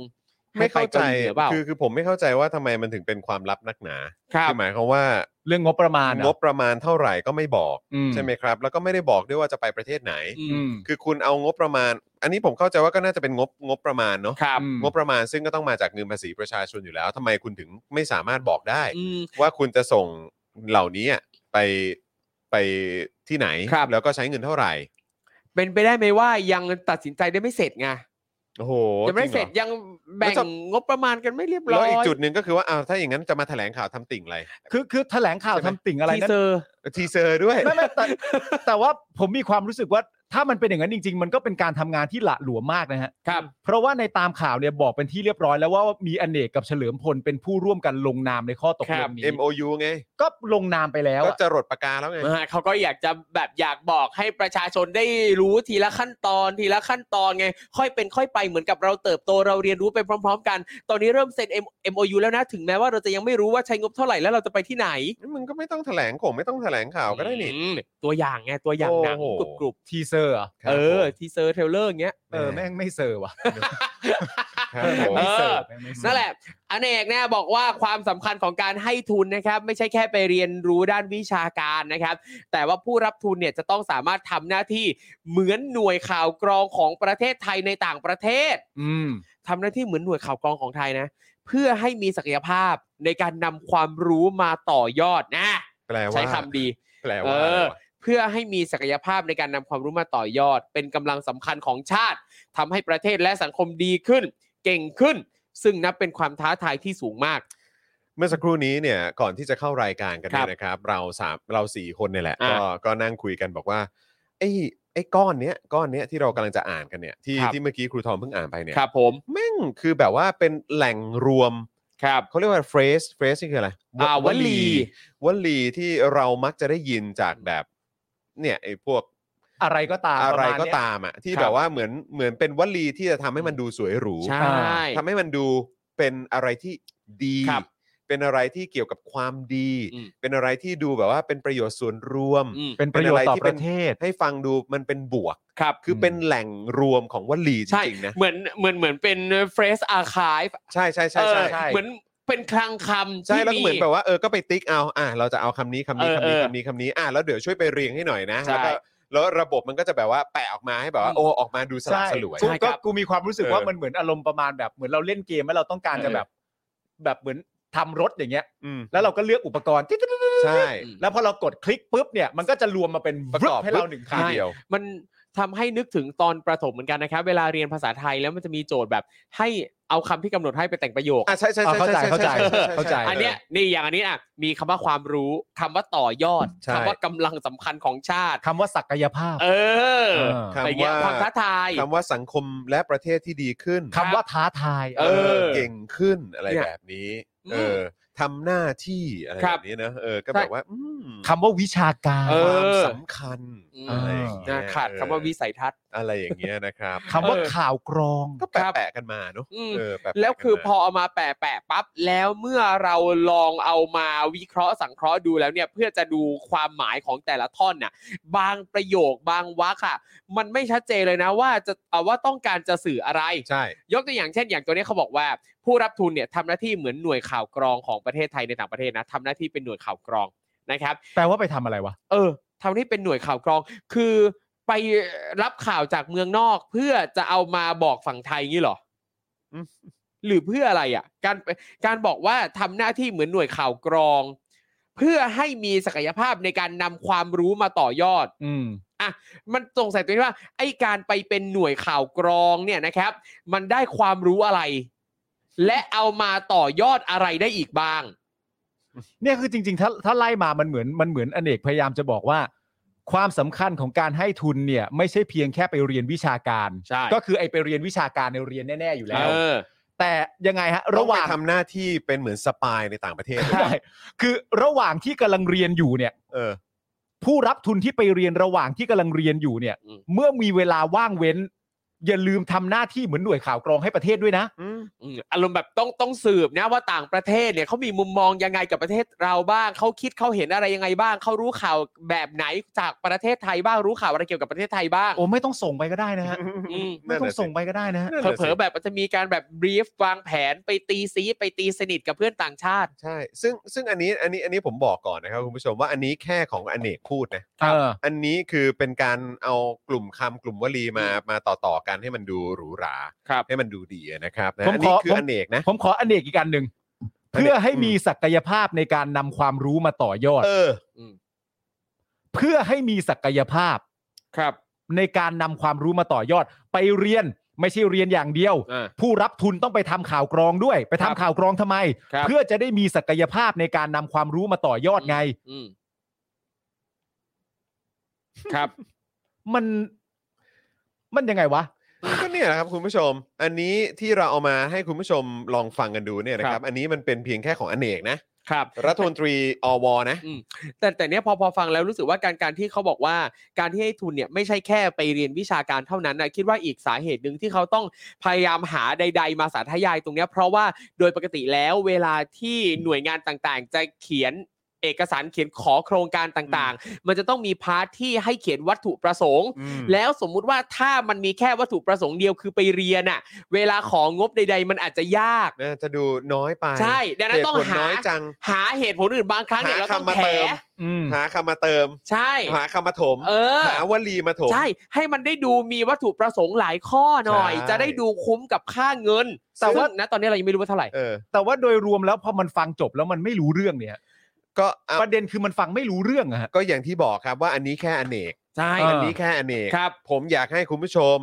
ไม่เข้าใจ ห้ไปกหลีหรือเปล่า คือคือผมไม่เข้าใจว่าทำไมมันถึงเป็นความลับนักหนา ครับ อหมายความว่า เรื่องงบประมาณอะ งบประมาณเท่าไหร่ก็ไม่บอก อื ใช่ไหมครับ แล้วก็ไม่ได้บอกด้วยว่าจะไปประเทศไหน อื อืม คือคุณเอางบประมาณ อันนี้ผมเข้าใจว่าก็น่าจะเป็นงบงบประมาณเนาะ ครับ อืม งบประมาณซึ่งก็ต้องมาจากเงินภาษีประชาชนอยู่แล้วทำไมคุณถึงไม่สามารถบอกได้ อืม ว่าคุณจะส่งเหล่านี้อะไปไปที่ไหน ครับ แล้วก็ใช้เงินเท่าไหร่ เป็นไปได้ไหมว่ายังตัดสินใจได้ไม่เสร็จไง โอ้โห ยังไม่ได้เสร็จ จงหอ ยังแบ่ง แล้วจะ งบประมาณกันไม่เรียบร้ แล้ อ วย อีกจุดหนึ่งก็คือว่าอ้าวถ้าอย่างนั้นจะมาแถลงข่าวทำติ่งอะไร คือคือแถลงข่าว ใช่ไหม ทำติ่งอะไร ที นั้น เซอร์ ทีเซอร์ด้วย ไม่ไม่แต่แต่ว่าผมมีความรู้สึกว่าถ้ามันเป็นอย่างนั้นจริง ๆ มันก็เป็นการทำงานที่หละหลวมมากนะฮะ ครับ เพราะว่าในตามข่าวเนี่ยบอกเป็นที่เรียบร้อยแล้วว่ามีอเนกกับเฉลิมพลเป็นผู้ร่วมกันลงนามในข้อตก ค ล รับ งนี้ MOU ไง ก็ลงนามไปแล้ว ก็ อะ จะรดปากกาแล้วไง นะฮะเขาก็อยากจะแบบอยากบอกให้ประชาชนได้รู้ทีละขั้นตอนทีละขั้นตอนไง ค่อยเป็นค่อยไปเหมือนกับเราเติบโตเราเรียนรู้ไปพร้อม ๆ กัน ตอนนี้เริ่มเซ็น M- MOU แล้วนะถึงแม้ว่าเราจะยังไม่รู้ว่าใช้งบเท่าไหร่แล้วเราจะไปที่ไหน มึงก็ไม่ต้องแถลงข่มไม่ต้องแถลงข่าวก็ได้นี่ อืมตัวอย่างไงตัวอย่างหนัง โอ้โห กรุบกรุบ ทีเซอร์อะ ครับ เออ ผม ทีเซอร์เทรลเลอร์อย่างเงี้ย เออแม่งไม่เซอร์ว่ะ ครับผม เอ ไม่ อ เซอร์แม่งไม่เซอร์ นั่นแหละอเนกเนี่ยบอกว่าความสำคัญของการให้ทุนนะครับ ไม่ใช่แค่ไปเรียนรู้ด้านวิชาการนะครับ แต่ว่าผู้รับทุนเนี่ยจะต้องสามารถทำหน้าที่เหมือนหน่วยข่าวกรองของประเทศไทยในต่างประเทศ อืม ทำหน้าที่เหมือนหน่วยข่าวกรองของไทยนะ เพื่อให้มีศักยภาพในการนำความรู้มาต่อยอดนะ แปลว่า ใช้คำดี แปล เอ ว่าอะไร อ วะ เพื่อให้มีศักยภาพในการนำความรู้มาต่อยอด เป็นกำลังสำคัญของชาติทำให้ประเทศและสังคมดีขึ้น เก่งขึ้น ซึ่งนับเป็นความท้าทายที่สูงมาก เมื่อสักครู่นี้เนี่ยก่อนที่จะเข้ารายการกัน ครั เนี่ย บ นะครับ เราสามเราสี่คนเนี่ยแหละ อ่า ก็ก็นั่งคุยกันบอกว่าไอ้ไอ้ก้อนเนี้ยก้อนเนี้ยที่เรากำลังจะอ่านกันเนี่ยที่ ครับ ที่เมื่อกี้ครูทอมเพิ่งอ่านไปเนี่ย ครับผม แม่งคือแบบว่าเป็นแหล่งรวม ครับ เขาเรียกว่าเฟรสเฟรสนี่คืออะไร อ่าวลี วลีที่เรามักจะได้ยินจากแบบเนี่ยไอ้พวก อะไรก็ตาม อะ ป ไร มาณ ก็ เนี้ย ตามอ่ะที่ ครับ แบบว่าเหมือนเหมือนเป็นวลีที่จะทำให้มันดูสวยหรู ใช่ ทำให้มันดูเป็นอะไรที่ดี ครับ เป็นอะไรที่เกี่ยวกับความดี อืม เป็นอะไรที่ดูแบบว่าเป็นประโยชน์ส่วนรวม อืม เป็นประโยชน์ต่อ เป็นอะไรที่ ป เป็น ระเทศ ให้ฟังดูมันเป็นบวก ครับ คืออ ม เป็นแหล่งรวมของวลีจ ใช่ ริงๆนะ เหมือนเหมือนเหมือนเป็น phrase archive ใช่ใช่ใช่ เออ ใช่ ใช่ เหมือนเป็นคลังคำ ใช่ ที่ แล้วก็เหมือนแบบว่าเออก็ไปติ๊กเอาอ่ะเราจะเอาคำนี้คำนี้ เออ คำนี้ เออ คำนี้คำนี้อ่ะแล้วเดี๋ยวช่วยไปเรียงให้หน่อยนะ ใช่ แล้วก็ แล้วระบบมันก็จะแบบว่าแปะออกมาให้แบบว่าโอ้ออกมาดูสลั ใช่ บสลวย กู ใช่ ก็ ครับ กูมีความรู้สึก เออ ว่ามันเหมือนอารมณ์ประมาณแบบเหมือนเราเล่นเกมแล้วเราต้องการจะ เออ แบบ แบบเหมือนทำรถอย่างเงี้ย อืม แล้วเราก็เลือกอุปกรณ์ ใช่ แล้วพอเรากดคลิกปุ๊บเนี่ยมันก็จะรวมมาเป็น ประกอบ ให้เราหนึ่งคัน ใช่ เดียว มันทำให้นึกถึงตอนประถมเหมือนกันนะครับ เวลาเรียนภาษาไทยแล้วมันจะมีโจทย์แบบให้เอาคำที่กำหนดให้ไปแต่งประโยค อ่ะใช่ใช่ อ่ะ ใช่ เข้าใจ ช่ เข้าใจ ช่ช่ช่ เข้าใจ อันเนี้ยนี่อย่างอันนี้อ่ะมีคำว่าความรู้คำว่าต่อยอด ใช่ คำว่ากำลังสำคัญของชาติ คำว่าศักยภาพ เออ เออ คำ อะไรเงี้ย ว่า ความท้าทาย คำว่าสังคมและประเทศที่ดีขึ้น คำว่าท้าทาย เออ เก่งขึ้นอะไร เนี่ย แบบนี้ อืม เออทำหน้าที่อะไรแบครับบ นี้นะเออก็ ใช่ แบบว่าอืม คำว่าวิชาการคเออ วามสำคัญอะไรอย่างเงี้ย นะขาดคำว่าวิสัยทัศน์ อะไรอย่างเงี้ยนะครับ คำว่า เออ ข่าวกรอง ก็แปะแปะกันมาเนอะ อืม เออปะปะ แล้วคือ กัน พ มา อเอามาแปะแปะปั๊บแล้วเมื่อเราลองเอามาวิเคราะห์สังเคราะห์ดูแล้วเนี่ยเพื่อจะดูความหมายของแต่ละท่อนน่ะบางประโยคบางวรรคอะมันไม่ชัดเจนเลยนะว่าจะเอาว่าต้องการจะสื่ออะไร ใช่ ยกตัวอย่างเช่น อย่างตัวเนี้ยเขาบอกว่า ผู้รับทุนเนี่ยทำหน้าที่เหมือนหน่วยข่าวกรองของประเทศไทยในต่างประเทศนะทำหน้าที่เป็นหน่วยข่าวกรองนะครับ แปลว่าไปทำอะไรวะ เออทำหน้าที่เป็นหน่วยข่าวกรอง คือไปรับข่าวจากเมืองนอก เพื่อจะเอามาบอกฝั่งไทยงี้เหรอ อืม หรือเพื่ออะไรอ่ะ การการบอกว่าทำหน้าที่เหมือนหน่วยข่าวกรอง เพื่อให้มีศักยภาพในการนำความรู้มาต่อยอด อืม มันสงสัยตัวนี้ว่าไอการไปเป็นหน่วยข่าวกรองเนี่ยนะครับ มันได้ความรู้อะไร และเอามาต่อยอดอะไรได้อีกบ้าง เนี่ยคือจริงๆ ถ้าถ้าไล่มามันเหมือนมันเหมือนอเนกพยายามจะบอกว่า ความสำคัญของการให้ทุนเนี่ย ไม่ใช่เพียงแค่ไปเรียนวิชาการ ใช่ ก็คือไอไปเรียนวิชาการในยเรียนแน่ ๆ อยู่แล้ว เออ แต่ยังไงฮะ ต้อ ระ ง ห ไป ว่าง ทำหน้าที่เป็นเหมือนสปายในต่างประเทศ ใช่คือระหว่างที่กำลังเรียนอยู่เนี่ย เออ ผู้รับทุนที่ไปเรียนระหว่างที่กำลังเรียนอยู่เนี่ย อืม เมื่อมีเวลาว่างเว้น อย่าลืมทำหน้าที่เหมือนหน่วยข่าวกรองให้ประเทศด้วยนะ อืม อืมอารมณ์แบบต้องต้องสืบนะว่าต่างประเทศเนี่ยเขามีมุมมองยังไงกับประเทศเราบ้างเขาคิดเขาเห็นอะไรยังไงบ้างเขารู้ข่าวแบบไหนจากประเทศไทยบ้างรู้ข่าวอะไรเกี่ยวกับประเทศไทยบ้าง โอ้ไม่ต้องส่งไปก็ได้นะฮะ อืม ไม่ต้องส่งไปก็ได้นะฮะ นั่น เผ แหละสิ ลอๆแบบมันจะมีการแบบบรีฟวางแผนไปตีซีไปตีสนิทกับเพื่อนต่างชาติ ใช่ ซึ่งซึ่งอันนี้อันนี้อันนี้ผมบอกก่อนนะครับคุณผู้ชมว่าอันนี้แค่ของอเนกพูดนะ เออ อันนี้คือเป็นการเอากลุ่มคำกลุ่มวลีมามาต่อต่อๆกันให้มันดูหรูหรา ครับ ให้มันดูดีนะครับนะ ผม อันนี้ ขอ คือ ผม อเนกนะ ผมขออเนกอีกอันหนึ่ง อเนก เพื่อให้มีศักยภาพในการนำความรู้มาต่อยอด เออ เพื่อให้มีศักยภาพ ครับ ในการนำความรู้มาต่อยอด ไปเรียนไม่ใช่เรียนอย่างเดียว อ่า ผู้รับทุนต้องไปทำข่าวกรองด้วย ไป ค ทำ รับ ข่าวกรองทำไม ครับ เพื่อจะได้มีศักยภาพในการนำความรู้มาต่อยอดไง อืมครับ มัน มันยังไงวะ ก็เนี่ยแหละครับคุณผู้ชม อันนี้ที่เราเอามาให้คุณผู้ชมลองฟังกันดูเนี่ยนะค ค รั รับ บ อันนี้มันเป็นเพียงแค่ของอเนกนะครับ รัฐมนตรีอวนะ แต่แต่เนี้ยพอพอฟังแล้วรู้สึกว่าการการที่เขาบอกว่าการที่ให้ทุนเนี่ยไม่ใช่แค่ไปเรียนวิชาการเท่านั้นนะคิดว่าอีกสาเหตุหนึ่งที่เขาต้องพยายามหาใด ๆ มาสาธยายตรงเนี้ยเพราะว่าโดยปกติแล้วเวลาที่หน่วยงานต่างๆ จะเขียนเอกสารเขียนขอโครงการต่างๆ มันจะต้องมีพาร์ทที่ให้เขียนวัตถุประสงค์ แล้วสมมุติว่าถ้ามันมีแค่วัตถุประสงค์เดียวคือไปเรียนอะเวลาของงบใด ๆ มันอาจจะยาก น่าจะดูน้อยไป ใช่ดังนั้น เห ต้อง ผล หา น้อยจัง หาเหตุผลอื่นบางครั้งเนี่ยเราต้อง หาคำมา แถ เติม อืม หาคำมาเติม ใช่ หาคำมาถม เออ หาวลีมาถม ใช่ ให้มันได้ดูมีวัตถุประสงค์หลายข้อหน่อย ใช่ จะได้ดูคุ้มกับค่าเงิน แต่ว่า ซึ่งนะตอนนี้เรายังไม่รู้ว่าเท่าไหร่ เออ แต่ว่าโดยรวมแล้วพอมันฟังจบแล้วมันไม่รู้เรื่องเนี่ย ก็อ่ะ ประเด็นคือมันฟังไม่รู้เรื่องอะฮะ ก็อย่างที่บอกครับว่าอันนี้แค่อเนก ใช่ เอ อัน อ นี้แค่อเนก ครับ ผมอยากให้คุณผู้ชม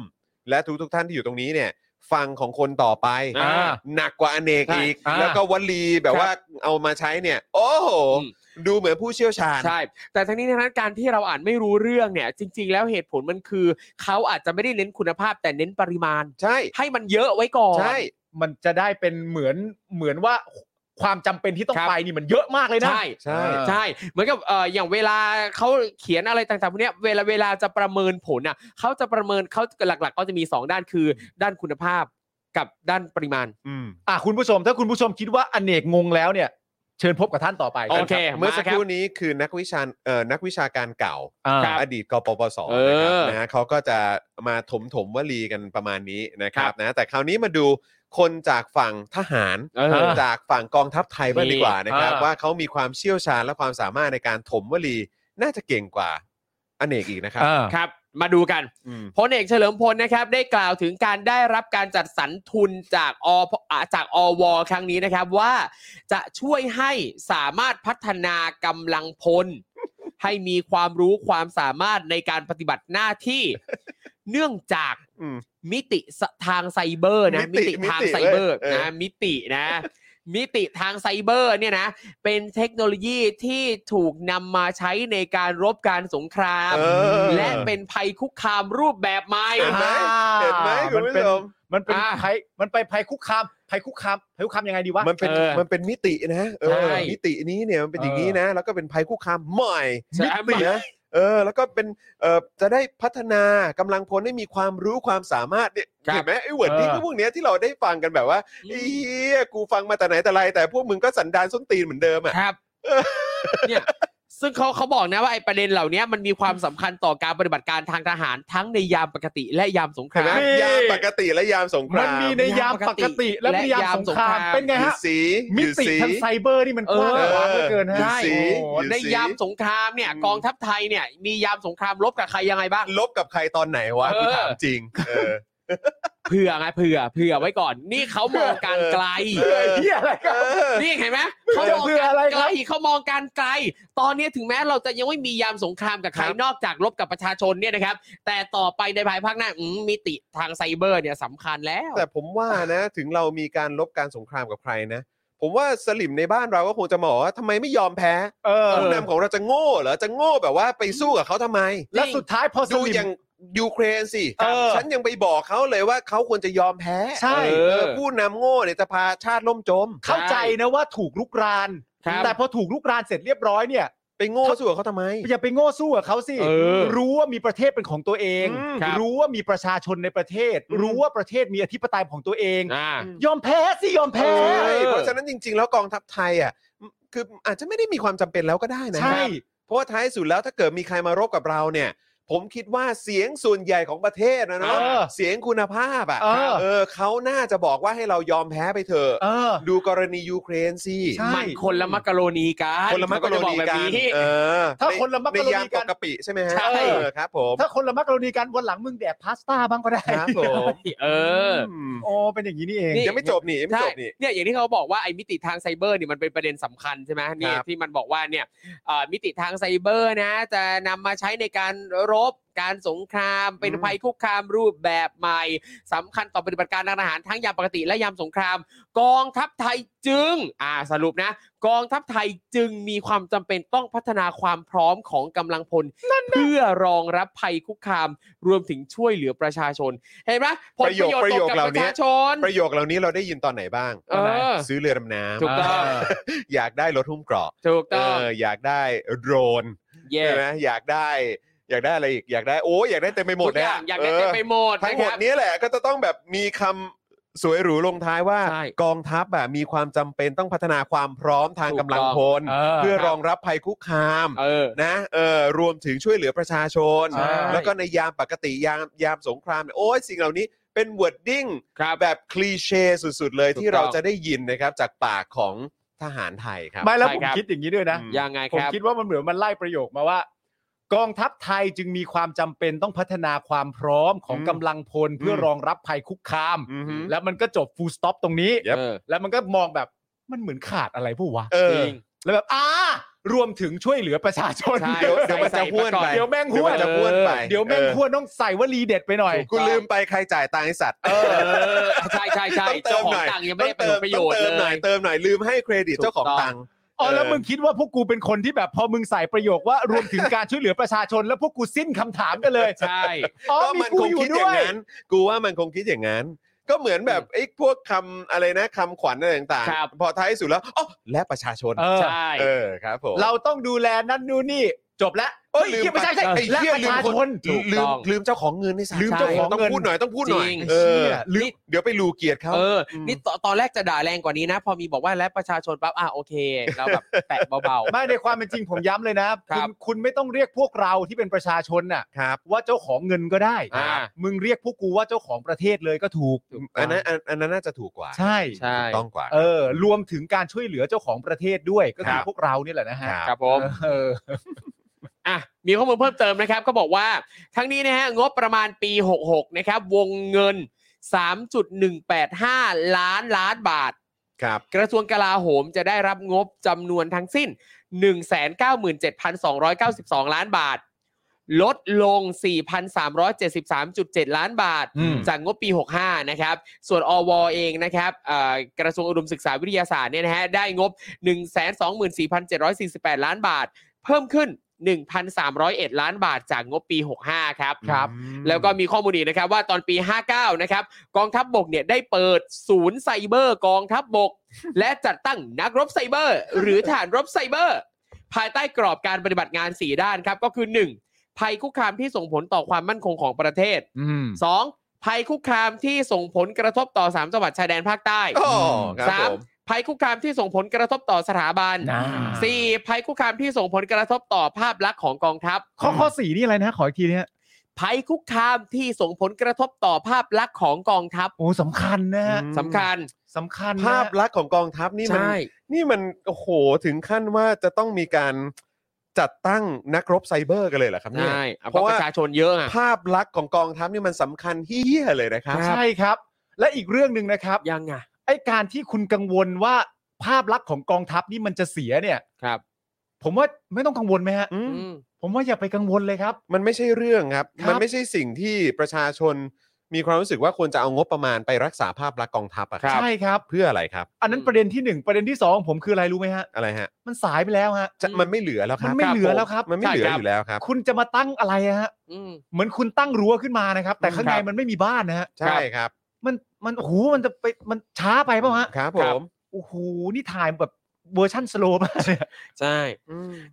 และทุกทุกๆท่านที่อยู่ตรงนี้เนี่ย ฟังของคนต่อไป อ่า หนักกว่าอเนก ใช่ อีก อ่า แล้วก็วลีแบบ ครับ ว่าเอามาใช้เนี่ย โอ้โห อืม ดูเหมือนผู้เชี่ยวชาญ ใช่ แต่ทั้งนี้ทั้งนั้นการที่เราอ่านไม่รู้เรื่องเนี่ย จริง ๆ แล้วเหตุผลมันคือ เขาอาจจะไม่ได้เน้นคุณภาพแต่เน้นปริมาณ ใช่ ให้มันเยอะไว้ก่อน ใช่ มันจะได้เป็นเหมือนเหมือนว่าความจำเป็นที่ต้อง ครับ ไปนี่มันเยอะมากเลยนะ ใช่ ใช่ เออ ใช่ เหมือนกับเอ่ออย่างเวลาเขาเขียนอะไรต่างๆพวกเนี้ยเวลาเวลาจะประเมินผลน่ะเขาจะประเมินเขาหลักๆ ก็จะมีสองด้านคือ ด้านคุณภาพกับด้านปริมาณ อืม อ่ะคุณผู้ชมถ้าคุณผู้ชมคิดว่าอเนกงงแล้วเนี่ย เชิญพบกับท่านต่อไป โอเค เมื่อสักครู่นี้คือนักวิชาเอ่อนักวิชาการเก่า อ่า ครับ อดีตกปปส เอนะอครับนะฮะเขาก็จะมาถมถมวลีกันประมาณนี้นะครับนะแต่คราวนี้มาดูคนจากฝั่งทหาร เออ จากฝั่งกองทัพไทยบ้าง นี่ ดีกว่านะครับ อ่า ว่าเขามีความเชี่ยวชาญและความสามารถในการถมวลีน่าจะเก่งกว่า อเนกอีกนะครับ เออ ครับ มาดูกัน ม พลเอกเฉลิมพลนะครับได้กล่าวถึงการได้รับการจัดสรรทุนจากออ่าจากอว ครั้งนี้นะครับว่าจะช่วยให้สามารถพัฒนากำลังพล ให้มีความรู้ความสามารถในการปฏิบัติหน้าที่ เนื่องจาก อืม มิติสทางไซเบอร์นะ มิ มิ ติ ติทาง มิติ ไซเบอร์ เว้ยเออ นะมิตินะ มิติทางไซเบอร์เนี่ยนะ เป็นเทคโนโลยีที่ถูกนำมาใช้ในการรบการสงคราม เออ และเป็นภัยคุกคามรูปแบบใหม่ เห็นไหม เห็นไหมคุณผู้ชม มันเป็น อ่า ภัยมันไปภัยคุกคามภัยคุกคามภัยคุกคามยังไงดีวะ มันเป็น เออ มันเป็นมิตินะเอ ใช่ อมิตินี้เนี่ยมันเป็นอย่างนี้นะ แล้วก็เป็นภัยคุกคามใหม่ ใช่ไหม มิตินะเออ แล้วก็เป็นเออจะได้พัฒนากำลังพลให้มีความรู้ความสามารถเนี่ยเห็นไหมไอ้เวิร์ด เออ นี้ก็พวกเนี้ยที่เราได้ฟังกันแบบว่าเอียกูฟังมาแต่ไหนแต่ไรแต่พวกมึงก็สันดานส้นตีนเหมือนเดิมอ่ะ ครับเนี่ยซึ่งเขาเขาบอกนะว่าไอ้ประเด็นเหล่านี้มันมีความสำคัญต่อการปฏิบัติการทางทหารทั้งในยามปกติและยามสงค เห็น รา ไหม ม นี่ ยามปกติและยามสงค มั ราน ม มีในยามปกติและมียามสงคราม และยามสงคราม เป็นไง อยู่ ฮะ สี มิ อยู่ ติ สี ทางไซเบอร์นี่มันกว้าง เออ ขวางเหลือเกินฮะ ดูสิ โอ้โห อยู่ ใน สิ ยามสงครามเนี่ย อืม กองทัพไทยเนี่ยมียามสงครามรบกับใครยังไงบ้าง ลบกับใครตอนไหนวะ เออ กูถามจริงเออ เผื่อไงเผื่อเผื่อไว้ก่อน นี่เขามองการไกล เออ เหียอะไรกัน นี่เห็นไหม เบื่ เขา อ มอง เบื่อ การ อะไรคไกล รับ เขามองการไกล ตอนนี้ถึงแม้เราจะยังไม่มียามสงครามกับใคครรับ นอกจากรบกับประชาชนเนี่ยนะครับ แต่ต่อไปในภายภาคหน้าอืมมิติทางไซเบอร์เนี่ยสำคัญแล้ว แต่ผมว่านะถึงเรามีการลบการสงครามกับใครนะ ผมว่าสลิมในบ้านเราก็คงจะมาบอกว่าทำไมไม่ยอมแพ้ เออ ผู้นำของเราจะโง่เหรอจะโง่แบบว่าไปสู้กับเขาทำไม แล้วสุดท้ายพอส ดู ลิ อย่าม งยูเครนสิ เออ ฉันยังไปบอกเขาเลยว่าเขาควรจะยอมแพ้ ใช่ เออผู้นำโง่เนี่ยจะพาชาติล่มจม เข้าใจนะว่าถูกลุกราน ครับ แต่พอถูกลุกรานเสร็จเรียบร้อยเนี่ย ไปโง่สู้กับเขาทำไม อย่าไปโง่สู้กับเขาสิ เออ รู้ว่ามีประเทศเป็นของตัวเอง อืม ครับ รู้ว่ามีประชาชนในประเทศ อืม รู้ว่าประเทศมีอธิปไตยของตัวเอง อ่า ยอมแพ้สิยอมแพ้ ใช่เพราะฉะนั้นจริง ๆ แล้วกองทัพไทยอ่ะคืออาจจะไม่ได้มีความจำเป็นแล้วก็ได้นะ ใช่ เพราะว่าท้ายสุดแล้วถ้าเกิดมีใครมารบกับเราเนี่ย ผมคิดว่าเสียงส่วนใหญ่ของประเทศนะเนาะ เออ เสียงคุณภาพอ่ะ เออ เออเขาน่าจะบอกว่าให้เรายอมแพ้ไปเถอะ เออ ดูกรณียูเครนสิ ใช่ มันคนละมักกะโรนีกัน คนละมักกะโร เขาจะบอ นี แบบ กัน นี้ เออ ถ้าคนละมักกะโรนีกัน ในยามปกติใช่ไหมฮะ ใช่ เออครับผม ถ้าคนละมักกรณีกันวันหลังมึงแดกพาสต้าบ้างก็ได้ ครับผม เออ ม โอ้เป็นอย่างนี้นี่เอง นี่ ยังไม่จบนี่ยังไม่ ใช่ จบนี่ เนี่ยอย่างที่เขาบอกว่าไอ้มิติทางไซเบอร์เนี่ยมันเป็นประเด็นสำคัญใช่ไหมเนี่ย ครับ ที่มันบอกว่าเนี่ยเอ่อมิติทางไซเบอร์นะ จะนำมาใช้ในการรบการสงคราม เป็น อืม ภัยคุกคามรูปแบบใหม่สำคัญต่อปฏิบัติการทางทหารทั้งยามปกติและยามสงคราม กองทัพไทยจึง อ่าสรุปนะ กองทัพไทยจึงมีความจำเป็นต้องพัฒนาความพร้อมของกำลังพล เพื่อรองรับภัยคุกคามรวมถึงช่วยเหลือประชาชนเห็นไหมผลประโยชน์ตกกับประชาชน ประโยคเหล่านี้เราได้ยินตอนไหนบ้าง เออ ซื้อเรือดำน้ำ ถูกต้อง อยากได้รถหุ้มเกราะ ถูก เอ ต้อง ออยากได้โดรน เย่ ใช่ไหมอยากได้ อยากได้อะไรอีกอยากได้โอ้ยอยากได้เต็มไปหม ทุ ด ก นะ อย่างอยากได้เต็มไปหมด ทั้งหมด นะครับ นี้แหละก็จะต้องแบบมีคำสวยหรูลงท้ายว่า ใช่ กองทัพอะมีความจำเป็นต้องพัฒนาความพร้อมทาง ถูก กำลัง ต้อง พล เออ เพื่อรองรับภัยคุกคาม เออ นะเออรวมถึงช่วยเหลือประชาชน ใช่ แล้วก็ในยามปกติยามยามสงครามเนี่ยโอ้ยสิ่งเหล่านี้เป็นวอร์ดดิ้ง ครับ แบบคลีเช่สุด ๆ เลย ถูกต้อง ที่เราจะได้ยินนะครับจากปากของทหารไทยครับ ไม่แล้ว ใช่ ผม ครับ คิดอย่างนี้ด้วยนะ อื ยังไง ผ ค ม รับ คิดว่ามันเหมือนมันไล่ประโยคมาว่า กองทัพไทยจึงมีความจำเป็นต้องพัฒนาความพร้อมของ อืม กำลังพลเพื่ออ ม รองรับภัยคุกคาม อือฮึ แล้วมันก็จบฟูลสต็อปตรงนี้ Yep เออ แล้วมันก็มองแบบมันเหมือนขาดอะไรผู้วะ เออจริง แล้วแบบอ่ารวมถึงช่วยเหลือประชาชน ใช่ เดี๋ยวเดี๋ยวมันจะห้วนไป เดี๋ยวแม่งห้วน เดี๋ยมันจะห้วนไป เดี๋ยวแม่งควรต้องใส่ว่ารีเด็ดไปหน่อย กูลืมไปใครจ่ายตังค์ไอ้สัตว์ เออใช่ใช่ใช่ ต้องเติ เจ้ามหของ น่อย ตังค์ยังไม่ได้ ต้องเติม ประโยชน์ ต้องเติมห เล น่อย ย เติมหน่อยลืมให้เครดิต ถูกต้อง เจ้าของตังค์ อ๋อแล้ว เออ มึงคิดว่าพวกกูเป็นคนที่แบบพอมึงใส่ประโยคว่ารวมถึงการช่วยเหลือประชาชน แล้วพวกกูสิ้นคำถามกันเลย ใช่ อ๋อ ก็ มี มัน กู คง อยู่ คิดอ ด้ ย่าว ง ย นั้น กูว่ามันคงคิดอย่างนั้น ก็เหมือนแบบไอ้พวกคำอะไรนะคำขวัญอะไรต่าง ครับ ๆ พอท้ายสุดแล้วอ๋อและประชาชน เออ ใช่ เออครับผม เราต้องดูแลนั่นนู่นนี่ จบแล้ว เอ้ยเฮ้ย ลืม เหี้ย ไป ไม่ใช่ไม่ใช่ ไอ้ และ เหี้ย ประ ลืม ชา คน ชน ลืมลืมลืมเจ้าของเงินไอ้สัตว์ ลืมเจ้าของ ต้อง เงิน พูดหน่อยต้องพูดหน่อย จริง เออ นี่ เดี๋ยวไปรูเกียรติเขา เออ นี่ตตอนแรกจะด่าแรงกว่านี้นะ พอมีบอกว่าและประชาชนปั๊บอ่ะโอเค เราแบบแตะเบา ไม่ในความเป็นจริงผมย้ำเลยนะ ครั คุณ บ คุณไม่ต้องเรียกพวกเราที่เป็นประชาชนน่ะ ครับ ว่าเจ้าของเงินก็ได้ อ่า มึงเรียกพวกกูว่าเจ้าของประเทศเลยก็ถูก ๆ อันนั้นอันอันนั้นน่าจะถูกกว่า ใช่ ใช่ ถูกต้องกว่า เออ รวมถึงการช่วยเหลือเจ้าของประเทศด้วยก็คคือ รับ พวกเราเนี่ยแหละนะฮะ ครับผม เออ อ่ะมีข้อมูลเพิ่มเติมนะครับก็บอกว่าทั้งนี้นะฮะงบประมาณปี 66 นะครับ วงเงิน 3.185 ล้านล้านบาท ครับ กระทรวงกลาโหมจะได้รับงบจำนวนทั้งสิ้น 197,292 ล้านบาท ลดลง 4,373.7 ล้านบาท อืม จากงบปี 65 นะครับ ส่วนอวเองนะครับเอ่อกระทรวงอุดมศึกษาวิทยาศาสตร์เนี่ยนะฮะได้งบ 124,748 ล้านบาท เพิ่มขึ้น 1,301 ล้านบาทจากงบปี 65 ครับ แล้วก็มีข้อมูลอีกนะครับว่าตอนปี 59 นะครับกองทัพบบกเนี่ยได้เปิดศูนย์ไซเบอร์กองทัพบบก และจัดตั้งนักรบไซเบอร์ หรือฐานรบไซเบอร์ ภายใต้กรอบการปฏิบัติงาน 4 ด้านครับ ก็คือ 1. ภัยคุกคามที่ส่งผลต่อความมั่นคงของประเทศ อืม 2. ภัยคุกคามที่ส่งผลกระทบต่อ 3 จังหวัดชายแดนภาคใต้ โอ้ครับ สาม ผม ภัยคุกคามที่ส่งผลกระทบต่อสถาบัน อ่า สี่ภัยคุกคามที่ส่งผลกระทบต่อภาพลักษณ์ของกองทัพ ข้อข้อสี่นี่อะไรนะขออีกทีเนี่ย ภัยคุกคามที่ส่งผลกระทบต่อภาพลักษณ์ของกองทัพ โอ้สำคัญนะฮะ อืม สำคัญ สำคัญนะ ภาพลักษณ์ของกองทัพนี่มัน ใช่ นี่มันโอ้โหถึงขั้นว่าจะต้องมีการจัดตั้งนักรบไซเบอร์กันเลยเหรอครับเนี่ย ใช่เอา เพราะ ก็ ว่า ประชาชนเยอะอะ ภาพลักษณ์ของกองทัพนี่มันสำคัญเฮี้ยเลยนะครับ ใช่ ใช่ครับ และอีกเรื่องหนึ่งนะครับ ยังไง ไอการที่คุณกังวลว่าภาพลักษณ์ของกองทัพนี่มันจะเสียเนี่ย ครับ ผมว่าไม่ต้องกังวลไหมฮะ อืม อืม ผมว่าอย่าไปกังวลเลยครับ มันไม่ใช่เรื่องครับ ครับ มันไม่ใช่สิ่งที่ประชาชนมีความรู้สึกว่าควรจะเอางบประมาณไปรักษาภาพลักษณ์กองทัพอะ ครับ ใช่ครับ เพื่ออะไรครับ อันนั้น อืม ประเด็นที่หนึ่งประเด็นที่สองของผมคืออะไรรู้ไหมฮะ อะไรฮะ มันสายไปแล้วฮะ จะ อืม มันไม่เหลือแล้วค มั รับ นไม่เหลือแล้วครับ มันไม่เหลืออยู่แล้วครับ คุณจะมาตั้งอะไรฮะ อืม เหมือนคุณตั้งรั้วขึ้นมานะครับ แต่ข้างใน ครับ มันไม่มีบ้านนะฮะ ใช่ครับ มันมันโอ้โหมันจะไปมันช้าไปเปล่าฮะ ครับผม โอ้โหนี่ถ่ายแบบเวอร์ชั่นสโลว์มากเลยอะ ใช่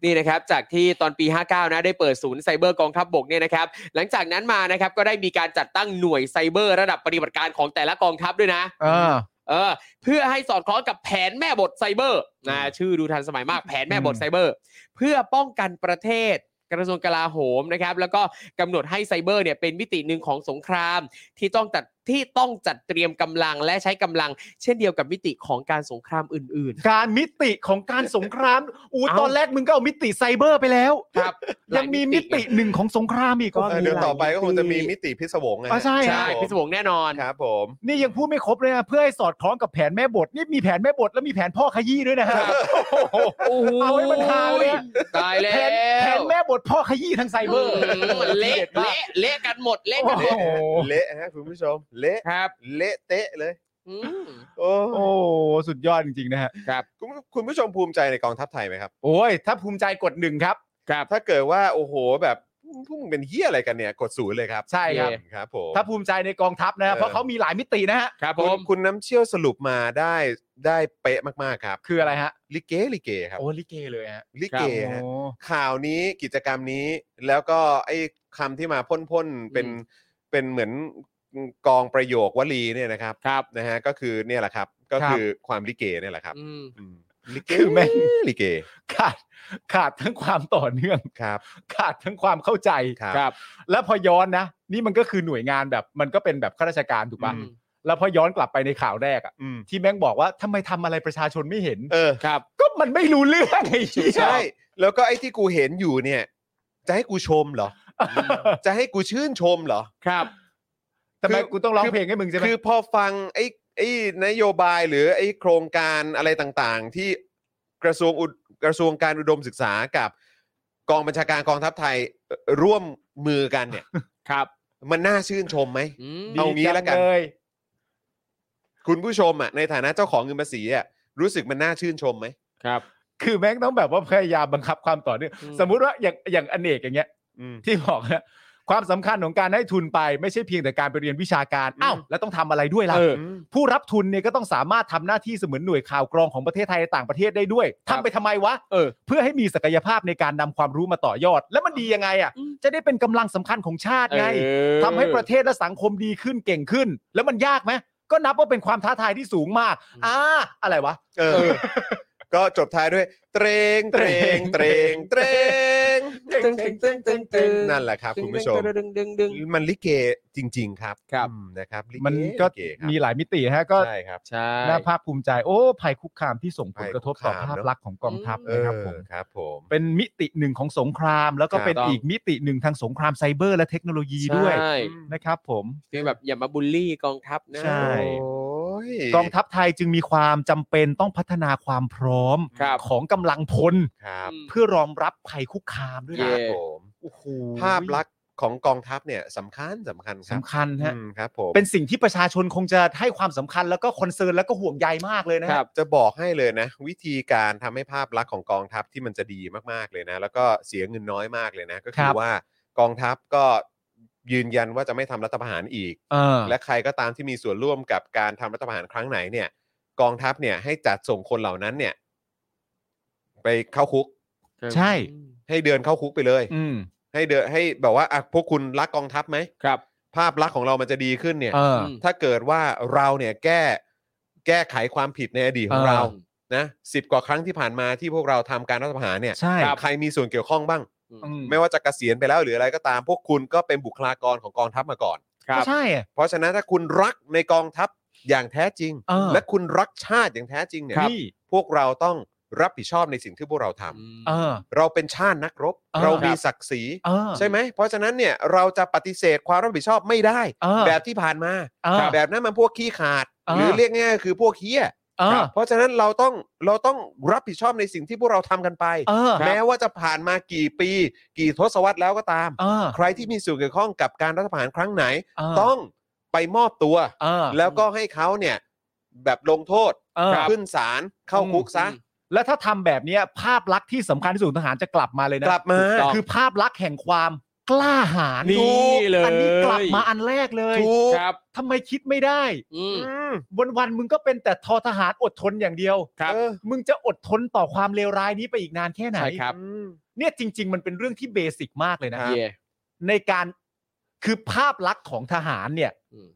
นี่นะครับ จากที่ตอนปี 59 นะ ได้เปิดศูนย์ไซเบอร์กองทัพบบกเนี่ยนะครับ หลังจากนั้นมานะครับ ก็ได้มีการจัดตั้งหน่วยไซเบอร์ระดับปฏิบัติการของแต่ละกองทัพด้วยนะ เออเพื่อให้สอดคล้องกับแผนแม่บทไซเบอร์นะชื่อดูทันสมัยมากแผนแม่บทไซเบอร์ เพื่อป้องกันประเทศกระทรวงกลาโหมนะครับ แล้วก็กำหนดให้ไซเบอร์เนี่ยเป็นมิติหนึ่งของสงคราม ที่ต้องจัดที่ต้องจัดเตรียมกำลังและใช้กำลัง เช่นเดียวกับมิติของการสงครามอื่น การมิติของการสงคราม อู เอ้า ตอนแรกมึงก็เอามิติไซเบอร์ไปแล้ว ๆ ครับ ยังมีมิติหนึ่งของสงครามอีก เออเดี๋ยวต่อไปก็คงจะมีมิติพิศวงนะฮะ อ๋อใช่ ใช่ ฮะ ใช่พิศวงแน่นอน ครับผม นี่ยังพูดไม่ครบเลยนะเพื่อให้สอดคล้องกับแผนแม่บท นี่มีแผนแม่บทแล้วมีแผนพ่อขยี้ด้วยนะฮะ โอ้โห เอาให้มันฮาเลยอะ ตายแล้ว แผนแผนแม่บทพ่อขยี้ทางไซเบอร์ มันเละเละเละกันหมดเละกันหม เละ ด ฮะเละฮะคุณผู้ชม เละ ครับ เละเตะเลย อืม โอ้ โอ้สุดยอดจริงๆนะฮะ คุณคุณผู้ชมภูมิใจในกองทัพไทยไหมครับ โอ้ยถ้าภูมิใจกดหนึ่งครับ ถ้าเกิดว่าโอ้โหแบบพวกมึงเป็นเฮี้ยอะไรกันเนี่ยกดศูนย์เลยครับ ใช่ครับ ครับผม ถ้าภูมิใจในกองทัพนะ เอ ฮะ อ เพราะเขามีหลายมิตินะฮะ ครับผ คุณ ม คุณน้ำเชี่ยวสรุปมาได้ได้เป๊ะมากๆครับ คืออะไรฮะ ลิเกลิเกครับ โอ้ลิเกเลยฮะ ลิเก โอ้ ฮะข่าวนี้กิจกรรมนี้แล้วก็ไอ้คำที่มาพ่นๆเป็น อืม เป็นเหมือนกองประโยควลีเนี่ยนะครับ ครับ นะฮะก็คือเนี่ยแหละครับก็คือความลิเกเนี่ยแหละครับ อืม อืมลิเก คือแม่ง ลิเก ขาดขาดทั้งความต่อเนื่อง ครับ ขาดทั้งความเข้าใจ ครับ ครับ แล้วพอย้อนนะ นี่มันก็คือหน่วยงานแบบมันก็เป็นแบบข้าราชการถูกปะ อืม แล้วพอย้อนกลับไปในข่าวแรกอะ อืม ที่แม่งบอกว่าทำไมทำอะไรประชาชนไม่เห็น เออ ครับ ก็มันไม่รู้เรื่องไอ้เหี้ย ใช่ แล้วก็ไอ้ที่กูเห็นอยู่เนี่ย จะให้กูชมเหรอ จะให้กูชื่นชมเหรอ ครับ ทำไมกูต้องร้องเพลงให้มึงใช่ไหม คือพอฟังไอ้ไอ้นโยบายหรือไอ้โครงการอะไรต่างๆ ที่กระทรวงอุดกระทรวงการอุดมศึกษากับกองบัญชาการกองทัพไทยเอ่อร่วมมือกันเนี่ย ครับ มันน่าชื่นชมไหม อืม เอางี้ละกัน ดีจังเลย คุณผู้ชมอ่ะในฐานะเจ้าของเงินภาษีอ่ะรู้สึกมันน่าชื่นชมไหม ครับ คือแม่งต้องแบบว่าพยายามบังคับความต่อเนื่อง อืม สมมุติว่าอย่างอย่างอเนกอย่างเงี้ย อืม ที่บอกนะความสำคัญของการให้ทุนไปไม่ใช่เพียงแต่การไปเรียนวิชาการ อืม อ้าวแล้วต้องทำอะไรด้วยล่ะ เออ ผู้รับทุนเนี่ยก็ต้องสามารถทำหน้าที่เสมือนหน่วยข่าวกรองของประเทศไทยในต่างประเทศได้ด้วย ครั ทำ บ ไปทำไมวะ เออ เพื่อให้มีศักยภาพในการนำความรู้มาต่อยอด แล้วมันดียังไงอ่ะ อืม จะได้เป็นกำลังสำคัญของชาติไง เออ ทำให้ประเทศและสังคมดีขึ้นเก่งขึ้น แล้วมันยากไหมก็นับว่าเป็นความท้าทายที่สูงมากอ่าอะไรวะ เออ ก็จบท้ายด้วยเตรงเตรงเตรงเตรง ตึงตึงตึงตึงตึง นั่นแหละครับ คุณผู้ชม ดึงดึงดึง มันลิเกจริง ๆ ครับ ครับ อืมนะครับลิเ มันก็ ลิเครับ มีหลายมิติฮะก็ ใช่ครับ ใช่ น่าภาคภูมิใจ โอ้ภัยคุกคามที่ส่งผลกระทบต่อ ภัยคุกคาม ภาพลักษณ์ของกองทัพ เออ นะครับผม ครับผม เป็นมิติหนึ่งของสงคราม แล้วก็ ครับ เป็นอีกมิติหนึ่งทางสงครามไซเบอร์และเทคโนโลยีด้วย ใช่ นะครับผม คือแบบอย่ามาบูลลี่กองทัพนะ ใช่ โอ้ย กองทัพไทยจึงมีความจำเป็นต้องพัฒนาความพร้อม ครับ ของกำลังพล ครับ อืม เพื่อรองรับภัยคุกคามด้วย ค นะ รับ เย่ ผม โอ้โห ภาพลักษณ์ของกองทัพเนี่ยสำคัญสำคัญครับ สำคัญฮะ อืมครับผม เป็นสิ่งที่ประชาชนคงจะให้ความสำคัญแล้วก็คอนเซิร์นแล้วก็ห่วงใยมากเลยนะฮะ ครับ จะบอกให้เลยนะ วิธีการทำให้ภาพลักษณ์ของกองทัพที่มันจะดีมากๆเลยนะ แล้วก็เสียเงินน้อยมากเลยนะ ก็คื ครั อบ ว่ากองทัพก็ยืนยันว่าจะไม่ทำรัฐประหารอีก เออ และใครก็ตามที่มีส่วนร่วมกับการทำรัฐประหารครั้งไหนเนี่ย กองทัพเนี่ยให้จัดส่งคนเหล่านั้นเนี่ย ไปเข้าคุก ใช่ ให้เดินเข้าคุกไปเลย อืม ให้เดินให้แบบว่าอ่ะพวกคุณรักกองทัพไหม ครับ ภาพลักษณ์ของเรามันจะดีขึ้นเนี่ย เออ ม ถ้าเกิดว่าเราเนี่ยแก้แก้ไขความผิดในอดีตของ เออ เรานะสิบกว่าครั้งที่ผ่านมาที่พวกเราทำการรัฐประหารเนี่ย ใช่ ใครมีส่วนเกี่ยวข้องบ้าง อืม ไม่ว่าจะเกษียณไปแล้วหรืออะไรก็ตาม พวกคุณก็เป็นบุคลากรของกองทัพมาก่อน ครับ ก็ใช่อะ เพราะฉะนั้นถ้าคุณรักในกองทัพอย่างแท้จริง เออ และคุณรักชาติอย่างแท้จริงเนี่ย นี่ พวกเราต้องรับผิดชอบในสิ่งที่พวกเราทำ เออ เราเป็นชาตินักรบ เออ เรามีศักดิ์ศรี เออ ใช่ไหมเพราะฉะนั้นเนี่ยเราจะปฏิเสธความรับผิดชอบไม่ได้ เออ แบบที่ผ่านมา เออ แบบนั้นมันพวกขี้ขาด เออ หรือเรียกง่ายๆคือพวกเฮี้ย เออ เพราะฉะนั้นเราต้องเราต้องรับผิดชอบในสิ่งที่พวกเราทำกันไป เออ แม้ว่าจะผ่านมากี่ปี กี่ทศวรรษแล้วก็ตาม เออ ใครที่มีส่วนเกี่ยวข้องกับการรัฐประหารครั้งไหน เออ ต้องไปมอบตัว เออ แล้วก็ให้เขาเนี่ยแบบลงโทษ เออ ขึ้นศาลเข้าคุกซะ อืม แล้วถ้าทำแบบเนี้ย ภาพลักษณ์ที่สำคัญที่สุดของทหารจะกลับมาเลยนะ กลับมา ถูต้องคือภาพลักษณ์แห่งความกล้าหาญ นี่เลย อันนี้กลับมาอันแรกเลย ถูก ครับ ทำไมคิดไม่ได้ อืม อืม วันวันๆมึงก็เป็นแต่ทอทหารอดทนอย่างเดียว ครับ เออ มึงจะอดทนต่อความเลวร้ายนี้ไปอีกนานแค่ไหน ใช่ครับ อืม เนี่ยจริง ๆ มันเป็นเรื่องที่เบสิกมากเลยนะ ครั เย่ ในการคือภาพลักษณ์ของทหารเนี่ย อืม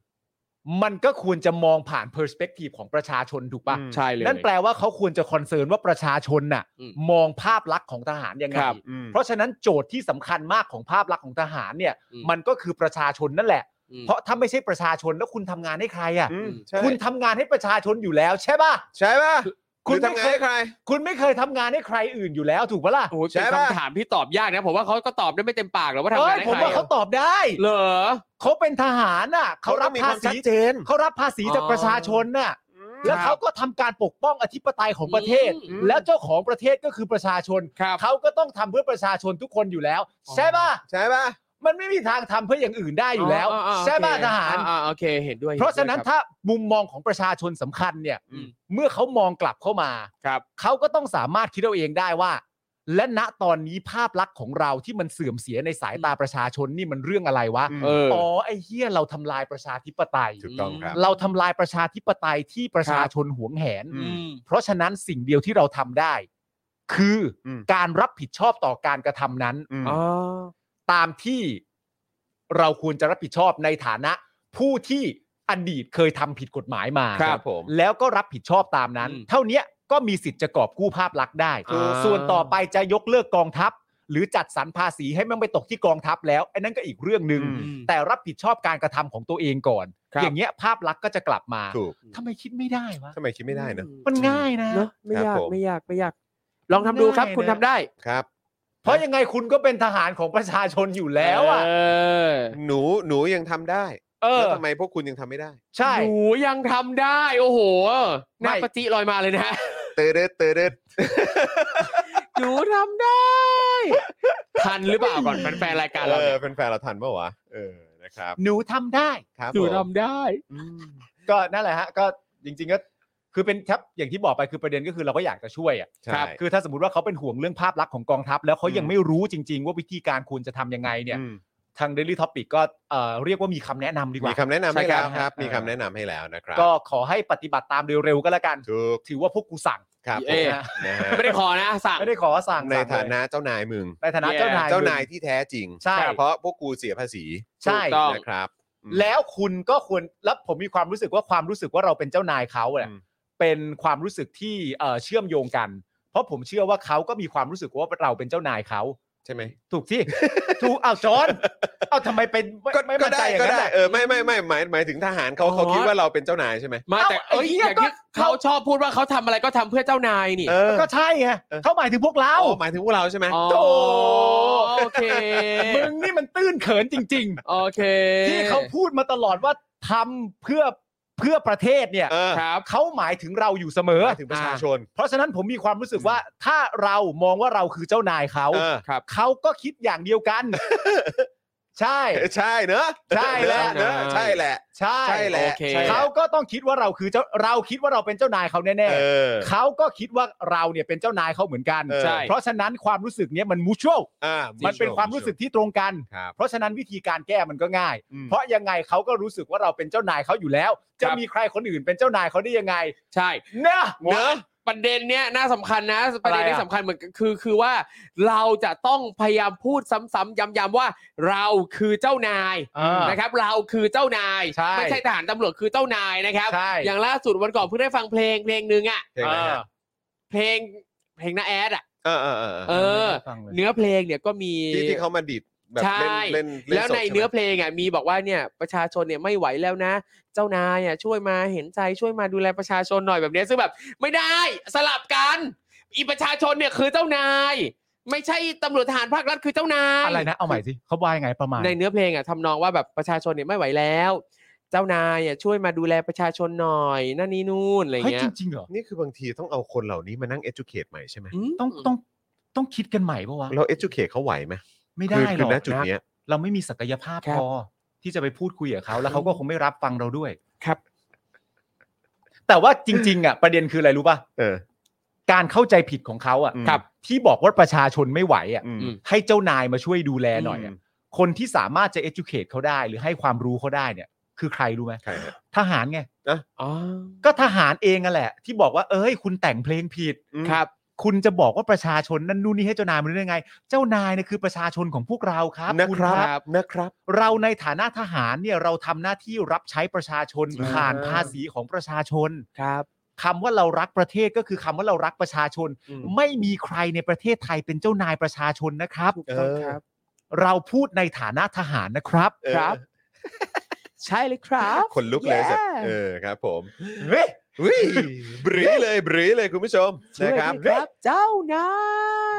มันก็ควรจะมองผ่านเพอร์สเปกทีฟของประชาชนถูกปะ อืม ใช่เลย นั่นแปลว่าเขาควรจะคอนเซิร์นว่าประชาชนน่ะ อืม มองภาพลักษณ์ของทหารยังไง ครับ อืม เพราะฉะนั้นโจทย์ที่สำคัญมากของภาพลักษณ์ของทหารเนี่ย อืม มันก็คือประชาชนนั่นแหละ อืม เพราะถ้าไม่ใช่ประชาชนแล้วคุณทำงานให้ใครอ่ะ อืมใช่ คุณทำงานให้ประชาชนอยู่แล้วใช่ปะ ใช่ป่ะ คุณ หรือทำ ไม่ งาน เคย ให้ใคร คุณไม่เคยทำงานให้ใครอื่นอยู่แล้วถูกปะล่ะ โอ้โห ใช่ เป็น ปะ คำถามที่ตอบยากนะ ผมว่าเขาก็ตอบได้ไม่เต็มปากหรอกว่าทำ เอ้ งาย นให้ ผม ใคร ว่าเขาตอบได้ เหรอ เขาเป็นทหารน่ะเขารับ ต้องมีภาวคาม ษี ชัดเจน เขารับภาษีจาก อ๋อ ประชาชนน่ะ ม แล้วเขาก็ทำการปกป้องอธิปไตยของประเทศ อืม แล้วเจ้าของประเทศก็คือประชาชน ครับ เขาก็ต้องทำเพื่อประชาชนทุกคนอยู่แล้ว ใช่ป่ะ ใช่ป่ะ มันไม่มีทางทำเพื่ออย่างอื่นได้อยู่แล้ว าๆๆ ใช่ป่ะ โอเค ทหาร อ่ๆโอเคเห็นด้วย เพราะฉะนั้น ห็ด้วยคบ ถ้ามุมมองของประชาชนสำคัญเนี่ย อืม เมื่อเขามองกลับเข้ามา ครับ เขาก็ต้องสามารถคิดเอาเองได้ว่า และณตอนนี้ภาพลักษณ์ของเราที่มันเสื่อมเสียในสายตาประชาชนนี่มันเรื่องอะไรวะ อืม เออ อ๋อไอ้เหี้ยเราทำลายประชาธิปไตย ถูกต้องครับ เราทำลายประชาธิปไตยที่ประชาชนหวงแหน อืม เพราะฉะนั้นสิ่งเดียวที่เราทำได้ คืออ ม การรับผิดชอบต่อการกระทำนั้น อืม อ๋อ ตามที่เราควรจะรับผิดชอบในฐานะ ผู้ที่อดีตเคยทำผิดกฎหมายมา ครับผม แล้วก็รับผิดชอบตามนั้น อืม เท่าเนี้ยก็มีสิทธิ์จะกอบกู้ภาพลักษณ์ได้ อ่า ส่วนต่อไปจะยกเลิกกองทัพ หรือจัดสรรภาษีให้มันไปตกที่กองทัพแล้วไอ้นั่นก็อีกเรื่องหนึง่ง อื อืม แต่รับผิดชอบการกระทำของตัวเองก่อน ครับ อย่างเงี้ยภาพลักษณ์ก็จะกลับมา ถูก ทำไมคิดไม่ได้วะ ทำไมคิดไม่ได้นะ มันง่ายนะ เนอะไม่ ครับ ยาก ผม ไม่ยากไม่ยาก ลองทำดูครับ ง่ายนะ คุณทำได้ ครับ เพราะยังไงคุณก็เป็นทหารของประชาชนอยู่แล้วอ่ะ เอ หนูหนูยังทำได้ เอ แล้ อ วทำไมพวกคุณยังทำไม่ได้ ใช่ หนูยังทำได้ โอ้โหหน้า ไม่ ปฏิลอยมาเลยนะ เตอร์เดดเตอร์เดด หนูทำได้ ทันหรือเปล่าก่อนแฟนๆรายการเรา เอ เนี่ อย เป็นแฟนเราทันปะวะเออนะครับ หนูทำได้ ครับ หนู ผม ทำได้ อืม ก็นั่นแหละฮะก็จริง ๆ ก็คือเป็นครับอย่างที่บอกไปคือประเด็นก็คือเราก็อยากจะช่วยอ่ะ ใช่ คือถ้าสมมติว่าเขาเป็นห่วงเรื่องภาพลักษณ์ของกองทัพ แล้วเขายั อื ง ม ไม่รู้จริง ๆ ว่าวิธีการควรจะทำยังไงเนี่ย อืม ทาง Daily Topic ก็เอ่อเรียกว่ามีคำแนะนำดีก มี ว่า คำแนะนำ ใช่ ให้ ครั แล้ว บ ครับ เออ มีคำแนะนำให้แล้วนะครับ ก็ขอให้ปฏิบัติตามเร็วๆก็แล้วกัน ถูก ถือว่าพวกกูสั่ง ครับผ เอ๊ะ มนะฮะ ไม่ได้ขอนะสั่ง ไม่ได้ขอสั่ง ใน สั่ ฐาง เลย นะเจ้านายมึง ในฐานะ Yeah เจ้านาย เจ้านาย มึง ที่แท้จริง ใช่ เพราะพวกกูเสียภาษีถูใช่กต้องนะครับอืม แล้วคุณก็ควรแล้วผมมีความรู้สึกว่าความรู้สึกว่าเราเป็นเจ้านายเขาเนี่ย อืม เป็นความรู้สึกที่เอ่อเชื่อมโยงกัน ราะผมเชื่อว่าเขาก็มีความรู้สึกว่าเราเป็นเจ้านายเขา ใช่ไหม ถูก ที่ ถูกเอาจอนเอาทำไมเป็นไม่ไม่ ก็ มั่นใจ ได้ อย่าง ก็ นั้น ได้ น่ะ เออไม่ไม่ไม่หมายหมายถึงทหารเขาเขา อ๋อ คิดว่าเราเป็นเจ้านายใช่ไหม ไมาแต่ เอ้า เอ้ย ไอ้เหี้ อยย่างที่ ก็ เขาชอบพูดว่าเขาทำอะไรก็ทำเพื่อเจ้านายนี่ เออ ก็ใช่ไง เออ เขาหมายถึงพวกเรา อ๋อหมายถึงพวกเราใช่ไหม อ๋อ โถ่ โอเค มึงนี่มันตื้นเขินจริง โอเค ๆ ที่เขาพูดมาตลอดว่าทำเพื่อเพื่อประเทศเนี่ย เออ ครับ เขาหมายถึงเราอยู่เสมอ หมายถึงประชาชน เพราะฉะนั้นผมมีความรู้สึกว่าถ้าเรามองว่าเราคือเจ้านายเขา เออ เขาก็คิดอย่างเดียวกัน ใช่ ใช่เนอะ ใช่แหละ เนอะใช่แหละ ใช่ ใช่แหละ โอเค เขาก็ต้องคิดว่าเราคือเจ้าเราคิดว่าเราเป็นเจ้านายเขาแน่ เออ ๆเขาก็คิดว่าเราเนี่ยเป็นเจ้านายเขาเหมือนกัน เออ ใช่ เพราะฉะนั้นความรู้สึกเนี้ยมันมูชวล อ่า มันเป็นความรู้สึกที่ตรงกัน ครับ เพราะฉะนั้นวิธีการแก้มันก็ง่าย อืม เพราะยังไงเขาก็รู้สึกว่าเราเป็นเจ้านายเขาอยู่แล้ว จะ ครับ มีใครคนอื่นเป็นเจ้านายเขาได้ยังไง ใช่ เนะ เนอะ ประเด็นเนี้ยน่าสำคัญนะประเด็นอะนี้ไรอะ สำคัญเหมือนกันคือคือว่าเราจะต้องพยายามพูดซ้ำๆย้ำๆว่า เราคือเจ้านาย อ่า นะครับ เราคือเจ้านาย ใช่ ไม่ใช่ทหารตำรวจคือเจ้านายนะครับ ใช่ อย่างล่าสุดวันก่อนเพิ่งได้ฟังเพลงเพลงหนึ่งอ่ะ เพลงอะไรฮะ เพลงเพลงน้าแอดอ่ะ เออเออเออเอ เอ อ อ เนื้อเพลงเนี่ยก็มี ที่ที่เขามาดิดแบบเล่น ใช่ เล่นเล่ แล้ว สด ใน ช่ไหม เนื้อเพลงอ่ะมีบอกว่าเนี่ยประชาชนเนี่ยไม่ไหวแล้วนะ เจ้านายอ่ะช่วยมาเห็นใจช่วยมาดูแลประชาชนหน่อยแบบเนี้ยซึ่งแบบไม่ได้สลับกัน อีประชาชนเนี่ยคือเจ้านาย ไม่ใช่ตำรวจทหารภาครัฐคือเจ้านาย อะไรนะเอาใหม่สิเขาว่ายังไงประมาณ ในเนื้อเพลงอ่ะทำนองว่าแบบประชาชนเนี่ยไม่ไหวแล้ว เจ้านายอ่ะช่วยมาดูแลประชาชนหน่อยนั่นนี่นู่นอะไร เฮ้ย เงี้ จ ย ริงๆเหรอ นี่คือบางทีต้องเอาคนเหล่านี้มานั่ง educate ใหม่ใช่ไหม อืม ต้องต้องต้องคิดกันใหม่ปะวะ เรา educate เขาไหวไหม ไม่ได้ คือ หคืรอ อก ณจุด นะ เนี้ย เราไม่มีศักยภาพ ครั พ บ อที่จะไปพูดคุยกับเขาแล้วเขาก็คงไม่รับฟังเราด้วย ครับ แต่ว่าจริง ๆ อ่ะ ประเด็นคืออะไรรู้ป่ะ เออ การเข้าใจผิดของเขาอ่ะ อืม ครับที่บอกว่าประชาชนไม่ไหวอ่ะ อืม อืม ให้เจ้านายมาช่วยดูแลหน่อยอะ อืม คนที่สามารถจะ educate เขาได้หรือให้ความรู้เขาได้เนี่ย คือใครรู้ไหม ใครฮะ ทหารไง อ๋อ ก็ทหารเองนั่นแหละ ที่บอกว่าเอ้ยคุณแต่งเพลงผิด ครับ คุณจะบอกว่าประชาชนนั่นนู่นนี่ให้เจ้านายมันได้ยังไง เจ้านายเนี่ยคือประชาชนของพวกเราครับ นะ ณ ครับนะครับ เราในฐานะทหารเนี่ยเราทำหน้าที่รับใช้ประชาชน อ่า ผ่านภาษีของประชาชน ครับ คำว่าเรารักประเทศก็คือคำว่าเรารักประชาชน อืม ไม่มีใครในประเทศไทยเป็นเจ้านายประชาชนนะครับ ถูกต้อง เออ ครับ เราพูดในฐานะทหารนะครับ เออ ครับ ใช่เลยครับ คนลุกเลยสัตว์ Yeah เออครับผม เฮ้ย อุ้ยบรีเลยบรีเลยคุณผู้ชมนะครับ ช่วยด้วยครับ เจ้านา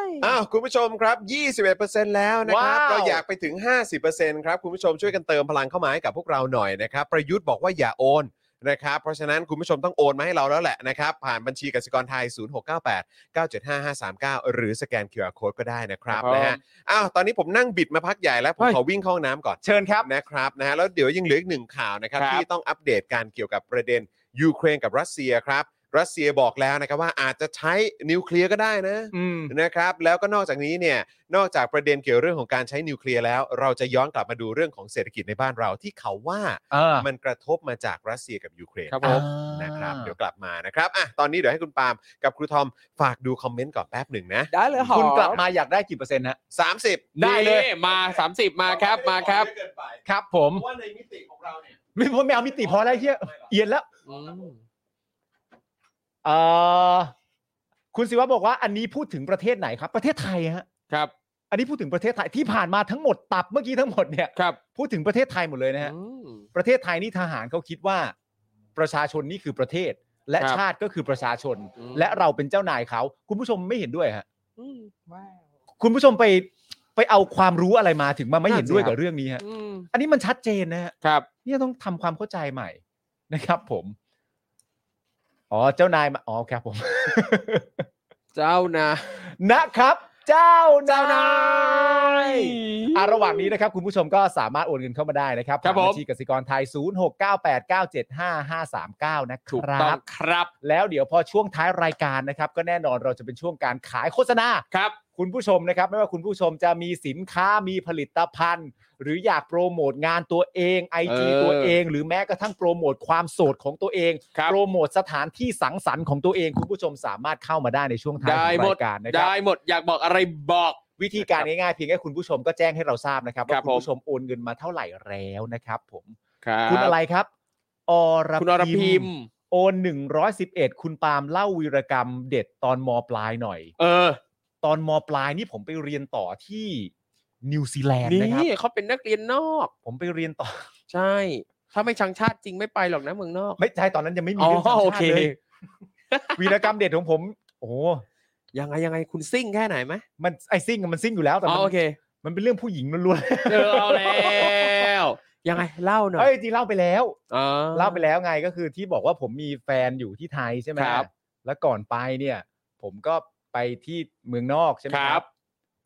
ย อ้าวคุณผู้ชมครับ 21%แล้วนะครับ ว้าว เราอยากไปถึง 50%ครับ คุณผู้ชมช่วยกันเติมพลังเข้ามาให้กับพวกเราหน่อยนะครับ ประยุทธ์บอกว่าอย่าโอนนะครับ เพราะฉะนั้นคุณผู้ชมต้องโอนมาให้เราแล้วแหละนะครับ ผ่านบัญชีกสิกรไทย 0698 975539 หรือสแกน QR Code ก็ได้นะครับนะฮะ อ้าว ตอนนี้ผมนั่งบิดมาพักใหญ่แล้ว ผม เฮ้ย ขอวิ่งเข้าห้องน้ำก่อน เชิญครับ นะครับนะฮะแล้วเดี๋ยวยังเหลืออีกหนึ่งข่าวนะครับ ครับ ที่ต้องอัปเดตการเกี่ยวกับประเด็นยูเครนกับรัสเซียครับ รัสเซียบอกแล้วนะครับว่าอาจจะใช้นิวเคลียร์ก็ได้นะ อืม นะครับแล้วก็นอกจากนี้เนี่ยนอกจากประเด็นเกี่ยวเรื่องของการใช้นิวเคลียร์แล้ว เราจะย้อนกลับมาดูเรื่องของเศรษฐกิจในบ้านเราที่เขาว่า เออ มันกระทบมาจากรัสเซียกับยูเครน ครับ อ่า ผม นะครับเดี๋ยวกลับมานะครับอ่ะตอนนี้เดี๋ยวให้คุณปาล์มกับครูทอมฝากดูคอมเมนต์ก่อนแป๊บหนึ่งนะ ได้เลยหอ คุณกลับมาอยากได้กี่เปอร์เซ็นต์ฮะ 30 ได้เลย นี่ มา 30 มาครับ มาครับ ครับ ผม ว่าในมิติของเราเนี่ย ไม่พอไม่เอามิติพอแล้วเฮียเอียนแล้ว อืม เออคุณศิวะบอกว่าอันนี้พูดถึงประเทศไหนครับ ประเทศไทยฮะ ครับ อันนี้พูดถึงประเทศไทยที่ผ่านมาทั้งหมดตับเมื่อกี้ทั้งหมดเนี่ย ครับ พูดถึงประเทศไทยหมดเลยนะฮะ อืม ประเทศไทยนี่ทหารเขาคิดว่า ประชาชนนี่คือประเทศ และ ครับ ชาติก็คือประชาชน อืม และเราเป็นเจ้านายเขา คุณผู้ชมไม่เห็นด้วยฮะ อืมว้าว คุณผู้ชมไปไปเอาความรู้อะไรมาถึงมาไม่เห็นด้วยกับเรื่องนี้ฮะ อืม อันนี้มันชัดเจนนะฮะ ครับ เนี่ยต้องทำความเข้าใจใหม่ นะครับ ผม อ๋อ เจ้านายมาอ๋อครับผม เจ้านาย นะครับ เจ้านาย เจ้านาย อ่ะระหว่างนี้นะครับ คุณผู้ชมก็สามารถโอนเงินเข้ามาได้นะครับ ครับผม บัญชีกสิกรไทย 0698975539 นะค ถูกต้รัอบงครับ แล้วเดี๋ยวพอช่วงท้ายรายการนะครับ ก็แน่นอนเราจะเป็นช่วงการขายโฆษณา ครับ คุณผู้ชมนะครับ ไม่ว่าคุณผู้ชมจะมีสินค้ามีผลิตภัณฑ์ หรืออยากโปรโมทงานตัวเอง IG เออ ตัวเอง หรือแม้กระทั่งโปรโมทความโสดของตัวเอง ครับ โปรโมทสถานที่สังสรรค์ของตัวเอง คุณผู้ชมสามารถเข้ามาได้ในช่วงท้าย ได้ ของ หมด รายการนะครับ ได้หมดอยากบอกอะไรบอก วิธีการง่ายๆเพียงแค่คุณผู้ชมก็แจ้งให้เราทราบนะครับ ครั ว่า บ คุณผู้ชมโอนเงินมาเท่าไหร่แล้วนะครับ ผม ครับ คุณอะไรครับอร คุณอรพิมพ์ โอน111 คุณปาล์มเล่าวีรกรรมเด็ดตอนมปลายหน่อย เออ ตอนมปลายนี่ผมไปเรียนต่อที่นิวซีแลนด์นะครับ นี่เขาเป็นนักเรียนนอก ผมไปเรียนต่อ ใช่ ถ้าไม่ชังชาติจริงไม่ไปหรอกนะเมืองนอก ไม่ใช่ตอนนั้นยังไม่มี อ๋อ เรื่องสัญ โอ ชา เค ติเลยวีรกรรมเด็ดของผม โอ้โห ยังไงยังไงคุณซิ่งแค่ไหนไหม มันไอซิ่งอะมันซิ่งอยู่แล้วแต่ อ๋อ มัน โอเค มันเป็นเรื่องผู้หญิงล้วน เจอเอาแล้วยังไงเล่าห ๆ น่อ เอ้ ย ยจริงเล่าไปแล้ว อ๋อ เล่าไปแล้วไงก็คือที่บอกว่าผมมีแฟนอยู่ที่ไทยใช่ไหม ครับ แล้วก่อนไปเนี่ย ผมก็ไปที่เมืองนอกใช่ไหม ครับ ครับ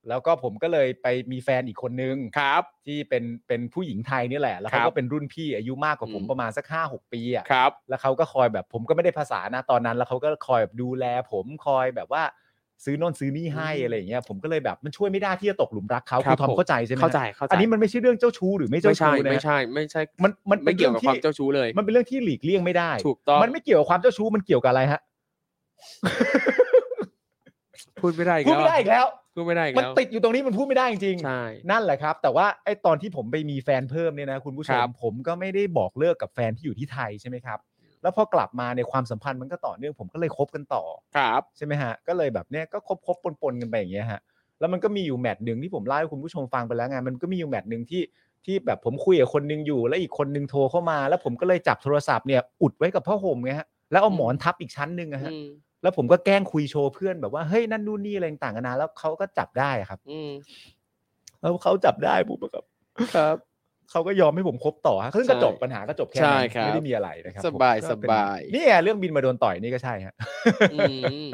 แล้วก็ผมก็เลยไปมีแฟนอีกคนนึง ครับ ที่เป็นเป็นผู้หญิงไทยนี่แหละ แล้ว ครั เขา บ ก็เป็นรุ่นพี่อายุมากกว่าผม อืม ประมาณสักห้าหกปีอ่ะ ครับ แล้วเขาก็คอยแบบผมก็ไม่ได้ภาษานะตอนนั้น แล้วเขาก็คอยแบบดูแล ผมคอยแบบว่าซื้อโนนซื้อนี่ให้ อืม อะไรอย่างเงี้ยผมก็เลยแบบมันช่วยไม่ได้ที่จะตกหลุมรักเขา ครั คุ บ ณทอม ผม เข้าใจใช่ไหม เข้าใจเข้าใจ อันนี้มันไม่ใช่เรื่องเจ้าชู้หรือไม่เจ้า ไม่ใช่ ชู้นะ ไม่ใช่ไม่ใช่ มันมันป็ ไม่ น เกี่ย รื่องวกับ ที่ ความเจ้าชู้เลย มันเป็นเรื่องที่หลีกเลี่ยงไม่ได้ ถูกต้อง มันไม่เกี่ยวกับความเจ้าชู้มันเกี่ยวกับอะไรฮะ พูดไม่ได้อีก พูด แล้ว ไม่ได้อีกแล้ว พูดไม่ได้อีก มัน แล้ว ติดอยู่ตรงนี้มันพูดไม่ได้จริงๆ ใช่ นั่นแหละครับ แต่ว่าไอ้ตอนที่ผมไปมีแฟนเพิ่มเนี่ยนะคุณผู้ช ครั ม บ ผมก็ไม่ได้บอกเลิกกับแฟนที่อยู่ที่ไทยใช่ไหมครับ แล้วพอกลับมาในยความสัมพันธ์มันก็ต่อเนื่องผมก็เลยคบกันต่อ ครับ ใช่ไหมฮะ ก็เลยแบบเนี้ยก็คบคบปนปนๆกันไปอย่างเงี้ยฮะ แล้วมันก็มีอยู่แมตช์หนึ่งที่ผมเล่าให้คุณผู้ชมฟังไปแล้วไง มันก็มีอยู่แมตช์หนึ่งที่ที่แบบผมคุยกับคนหนึงอยู่ แล้วอีกคนหนึงโทรเข้ามา แล้วผมก็เลยจับโทรศัพท์เนี่ยอุดไว้กับผ้าห่มไงฮะ แล้วเอาหมอนทับอีกชั้นหนึ่งอะฮะ อืม แล้วผมก็แกล้งคุยโชว์เพื่อนแบบว่าเฮ้ยนั่นนู่นนี่อะไรต่างกันานะแล้วเขาก็จับได้อะครับ อืม แล้วเขาจับได้ปุ๊บอะครับ ครับ เขาก็ยอมให้ผมคบต่อฮะซึ่งก็จบปัญหาก็จบแค่ ใช่ นั้น ครับ ไม่ได้มีอะไรนะครับผม สบาย ก็เป็น สบาย นี่ไงเรื่องบินมาโดนต่อยนี่ก็ใช่ ฮะ อืม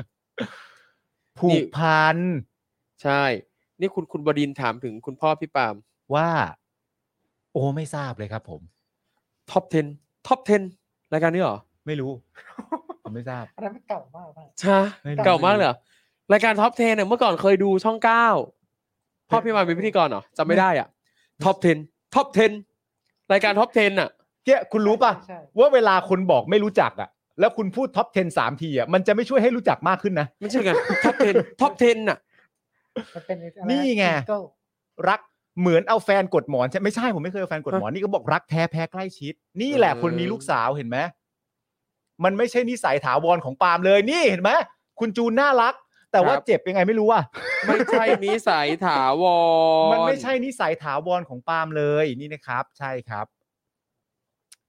ผู นี่ กพัน ใช่ นี่คุณคุณบดินทร์ถามถึงคุณพ่อพี่ปาล์ม ว่า โอ้ไม่ทราบเลยครับผม ท็อป 10 ท็อป 10 รายการนี้เหรอ ไม่รู้ ผมไม่ทราบ อันนั้นมันเก่ามากมาก ใช่ ไม่รู้ เก่ามากเลยเหรอรายการท็อป 10เนี่ยเมื่อก่อนเคยดูช่อง 9 พ่อพี่ปาล์มเป็นพิธีกรเหรอจำไม่ได้อ่ะท็อป 10 ท็อป 10 รายการท็อป 10 อ่ะ เจ๊คุณรู้ป่ะ ใช่ใช่ ว่าเวลาคนบอกไม่รู้จักอ่ะ แล้วคุณพูดท็อป 10 สามทีอ่ะมันจะไม่ช่วยให้รู้จักมากขึ้นนะ ไม่ใช่กันท็อป 10 ท็อป 10 อ่ะ มันเป็นอะไระ นี่ไง Single รักเหมือนเอาแฟนกดหมอนใช่ไม่ใช่ผมไม่เคยเอาแฟนกดหมอนนี่ก็บอกรักแท้แพ้ใกล้ชิด นี่แหละ เออ คนมีลูกสาวเห็นไหมมันไม่ใช่นิสัยถาวรของปาล์มเลย นี่เห็นไหมคุณจูนน่ารัก แต่ว่าเจ็บยังไงไม่รู้อ่ะ ไม่ใช่นิสัยถาวร มันไม่ใช่นิสัยถาวรของปาล์มเลยนี่นะครับ ใช่ครับ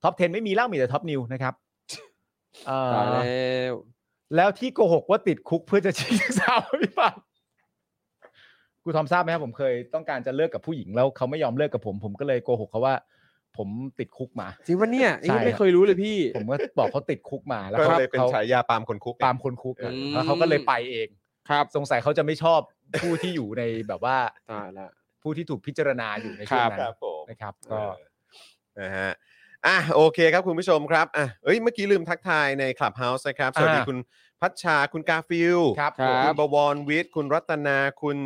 ท็อป 10 ไม่มีแล้วมีแต่ท็อปนิวนะครับเอ่อ ตายแล้ว แล้วที่โกหกว่าติดคุกเพื่อจะชิงสาวพี่ปัง กูทอมทราบไหมครับผมเคยต้องการจะเลิกกับผู้หญิงแล้วเขาไม่ยอมเลิกกับผม ผมก็เลยโกหกเขาว่า ผมติดคุก มา จริงวะเนี่ยอัน ใช่คนี้รับ ไม่เคยรู้เลยพี่ ผมก็บอกเขาติดคุกมาแล้ว ก็ เขา เลยเป็น เขา ฉายาปาล์มคนคุกเนี่ย ปาล์มคนคุก อืม แล้วเขาก็เลยไปเอง ครับ สงสัยเขาจะไม่ชอบผู้ที่อยู่ในแบบว่า ตายละ ผู้ที่ถูกพิจารณาอยู่ในช่วงนั้ คน รับผม นะครับ ก็ ก็ นะฮะอ่ะโอเคครับคุณผู้ชมครับอ่ะเอ้ยเมื่อกี้ลืมทักทายใน Clubhouse นะครับ สวัสดี อ่า คุณพัชชาคุณกาฟิล ครับ ครั คุณบวรวิทย์คุณรัตนาคุณ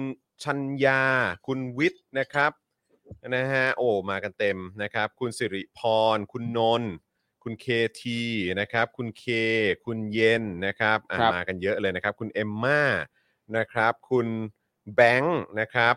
ชัญญา คุณวิทย์นะครับนะฮะโอ้มากันเต็มนะครับ คุณสิริพร คุณนนท์คุณเคทีนะครับ คุณเค คุณเย็นนะครับอ่ะ ครับ มากันเยอะเลยนะครับ คุณเอมม่านะครับ คุณแบงค์นะครับ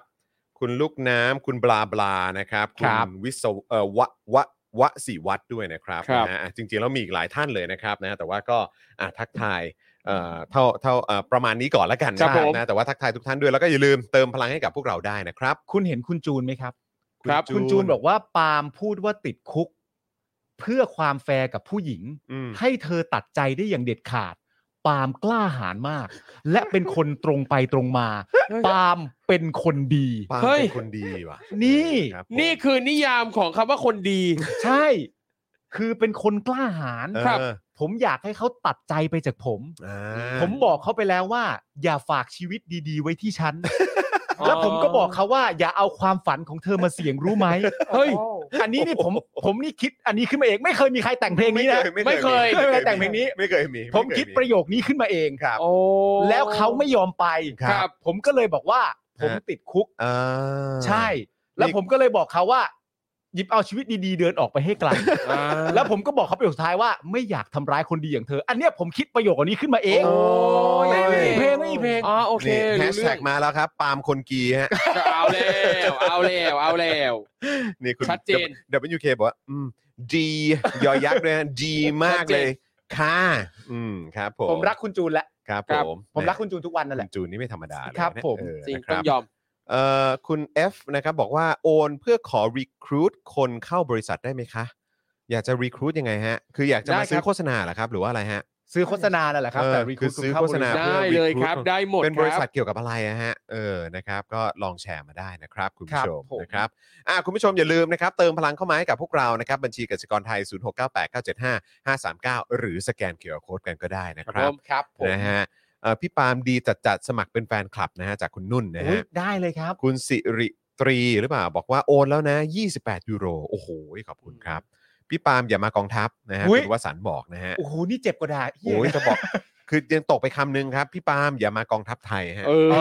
คุณลูกน้ำคุณบลาบลานะครับ ครับ ณวิศวเอ่อวะวะวะสิวัตรด้วยนะครับ ครับ นะฮะอ่ะจริงๆแล้วมีอีกหลายท่านเลยนะครับนะแต่ว่าก็อ่ะทักทายเอ่อเท่าเท่าเอ่อประมาณนี้ก่อนละกัน ครั นะ บผม นะแต่ว่าทักทายทุกท่านด้วยแล้วก็อย่าลืมเติมพลังให้กับพวกเราได้นะครับ คุณเห็นคุณจูนไหมครับ ครับ คุณจูนบอกว่าปาล์มพูดว่าติดคุก เพื่อความแฟร์กับผู้หญิง อืม ให้เธอตัดใจได้อย่างเด็ดขาด ปาล์มกล้าหาญมาก และเป็นคนตรงไปตรงมา ปาล์มเป็นคนดี ปาล์ม เฮ้ย เป็นคนดีว่ะ นี่ ครับผม นี่คือนิยามของคำว่าคนดี ใช่ คือเป็นคนกล้าหาญ เออ ครับ ผมอยากให้เขาตัดใจไปจากผม อ่า ผมบอกเขาไปแล้วว่า อย่าฝากชีวิตดี ๆ ไว้ที่ฉัน แล้วผมก็บอกเขาว่า อย่าเอาความฝันของเธอมาเสี่ยงรู้ไหม เฮ้ย โอ้ อันนี้นี่ผมผมนี่คิดอันนี้ขึ้นมาเองไม่เคยมีใครแต่งเพลงนี้นะ ไม่เคย ไม่เคยแต่งเพลงนี้ ไม่เคยมี ผม ไเย คิดประโยคนี้ขึ้นมาเองครับ โอ้ แล้วเขาไม่ยอมไป ครับ ผมก็เลยบอกว่า ผมติดคุก อ่า ใช่ แล้ว นี่ ผมก็เลยบอกเขาว่า หยิบเอาชีวิตดีๆ เดินออกไปให้ไกล อ่า แล้วผมก็บอกเขาประโยคสุดท้ายว่าไม่อยากทำร้ายคนดีอย่างเธอ อันเนี้ยผมคิดประโยคนี้ขึ้นมาเอง โอ้ย ไม่มีเพลงไม่มีเพลง อ๋อโอเค นี่แฮ รู้ ช เรื่ แท็ อก ง มาแล้วครับปาล์มคนกีฮะ เอาแล้วเอาแล้วเอาแล้ว นี่คุณ ชัดเจน W- WK บอกว่าอืมดียอยักษ์ด้วยฮะดีมากเลย ค่ะ อืมครับผม ผมรักคุณจูนแหละ ครับ ค ผ รับ ม ผมรัก นะ คุณจูนทุกวันนั่นแห คุ ละ ณจูนนี่ไม่ธรรมดาเลย ครับ นะ ผม เออ จริง นะค ต้อบ งยอม เอ่อคุณ F นะครับบอกว่าโอนเพื่อขอ recruit คนเข้าบริษัทได้ไหมคะ อยากจะ recruit ยังไงฮะ คืออยากจะ ได้ มา ครับ ซื้อโฆษณาเหรอครับ หรือว่าอะไรฮะ ซื้อโฆษณานั่นแหละครับ เออ แต่ recruit คือซื้อ เข้ โฆษณา บริษัท ได้เลยครับ recruit ได้หมด เป็นบริษั ค ทเกี่ยวกับอะไรอะฮะเออนะครับ ก็ลองแชร์มาได้นะครับคุณ ครั ผู้ บ ชม ผม นะครับอ่ะคุณผู้ชมอย่าลืมนะครับ เติมพลังเข้ามาให้กับพวกเรานะครับ บัญชีกสิกรไทย 0698975539 หรือสแกนเคอร์โคดกันก็ได้นะค ค รั รั บบ ครับผม นะฮะเอ่อพี่ปาล์มดีจัดจัดๆสมัครเป็นแฟนคลับนะฮะจากคุณนุ่นนะ อุ๊ย ฮะ ได้เลยครับ คุณสิริตรีหรือเปล่า บอกว่าโอนแล้วนะ 28 ยูโร โอ้โห ขอบคุณครับ พี่ปาล์มอย่ามากองทัพนะฮะ อุ๊ย คุณวสันต์บอกนะฮะ โอ้โหนี่เจ็บกว่าด่าเหี้ย โอ้ยจะบอก คือยังตกไปคำนึงครับ พี่ปาล์มอย่ามากองทัพไทยฮะ เออ เอ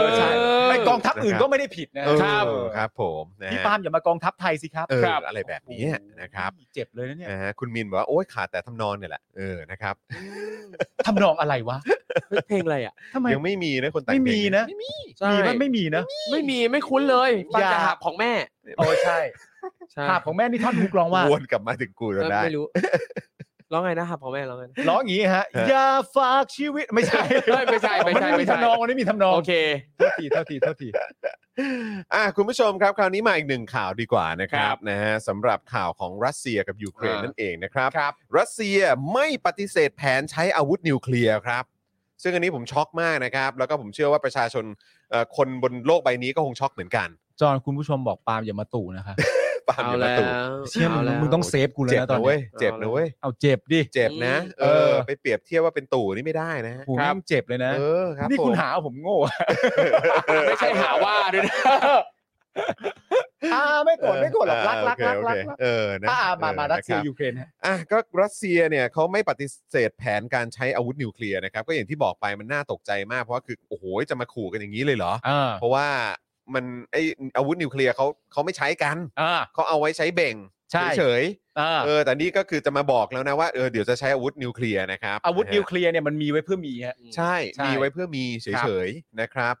อใช่ไอกองทัพอื่น นะครับ ก็ไม่ได้ผิดนะ เออ ครับ ครับผมนะฮะ พี่ปาล์มอย่ามากองทัพไทยสิครับ เออ ครับ อะไรแบบนี้นะครับ เจ็บเลยนะเนี่ย นะฮะคุณมินบอกว่า โอ้ยขาดแต่ทำนองเนี่ยแหละ เออนะครับ ทำนองอะไรวะ เฮ้ยเพลงอะไรอ่ะ ทำไม ยังไม่มีนะคนแต่ง ไม่ เพลง มีนะ ไม่มี ใช่ มีมันไม่มีนะ ไม่มีไม่คุ้นเลยฟัง อย่า แต่หาบของแม่ โอ้ใช่ ใช่ ภาพของแม่นี่ท่อนฮุกร้องว่า วนกลับมาถึงกูจนได้ ไม่รู้ร้องไงนะหาบของแม่ร้องไงนะ ร้องอย่างนี้ฮะ อย่าฝากชีวิตไม่ใช่ เฮ้ยไม่ใช่ไม่ใช่ น ไม่ มี ใช่ ทำนองมันไม่มีทำนอง โอเค เท่าทีเท่าทีเท่าที อ่ะคุณผู้ชมครับ คราวนี้มาอีกหนึ่งข่าวดีกว่านะครั ครับ บ นะฮะสำหรับข่าวของรัสเซียกับยูเครน อ่า นั่นเองนะครับ ครับ รัสเซียไม่ปฏิเสธแผนใช้อาวุธนิวเคลียร์ครับ ซึ่งอันนี้ผมช็อกมากนะครับ แล้วก็ผมเชื่อว่าประชาชนเอ่อคนบนโลกใบนี้ก็คงช็อกเหมือนกัน จอห์นคุณผู้ชมบอกปาล์มอย่ามาตู่นะคะ ปาล์มอย่ามาตู่ เชื่อมึง เาแล้ว มึงต้องเซฟกูเลย เจ็บ นะตอน นะเว้ นี้ ยเจ็บนะเว้ย เอาเจ็บดิ เจ็บนะ เอ เอ อ อ ไปเปรียบเทียบว่าเป็นตู่นี่ไม่ได้นะฮะ กูแม่งเจ็บเลยนะ เออครับ นี่ ผม คุณหาว่าผมโง่ ไม่ใช่หาว่าด้วยนะ อ่าไม่โกรธไม่โกรธหรอกรักรักรัก โอ รัก เคโอเคเออนะ อ่ามามารัสเซีย นะคบ ยูเครนฮะ อ่ะก็รัสเซียเนี่ยเขาไม่ปฏิเสธแผนการใช้อาวุธนิวเคลียร์นะครับ ก็อย่างที่บอกไปมันน่าตกใจมาก เพราะว่าคือโอ้โหจะมาขู่กันอย่างนี้เลยเหรอ อ่า เพราะว่ามันไออาวุธนิวเคลียร์เขาเขาไม่ใช้กัน อ่า เขาเอาไว้ใช้เบ่ง ใช่ เฉย อ่า ๆเออแต่นี่ก็คือจะมาบอกแล้วนะว่าเออเดี๋ยวจะใช้อาวุธนิวเคลียร์นะครับ อาวุธ นะฮะ นิวเคลียร์เนี่ยมันมีไว้เพื่อมีฮะ ใช่ ใช่ มีไว้เพื่อมีคเฉ รั ย บ ๆนะครับ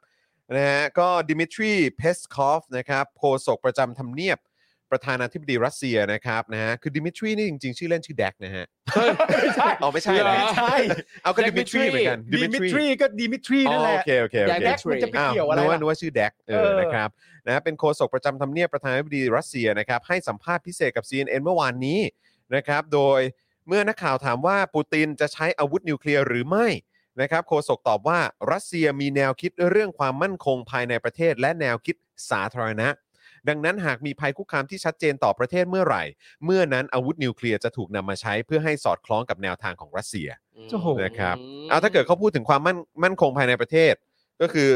นะฮะก็ดิมิทรีเพสคอฟนะครับโฆษกประจำทำเนียบประธานาธิบดีรัสเซียนะครับนะฮะคือดิมิทรีนี่จริงๆ ชื่อเล่นชื่อแดกนะฮะ ไม่ใช่ อ๋อไม่ใช่เหรอ เหรอ ใช่ เอาก็ดิมิ Dimitri ทรีเหมือนกัน ดิมิทรีก็ดิมิทรี อ๋ นั่น อ แห โอ ละ เคโอเคโอ อย่า เค แด แด ก กมันจะไป อ้าว เกี่ยวอะไร นึกว่า ล่ะ นึกว่าชื่อแดกเอ เอ อ อ นะครับนะเป็นโฆษกประจำทำเนียบประธานาธิบดีรัสเซียนะครับ ให้สัมภาษณ์พิเศษกับ CNN เมื่อวานนี้นะครับ โดยเมื่อนักข่าวถามว่าปูตินจะใช้อาวุธนิวเคลียร์หรือไม่นะครับโฆษกตอบว่ารัสเซียมีแนวคิดเรื่องความมั่นคงภายในประเทศ และแนวคิดสาธารณะ ดังนั้นหากมีภัยคุกคามที่ชัดเจนต่อประเทศเมื่อไหร่ เมื่อนั้นอาวุธนิวเคลียร์จะถูกนำมาใช้เพื่อให้สอดคล้องกับแนวทางของรัสเซีย โอ้โห นะครับ เอาถ้าเกิดเขาพูดถึงความมั่นมั่นคงภายในประเทศ ก็คือ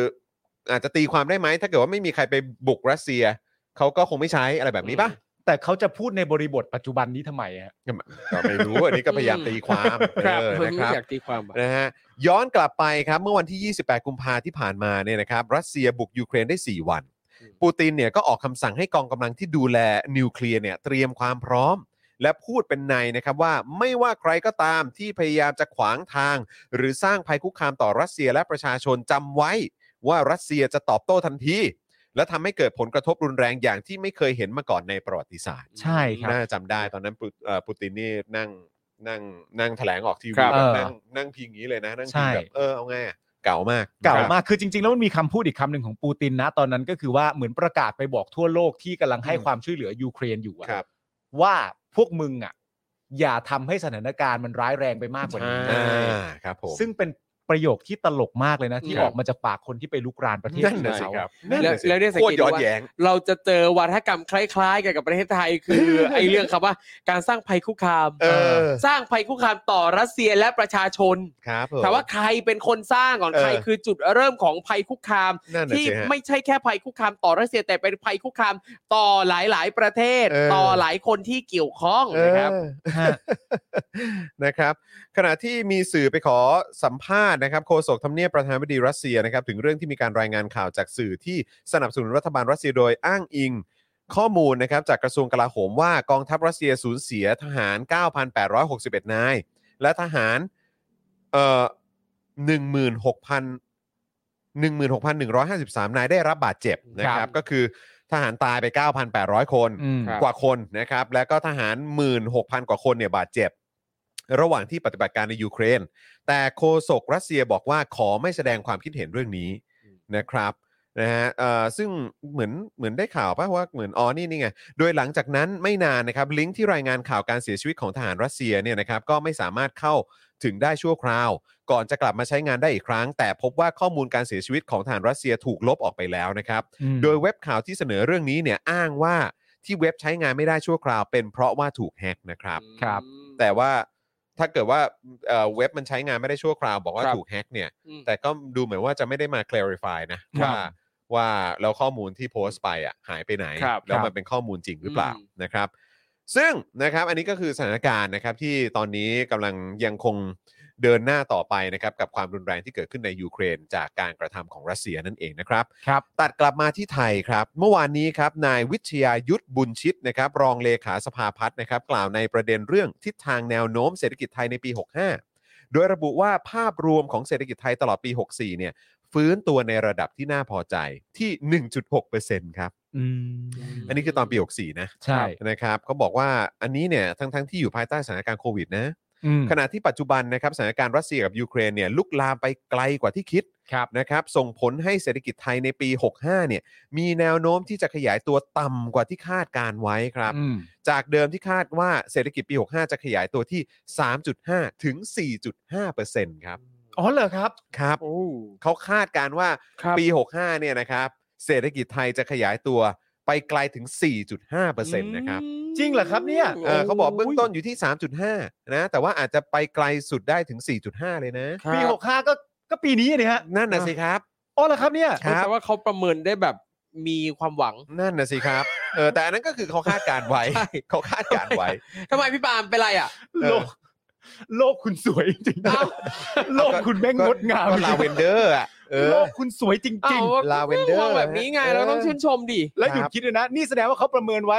อาจจะตีความได้ไหม ถ้าเกิดว่าไม่มีใครไปบุกรัสเซีย เขาก็คงไม่ใช้อะไรแบบนี้ป่ะ แต่เขาจะพูดในบริบทปัจจุบันนี้ทำไมฮะ ก็ไม่รู้ อันนี้ก็พยายามตีความ ครับ เออ ผม นะครับ อยากตีความอะ นะฮะย้อนกลับไปครับ เมื่อวันที่ 28 กุมภาที่ผ่านมาเนี่ยนะครับ รัสเซียบุกยูเครนได้ 4 วัน อืม ปูตินเนี่ยก็ออกคำสั่งให้กองกำลังที่ดูแลนิวเคลียร์เนี่ยเตรียมความพร้อม และพูดเป็นในนะครับว่าไม่ว่าใครก็ตามที่พยายามจะขวางทาง หรือสร้างภัยคุกคามต่อรัสเซียและประชาชนจำไว้ว่ารัสเซียจะตอบโต้ทันที และทำให้เกิดผลกระทบรุนแรงอย่างที่ไม่เคยเห็นมาก่อนในประวัติศาสตร์ ใช่ครับ น่าจำได้ตอนนั้นปูเอ่อปูตินนี่นั่งนั่งนั่งแถลงออกที ค วี รับ แบบ เออ นั่งนั่งพิงอย่างนี้เลยนะนั่ง ใช่ พิงแบบเออเอาไงอะเก่ามาก เก่า ครับ มากคือจริงๆ แล้วมันมีคำพูดอีกคำหนึ่งของปูตินนะ ตอนนั้นก็คือว่าเหมือนประกาศไปบอกทั่วโลกที่กำลังให้ อืม ความช่วยเหลือยูเครนอยู่อะ ครับ ว่าพวกมึงอ่ะ อย่าทำให้สถานการณ์มันร้ายแรงไปมากกว่านี้ ใช่ อ่าครับผม ซึ่งเป็นประโยคที่ตลกมากเลยนะ ที่ ครับ ออกมาจากปากคนที่ไปลุกรานประเทศ นั่นนะสิ เขา ครับ แล้วแล้วเนี่ยสัง โคตเกรตดูว่า ย้อนแย้ง เราจะเจอวัฒกรรมคล้ายๆกันกับประเทศไทยคือ ไอ้เรื่องคำว่าการสร้างภัยคุกคาม เออ สร้างภัยคุกคามต่อรัสเซียและประชาชน ครับผม แต่ว่าใครเป็นคนสร้างก่อน เออ ใครคือจุดเริ่มของภัยคุกคาม นั่นน่ะ ที่ สิฮะ ไม่ใช่แค่ภัยคุกคามต่อรัสเซียแต่เป็นภัยคุกคามต่อหลายๆ ประเทศ เออ ต่อหลายคนที่เกี่ยวข้องนะครับ เออ นะครับ ขณะที่มีสื่อไปขอสัมภาษณ์นะครับโฆษกทำเนียบประธานาธิบดีรัสเซียนะครับ ถึงเรื่องที่มีการรายงานข่าวจากสื่อที่สนับสนุนรัฐบาลรัสเซียโดยอ้างอิง ข้อมูลนะครับจากกระทรวงกลาโหมว่ากองทัพรัสเซียสูญเสียทหาร 9,861 นาย และทหารเอ่อ16,000 16,153 นายได้รับบาดเจ็บนะค ครั รับ บ ก็คือทหารตายไป 9,800 คน อืม ครับ กว่าคนนะครับ แล้วก็ทหาร 16,000 กว่าคนเนี่ยบาดเจ็บ ระหว่างที่ปฏิบัติการในยูเครน แต่โฆษกรัสเซียบอกว่าขอไม่แสดงความคิดเห็นเรื่องนี้นะครับนะฮะเอ่อซึ่งเหมือนเหมือนได้ข่าวป่ะว่าเหมือนอ๋อนี่นี่ไง โดยหลังจากนั้นไม่นานนะครับลิงก์ที่รายงานข่าวการเสียชีวิตของทหารรัสเซียเนี่ยนะครับก็ไม่สามารถเข้าถึงได้ชั่วคราว ก่อนจะกลับมาใช้งานได้อีกครั้ง แต่พบว่าข้อมูลการเสียชีวิตของทหารรัสเซียถูกลบออกไปแล้วนะครับ โดยเว็บข่าวที่เสนอเรื่องนี้เนี่ยอ้างว่าที่เว็บใช้งานไม่ได้ชั่วคราว เป็นเพราะว่าถูกแฮ็กนะครับ ครับ แต่ว่าถ้าเกิดว่าเอ่อเว็บมันใช้งานไม่ได้ชั่วคราว บอกว่า ครับ ถูกแฮ็กเนี่ย อืม แต่ก็ดูเหมือนว่าจะไม่ได้มา clarify นะ ครั ว่า บ ว่าแล้วข้อมูลที่โพสต์ไปอ่ะหายไปไหน ครับ แล้ว ค มั รั น บ เป็นข้อมูลจริงหรือเปล่า อืม นะครับ ซึ่งนะครับอันนี้ก็คือสถานการณ์นะครับที่ตอนนี้กำลังยังคงเดินหน้าต่อไปนะครับกับความรุนแรงที่เกิดขึ้นในยูเครน จากการกระทำของรัสเซียนั่นเองนะครับ ครับ ตัดกลับมาที่ไทยครับ เมื่อวานนี้ครับนายวิทยายุทธบุญชิตนะครับรองเลขาสภาพัฒน์นะครับกล่าวในประเด็นเรื่องทิศทางแนวโน้มเศรษฐกิจไทยในปี 65 โดยระบุว่าภาพรวมของเศรษฐกิจไทยตลอดปี 64 เนี่ยฟื้นตัวในระดับที่น่าพอใจที่ 1.6%ครับ อืม อันนี้คือตอนปี 64 นะ ใช่ นะครับเขาบอกว่าอันนี้เนี่ยทั้งทั้งๆที่อยู่ภายใต้สถานการณ์โควิดนะ อืม ขณะที่ปัจจุบันนะครับสถานการณ์รัสเซียกับยูเครนเนี่ยลุกลามไปไกลกว่าที่คิด ครับ นะครับส่งผลให้เศรษฐกิจไทยในปี 65 เนี่ยมีแนวโน้มที่จะขยายตัวต่ำกว่าที่คาดการไว้ครับ อืม จากเดิมที่คาดว่าเศรษฐกิจปี 65 จะขยายตัวที่ 3.5 ถึง 4.5%ครับ อ๋อเหรอครับ ครับ โอ้ เขาคาดการว่า ครับ ปี 65 เนี่ยนะครับเศรษฐกิจไทยจะขยายตัวไปไกลถึง 4.5%นะครับ จริงเหรอครับเนี่ย เออเขาบอกเบื้องต้นอยู่ที่ 3.5 นะแต่ว่าอาจจะไปไกลสุดได้ถึง 4.5 เลยนะ ครับ ปีหกห้าก็ก็ปีนี้นี่ฮะ นั่นน่ะสิครับ อ๋อเหรอครับเนี่ย ครับ แต่ว่าเขาประเมินได้แบบมีความหวัง นั่นนะสิครับ เออแต่อันนั้นก็คือเขาคาดการณ์ไว้ ใช่ เขาคาดการณ์ไว้ ทำไมพี่ปาล์มเป็นไรอ่ะ เออ โลก โลกคุณสวยจริงๆนะ เอ้า โลกคุณแม่งงดงาม ก็ลาเวนเดอร์อ่ะเออ โลกคุณสวยจริง อ้ ลาเวนเดอร์ มองแบบนี้ไง เออ เราต้องชื่นชมดิ ๆ แล้วหยุดคิดเลยนะ นี่แสดงว่าเขาประเมินไว้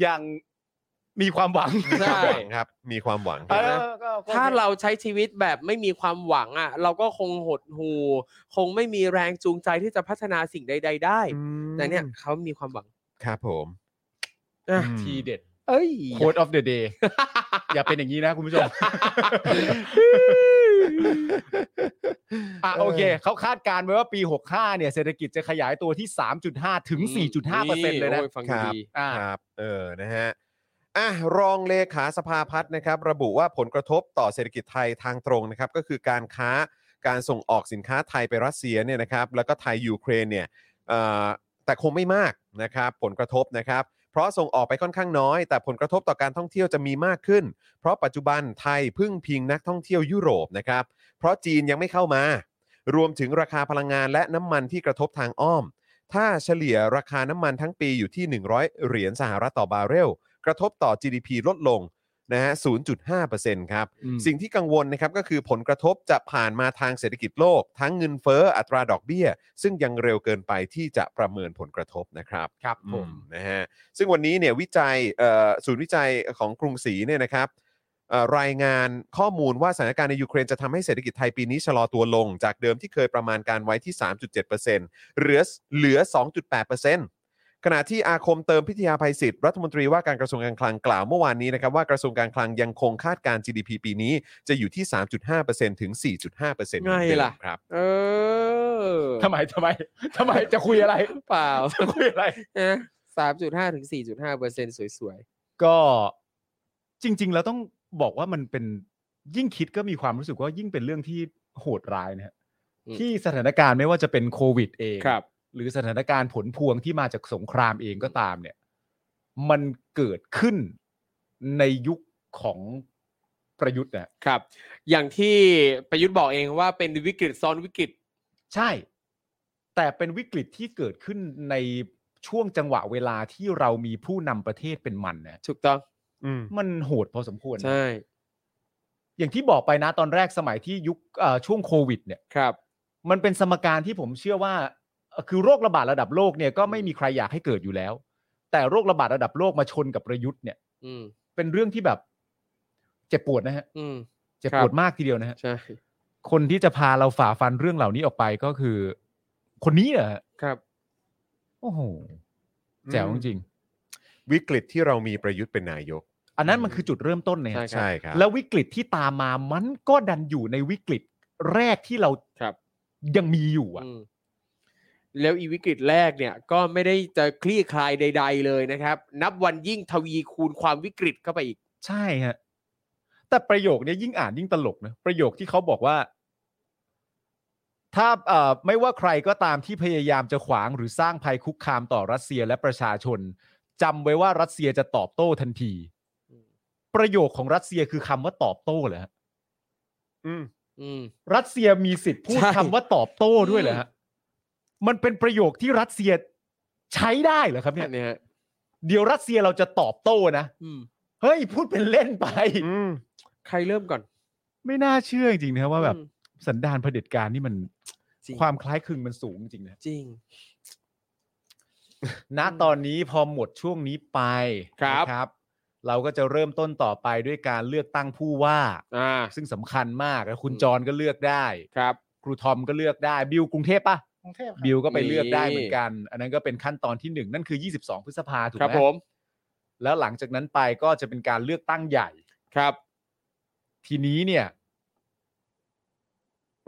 อย่างมีความหวัง มี ใช่ ความหวังครับ มีความหวังคเอรับ อก็ก็ ถ้าเราใช้ชีวิตแบบไม่มีความหวังอ่ะ เราก็คงหดหูคงไม่มีแรงจูงใจที่จะพัฒนาสิ่งใด ๆ ได้ แต่เนี่ยเขามีความหวัง ครับผม อ่ะ อืม ทีเด็ด เอ้ย โค้ดออฟเดอะเด ย์ อย่าเป็นอย่างนี้นะคุณผู้ชม อ่ะโอเคเขาคาดการณ์ไว้ว่าปี 65 เนี่ยเศรษฐกิจจะขยายตัวที่ 3.5 ถึง 4.5เปอร์เซ็นต์เลยนะ โอ้ฟัง ครับ ดี อ่า ครับ เออ นะฮะ อ่ะ รองเลขาสภาพัฒน์นะครับ ระบุว่าผลกระทบต่อเศรษฐกิจไทยทางตรงนะครับ ก็คือการค้า การส่งออกสินค้าไทยไปรัสเซียเนี่ยนะครับ แล้วก็ไทยยูเครนเนี่ยเอ่อแต่คงไม่มากนะครับ ผลกระทบนะครับ เพราะส่งออกไปค่อนข้างน้อย แต่ผลกระทบต่อการท่องเที่ยวจะมีมากขึ้น เพราะปัจจุบันไทยพึ่งพิงนักท่องเที่ยวยุโรปนะครับ เพราะจีนยังไม่เข้ามา รวมถึงราคาพลังงานและน้ำมันที่กระทบทางอ้อม ถ้าเฉลี่ยราคาน้ำมันทั้งปีอยู่ที่ 100 เหรียญสหรัฐต่อบาร์เรล กระทบต่อ GDP ลดลงนะฮะ 0.5%ครับ อืม สิ่งที่กังวลนะครับก็คือผลกระทบจะผ่านมาทางเศรษฐกิจโลก ทั้งเงินเฟ้ออัตราดอกเบี้ย ซึ่งยังเร็วเกินไปที่จะประเมินผลกระทบนะครับ ครับผ ผม มนะฮะซึ่งวันนี้เนี่ยวิจัยเอ่อศูนย์วิจัยของกรุงศรีเนี่ยนะครับเอ่อรายงานข้อมูลว่าสถานการณ์ในยูเครนจะทำให้เศรษฐกิจไทยปีนี้ชะลอตัวลง จากเดิมที่เคยประมาณการไว้ที่ 3.7%เหลือเหลือ 2.8%ขณะที่อาคมเติมพิทยาภัยศิษย์รัฐมนตรีว่าการกระทรวงการคลังกล่าวเมื่อวานนี้นะครับว่ากระทรวงการคลังยังคงคาดการณ์ GDP ปีนี้จะอยู่ที่ 3.5%ถึง 4.5%เหมือนเดิ ไง ม ล่ะ ครับ เออ ทำไมทำไมทำไมจะคุยอะไร เปล่า จะคุยอะไร นะสามจุดห้าถึงสี่จุดห้าเปอร์เซ็นต์สวย ก็จริง ๆ แล้วต้องบอกว่ามันเป็นยิ่งคิดก็มีความรู้สึกว่ายิ่งเป็นเรื่องที่โหดร้ายนะฮะที่สถานการณ์ไม่ว่าจะเป็นโควิดเอง ๆ ครับ หรือสถานการณ์ผลพวงที่มาจากสงครามเองก็ตามเนี่ย มันเกิดขึ้นในยุคของประยุทธ์นะฮะ ครับ อย่างที่ประยุทธ์บอกเองว่าเป็นวิกฤตซ้อนวิกฤต ใช่ แต่เป็นวิกฤตที่เกิดขึ้นในช่วงจังหวะเวลาที่เรามีผู้นำประเทศเป็นมันนะฮะ ถูกต้อง อืม มันโหดพอสมควรนะ ใช่ อย่างที่บอกไปนะตอนแรกสมัยที่ยุคเอ่อช่วงโควิดเนี่ย ครับ มันเป็นสมการที่ผมเชื่อว่าเอ่อคือโรคระบาดระดับโลกเนี่ยก็ไม่มีใครอยากให้เกิดอยู่แล้ว แต่โรคระบาดระดับโลกมาชนกับประยุทธ์เนี่ย อืม เป็นเรื่องที่แบบเจ็บปวดนะฮะ อืม เจ็บ ครับ ปวดมากทีเดียวนะฮะ ใช่ คนที่จะพาเราฝ่าฟันเรื่องเหล่านี้ออกไปก็คือ คนนี้เหรอฮะ ครับ โอ้โหแจ๋ว อืมจริง วิกฤตที่เรามีประยุทธ์เป็นนายก ๆอ อันนั้นมันคือจุดเริ่มต้นเนี่ย ใช่ ใช่ครับ แล้ววิกฤตที่ตามมามันก็ดันอยู่ในวิกฤตแรกที่เรา ครับ ยังมีอยู่อะ อืมแล้วอีวิกฤตแรกเนี่ย ก็ไม่ได้จะคลี่คลายใด ๆ เลยนะครับ นับวันยิ่งทวีคูณความวิกฤตเข้าไปอีก ใช่ฮะ แต่ประโยคเนี้ยยิ่งอ่านยิ่งตลกนะประโยคที่เขาบอกว่า ถ้าเอ่อไม่ว่าใครก็ตามที่พยายามจะขวางหรือสร้างภัยคุกคามต่อรัสเซียและประชาชนจำไว้ว่ารัสเซียจะตอบโต้ทันที อืม ประโยคของรัสเซียคือคำว่าตอบโต้เหรอฮะ อืม อืม รัสเซียมีสิทธิ์พูด ใช่ คำว่าตอบโต้ด้วยเหรอฮะมันเป็นประโยคที่รัสเซียใช้ได้เหรอครับเนี่ย เนี่ยฮะ เดี๋ยวรัสเซียเราจะตอบโต้นะ อืม เฮ้ยพูดเป็นเล่นไป อืม ใครเริ่มก่อน ไม่น่าเชื่อจริงๆนะครับว่าแบบ อืม สันดานเผด็จการนี่มัน จริง ความคล้ายคลึงมันสูงจริงนะ จริง ณตอนนี้พอหมดช่วงนี้ไป ครับ นะครับ เราก็จะเริ่มต้นต่อไปด้วยการเลือกตั้งผู้ว่า อ่า ซึ่งสำคัญมากนะคุณ อืม จรก็เลือกได้ ครับ ครูทอมก็เลือกได้ บิวกรุงเทพปะ กรุงเทพครับ บิวก็ไปเลือกได้ นี่ เหมือนกัน อันนั้นก็เป็นขั้นตอนที่หนึ่งนั่นคือ 22 พฤษภาถูก ครับ ไห ผม แล้วหลังจากนั้นไปก็จะเป็นการเลือกตั้งใหญ่ ครับ ทีนี้เนี่ย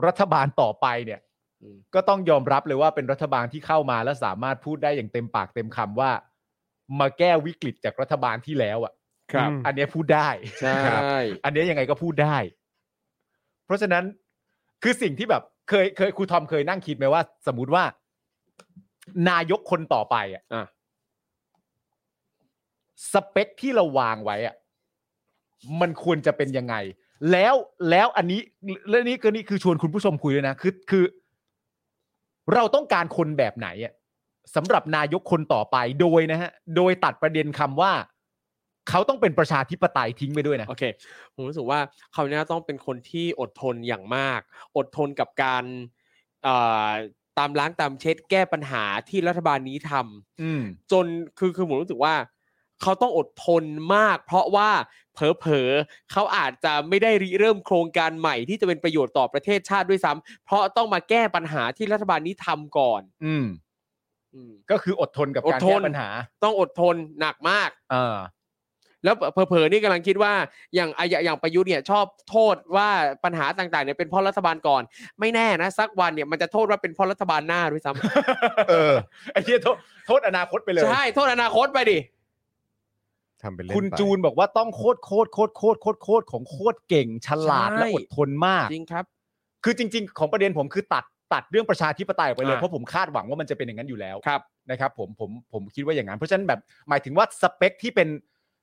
รัฐบาลต่อไปเนี่ย อืม ก็ต้องยอมรับเลยว่าเป็นรัฐบาลที่เข้ามาและสามารถพูดได้อย่างเต็มปากเต็มคำว่า มาแก้วิกฤตจากรัฐบาลที่แล้วอ่ะ ครับ อืม อันเนี้ยพูดได้ ใช่ ครับ อันเนี้ยยังไงก็พูดได้ เพราะฉะนั้นคือสิ่งที่แบบเคยเคยครูทอมเคยนั่งคิดไหมว่า สมมติว่า นายกคนต่อไปอ่ะ อ่ะ สเปคที่เราวางไว้อ่ะมันควรจะเป็นยังไง แล้วแล้วอันนี้เรื่องนี้ก็นี่คือชวนคุณผู้ชมคุยด้วยนะคือคือ เราต้องการคนแบบไหนอ่ะสำหรับนายกคนต่อไปโดยนะฮะ โดยตัดประเด็นคำว่า เขาต้องเป็นประชาธิปไตยทิ้งไปด้วยนะ โอเค ผมรู้สึกว่าเขาวนี้ต้องเป็นคนที่อดทนอย่างมาก อดทนกับการเอ่อตามล้างตามเช็ดแก้ปัญหาที่รัฐบาลนี้ทำ อืม จนคือคือผมรู้สึกว่า เขาต้องอดทนมาก เพราะว่าเผลอๆเขาอาจจะไม่ได้ริเริ่มโครงการใหม่ที่จะเป็นประโยชน์ต่อประเทศชาติด้วยซ้ำเพราะต้องมาแก้ปัญหาที่รัฐบาลนี้ทำก่อน อืม อม ก็คืออดทนกับการ อดท แก้ น ปัญหา ต้องอดทนหนักมาก เออ แล้วเผลอๆนี่กำลังคิดว่าอย่างอะอย่างอย่างประยุทธ์เนี่ยชอบโทษว่าปัญหาต่างๆเนี่ยเป็นเพราะรัฐบาลก่อน ไม่แน่นะสักวันเนี่ยมันจะโทษว่าเป็นเพราะรัฐบาลหน้าด้วยซ้ เออ ไอ้เหี้ยโทษโทษอนาคตไปเล ำ ย ใช่โทษอนาคตไปดิ ทำเป็นเล่นไป คุณจูนบอกว่าต้องโคตรโคตรโคตรโคตรโคตรโคตรของโคตรเก่ง ฉลาดและอดทนมาก จริงครับ คือจริง ๆ ของประเด็นผมคือตัดตัดเรื่องประชาธิปไตยออกไปเลย อ่า เพราะผมคาดหวังว่ามันจะเป็นอย่างนั้นอยู่แล้ว ครับ นะครับ ผมผมผมคิดว่าอย่างนั้นเพราะฉะนั้นแบบหมายถึงว่าสเปคที่เป็น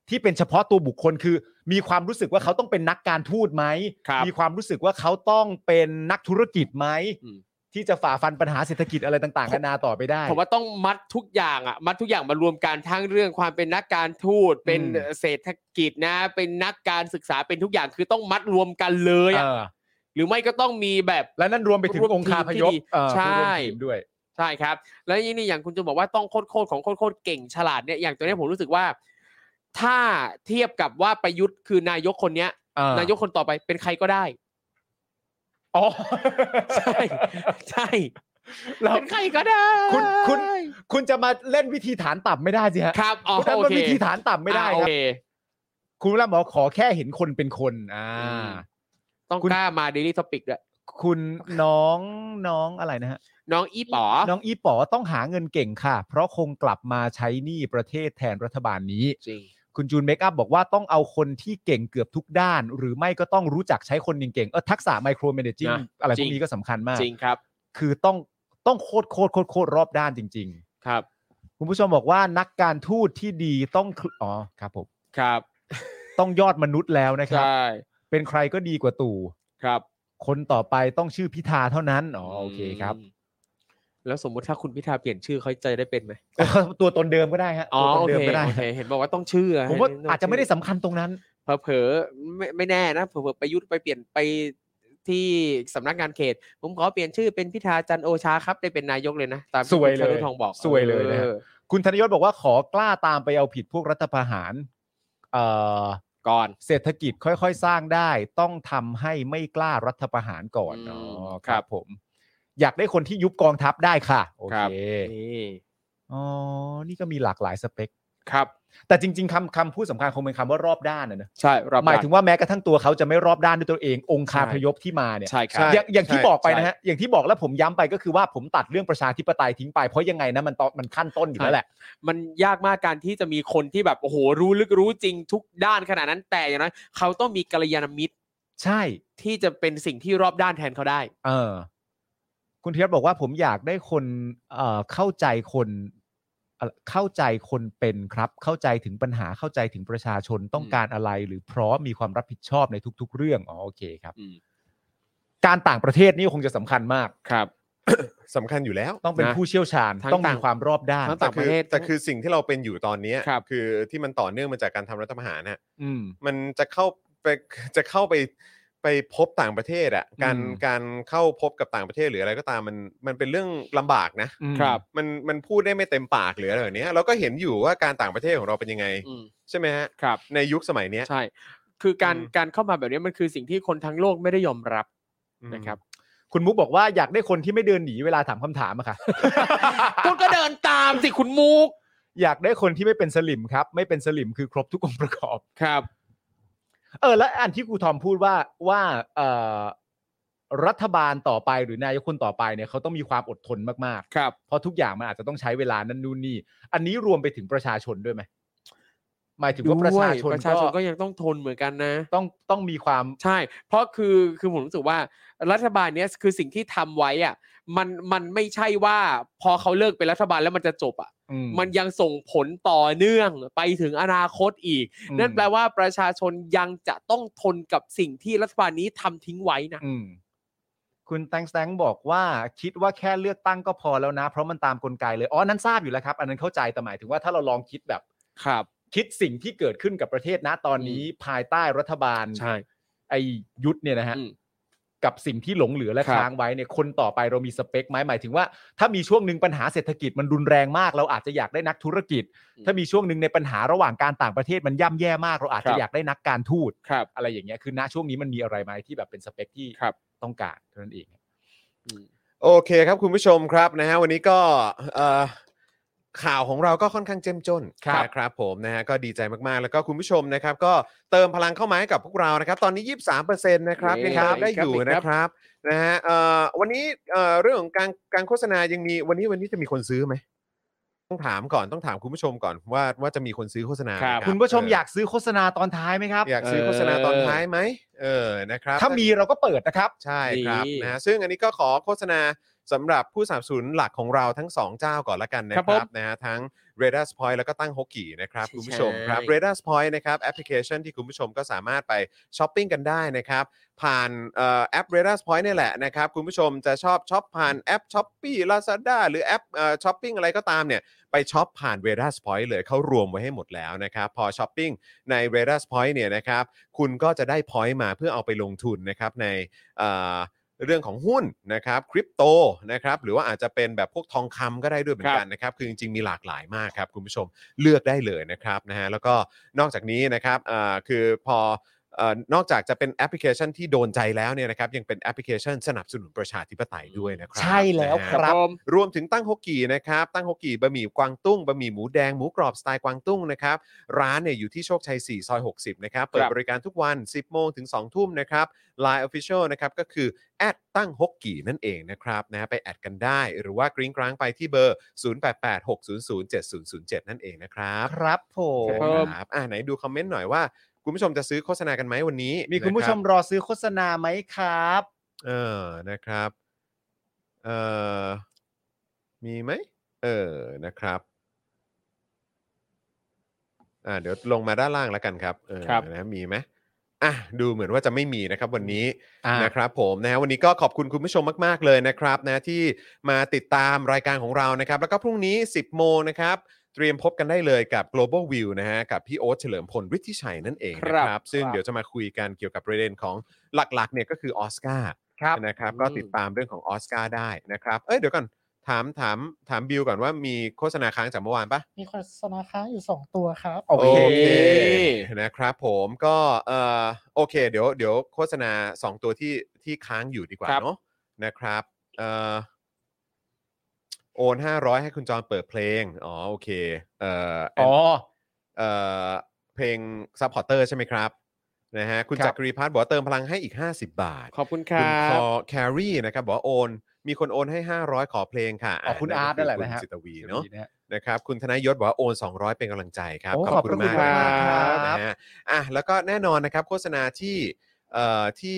ที่เป็นเฉพาะตัวบุคคลคือ มีความรู้สึกว่าเขาต้องเป็นนักการทูตไหม ครับ มีความรู้สึกว่าเขาต้องเป็นนักธุรกิจไหม อืม ที่ ที่จะฝ่าฟันปัญหาเศรษฐกิจอะไรต่างๆนานาต่อไปได้ ผมว่าต้องมัดทุกอย่างอ่ะมัดทุกอย่างมารวมกันทั้งเรื่องความเป็นนักการทูตเป็น อืม เศรษฐกิจนะ เป็นนักการศึกษาเป็นทุกอย่างคือต้องมัดรวมกันเลยอะ เออ หรือไม่ก็ต้องมีแบบ และนั่นรวมไปถึง ร่วม องคาพยพ ทีมที่ดี เอ่อ ใช่ ผู้ร่วมทีมด้วย ใช่ครับ แล้วนี่นี่อย่างคุณจูนบอกว่าต้องโคตรโคตรของโคตรโคตรเก่งฉลาดเนี่ยอย่างตัวเนี้ยผมรู้สึกว่า ถ้าเทียบกับว่าประยุทธ์คือนายกคนเนี้ย เออน ายกคนต่อไปเป็นใครก็ได้ อ๋อ ใช่ใช่ เรา เป็นใครก็ได้ คุณคุณ คุณจะมาเล่นวิธีฐานต่ำไม่ได้สิฮะ ครับอ๋อ คุณทำ โอ เป็น เค วิธีฐานต่ำไม่ได้ อ่าโอ ครับ เค คุณล่าบอกขอแค่เห็นคนเป็นคนอ่า มต้อง คุณ กล้ามา daily topic ด้วย คุณน้องน้องอะไรนะฮะ น้องอีป๋อ น้องอีป๋อต้องหาเงินเก่งค่ะ เพราะคงกลับมาใช้หนี้ประเทศแทนรัฐบาลนี้ จริง คุณจูนเมคอัพบอกว่าต้องเอาคนที่เก่งเกือบทุกด้าน หรือไม่ก็ต้องรู้จักใช้คนเก่งๆเออทักษะไมโคร a ม a จิ n ง นะ อะไรพ จริ วก ง นี้ก็สำคัญมาก จริงครับ คือต้องต้องโคตรโคตรโคตรโคตรรอบด้านจริง ๆ ครับ คุณผู้ชมบอกว่านักการทูตที่ดีต้องคออ๋อครับผม ครับ ต้องยอดมนุษย์แล้วนะครับ ใช่ เป็นใครก็ดีกว่าตู่ ครับ คนต่อไปต้องชื่อพิธาเท่านั้นอ๋อโอเคครับ มแล้วสมมุติถ้าคุณพิธาเปลี่ยนชื่อเขาจะได้เป็นไหม ตัวตนเดิมก็ได้ฮะ อ๋อ ตัวต โอน เดิ เค มก็ได้ โอเค เห็นบอกว่าต้องชื่อ ผมว่า ให้ต้ง อาจจะไม่ได้สำคัญตรงนั้น ชื่อเผลอๆไม่ไม่แน่นะเผลอๆไประยุทธไปเปลี่ยนไปที่สำนักงานเขต ผมขอเปลี่ยนชื่อเป็นพิธาจันทร์โอชาครับได้เป็นนายกเลยนะตามที่ สวย คุณ เลย ชทองบอก สวยเลยนะฮะ ออ คุณธนยศบอกว่าขอกล้าตามไปเอาผิดพวกรัฐประหารเอ่อ ก่อน เศรษฐกิจค่อยๆ สร้างได้ ต้องทำให้ไม่กล้ารัฐประหารก่อน อืม อ๋อ ครับ ผม อยากได้คนที่ยุบกองทัพได้ค่ะโอ ครับ เค นี่ อ๋อนี่ก็มีหลากหลายสเปค ครับ แต่จริง ๆคำคำพูดสำคัญคงเป็นคำว่ารอบด้านนะเนอะ ใช่รับ หมาย ได้ ถึงว่าแม้กระทั่งตัวเขาจะไม่รอบด้านด้วยตัวเององคาพยพที่มาเนี่ย ใช่ครับ อย่างอย่างที่ ใช่ บอกไปนะฮะอย่างที่บอกแล้วผมย้ำไปก็คือว่าผมตัดเรื่องประชาธิปไตยทิ้งไปเพราะยังไงนะมันตอนมันขั้นต้นอยู่แล้วแหละ มันยากมากการที่จะมีคนที่แบบโอ้โหรู้ลึกรู้จริงทุกด้านขนาดนั้นแต่อย่างนั้นเขาต้องมีกัลยาณมิตร ใช่ ที่จะเป็นสิ่งที่รอบด้านแทนเขาได้ เออคุณเทียบบอกว่าผมอยากได้คนเอ่อเข้าใจคนเอ่อเข้าใจคนเป็นครับ เข้าใจถึงปัญหาเข้าใจถึงประชาชนต้องการอะไร หรือพร้อมมีความรับผิดชอบในทุก ๆ เรื่องอ๋อโอเคครับ อืม การต่างประเทศนี่คงจะสำคัญมาก ครับ สำคัญอยู่แล้ว ต้องเป็น นะ ผู้เชี่ยวชาญ ทั้ง ต้อง ต่า มี ง ความรอบด้าน ทั้งต่างประเทศ แต่คือแต่คือสิ่งที่เราเป็นอยู่ตอนเนี้ย ครับ อที่มันต่อเนื่องมาจากการทำรัฐประหารน่ะ อืม มันจะเข้าไปจะเข้าไปไปพบต่างประเทศอ่ะการ อืม การเข้าพบกับต่างประเทศหรืออะไรก็ตามมันมันเป็นเรื่องลำบากนะ อืม ครับ มันมันพูดได้ไม่เต็มปากหรืออะไรแบบเนี้ยเราก็เห็นอยู่ว่าการต่างประเทศของเราเป็นยังไง อืม ใช่ไหมฮะ ครับ ในยุคสมัยเนี้ย ใช่ คือการ อืม การเข้ามาแบบนี้มันคือสิ่งที่คนทั้งโลกไม่ได้ยอมรับนะครับ คุณมุกบอกว่าอยากได้คนที่ไม่เดินหนีเวลาถามคำถามอะ ค่ะ คุณก็เดินตามสิคุณมุก อยากได้คนที่ไม่เป็นสลิมครับ ไม่เป็นสลิมคือครบทุกองค์ประกอบ ครับ เออและอันที่ครูทอมพูดว่าว่าเอ่อรัฐบาลต่อไปหรือนายกคนต่อไปเนี่ยเขาต้องมีความอดทนมาก ครับ ๆ เพราะทุกอย่างมันอาจจะต้องใช้เวลานั่นนู่นนี่ อันนี้รวมไปถึงประชาชนด้วยไหมหมายถึงว่าประชาชน ด้วยประชาชนก็ยังต้องทนเหมือนกันนะ ต้องต้องมีความ ใช่ เพราะคือคือผมรู้สึกว่ารัฐบาลเนี้ยคือสิ่งที่ทำไว้อ่ะมันมันไม่ใช่ว่าพอเขาเลิกเป็นรัฐบาลแล้วมันจะจบอ่ะ อื มันยังส่งผลต่อเนื่องไปถึงอนาคตอีก อืม นั่นแปลว่าประชาชนยังจะต้องทนกับสิ่งที่รัฐบาลนี้ทำทิ้งไว้นะ อืมคุณแตงแตงบอกว่าคิดว่าแค่เลือกตั้งก็พอแล้วนะ เพราะมันตามกลไกเลยอ๋อนั้นทราบอยู่แล้วครับ อันนั้นเข้าใจแต่หมายถึงว่าถ้าเราลองคิดแบบ ครับ คิดสิ่งที่เกิดขึ้นกับประเทศนะตอนนี้ภายใต้รัฐบาล ใช่ ไอยุทธเนี่ยนะฮะ อืม กับสิ่งที่หลงเหลือและ ครับ ค้างไว้เนี่ยคนต่อไปเรามีสเปคไหมหมายถึงว่า ถ้ามีช่วงหนึ่งปัญหาเศรษฐกิจมันรุนแรงมาก เราอาจจะอยากได้นักธุรกิจ ถ้ามีช่วงหนึ่งในปัญหาระหว่างการต่างประเทศมันย่ำแย่มาก เราอาจจะอยากได้นักการทูต ครับ อะไรอย่างเงี้ยคือณช่วงนี้มันมีอะไรไหมที่แบบเป็นสเปคที่ ครับ ต้องการเท่านั้นเอง อืม โอเคครับคุณผู้ชมครับนะฮะวันนี้ก็เอ่อข่าวของเราก็ค่อนข้างเจ้มจน ครับ นะครับผมนะฮะก็ดีใจมากๆ แล้วก็คุณผู้ชมนะครับ ก็เติมพลังเข้ามาให้กับพวกเรานะครับ ตอนนี้ 23%นะครับ เย้ ยังรับได้อยู่ ครับ นะครับนะฮะเอ่อวันนี้เอ่อเรื่องของการการโฆษณายังมีวันนี้วันนี้จะมีคนซื้อไหมต้องถามก่อนต้องถามคุณผู้ชมก่อนว่าว่าจะมีคนซื้อโฆษณาไห ครับ รับ คุณผู้ชม เ อยากซื้อโฆษณาตอนท้ายไหมครับ อยากซื้อโฆษณาตอนท้ายไหมเออนะครับ ถ้ามีเราก็เปิดนะครับ ใช่ครับ ดี นะฮะซึ่งอันนี้ก็ขอโฆษณาสำหรับผู้สนับสนุนหลักของเราทั้ง 2 เจ้าก่อนละกันนะ ครั ค บ รับนะฮะทั้ง r a d a r s Point แล้วก็ตั้งฮกกี้นะครับ ใช่ คุณผู้ชมครับ r a d a r s Point นะครับแอปพลิเคชันที่คุณผู้ชมก็สามารถไปช้อปปิ้งกันได้นะครับ ผ่านเอ่อแอป r a d a r s Point เนี่ยแหละนะครับ คุณผู้ชมจะชอบช้อปผ่านแอป s h อ p e e Lazada หรือแอปช้อปปิ้งอะไรก็ตามเนี่ยไปช้อปผ่าน r a d a r s Point เลยเขารวมไว้ให้หมดแล้วนะครับ พอช้อปปิ้งใน r a d a r s Point เนี่ยนะครับคุณก็จะได้ point มาเพื่อเอาไปลงทุนนะครับใน เอ่อเรื่องของหุ้นนะครับคริปโตนะครับหรือว่าอาจจะเป็นแบบพวกทองคำก็ได้ด้วยเหมือนกันนะครับคือจริงๆมีหลากหลายมากครับคุณผู้ชมเลือกได้เลยนะครับนะฮะแล้วก็นอกจากนี้นะครับเอ่อคือพอเอ่อนอกจากจะเป็นแอปพลิเคชันที่โดนใจแล้วเนี่ยนะครับยังเป็นแอปพลิเคชันสนับสนุนประชาธิปไตยด้วยนะครั ใช่แล้ว นะ ค ฮะ รับ ผม รวมถึงตั้งฮกกี่นะครับ ตั้งฮกกี่บะหมี่กวางตุ้งบะหมี่หมูแดงหมูกรอบสไตล์กวางตุ้งนะครับ ร้านเนี่ยอยู่ที่โชคชัย 4 ซอย 60 นะครับ เปิดบริการทุกวัน 10 โมงถึง 2 ทุ่มนะครับ Line Official นะครับก็คือแอดตั้งฮกกี่นั่นเองนะครับนะไปแอดกันได้ หรือว่ากริ้งกรางไปที่เบอร์ 0886007007 นั่นเองนะครับ ครับผม ครับ ครับอ่าไหนดูคอมเมนต์หน่อยว่า คุณผู้ชมจะซื้อโฆษณากันไหมวันนี้ มีคุณผู้ชม นะรับ รอซื้อโฆษณาไหมครับ เออนะครับเออมีไหมเออนะครับ อ่าเดี๋ยวลงมาด้านล่างแล้วกันครับเออ ครับ นะมีไหมอ่ะดูเหมือนว่าจะไม่มีนะครับวันนี้ อ่า นะครับผมนะฮะวันนี้ก็ขอบคุณคุณผู้ชมมาก ๆ เลยนะครับนะที่มาติดตามรายการของเรานะครับ แล้วก็พรุ่งนี้ 10 โมงนะครับ เตรียมพบกันได้เลยกับ global view นะฮะกับพี่โอ๊ตเฉลิมพลฤทธิชัยนั่นเองนะค ครั รับบ ซึ่งเดี๋ยวจะมาคุยกันเกี่ยวกับประเด็นของหลักๆเนี่ยก็คือออสการ์ ครับ นะครับก็ติดตามเรื่องของออสการ์ได้นะครับ เอ้ยเดี๋ยวก่อนถามถามถามบิวก่อนว่ามีโฆษณาค้างจากเมื่อวานปะ มีโฆษณาค้างอยู่สองตัวครับ โอเค นะครับผมก็เอ่อโอเค เดี๋ยวเดี๋ยวโฆษณา 2 ตัวที่ที่ค้างอยู่ดีกว่า ครับ เนาะนะครับเอ่อโอน500 ให้คุณจอนเปิดเพลง อ๋อโอเคเอ่อ อ๋อ เอ่อเพลงซัพพอร์เตอร์ใช่ไหมครับนะฮะคุณ ครับ จักรีพัฒน์บอกว่าเติมพลังให้อีก 50 บาท ขอบคุณค คุณ รั ค บ อแครีนะครับบอกว่าโอน มีคนโอนให้ 500 ขอเพลงค่ะ อ๋อคุณอาร์ตนั่นแหละนะคุฮะณจิตวีเนาะ ดีฮ นะครับคุณธนยศบอกว่าโอน 200 เป็นกำลังใจครับ โอ้ ขอบคุณมาก ขอบคุณ นะค มาก รับ ครับ นะฮะอ่ะแล้วก็แน่นอนนะครับโฆษณาที่เอ่อที่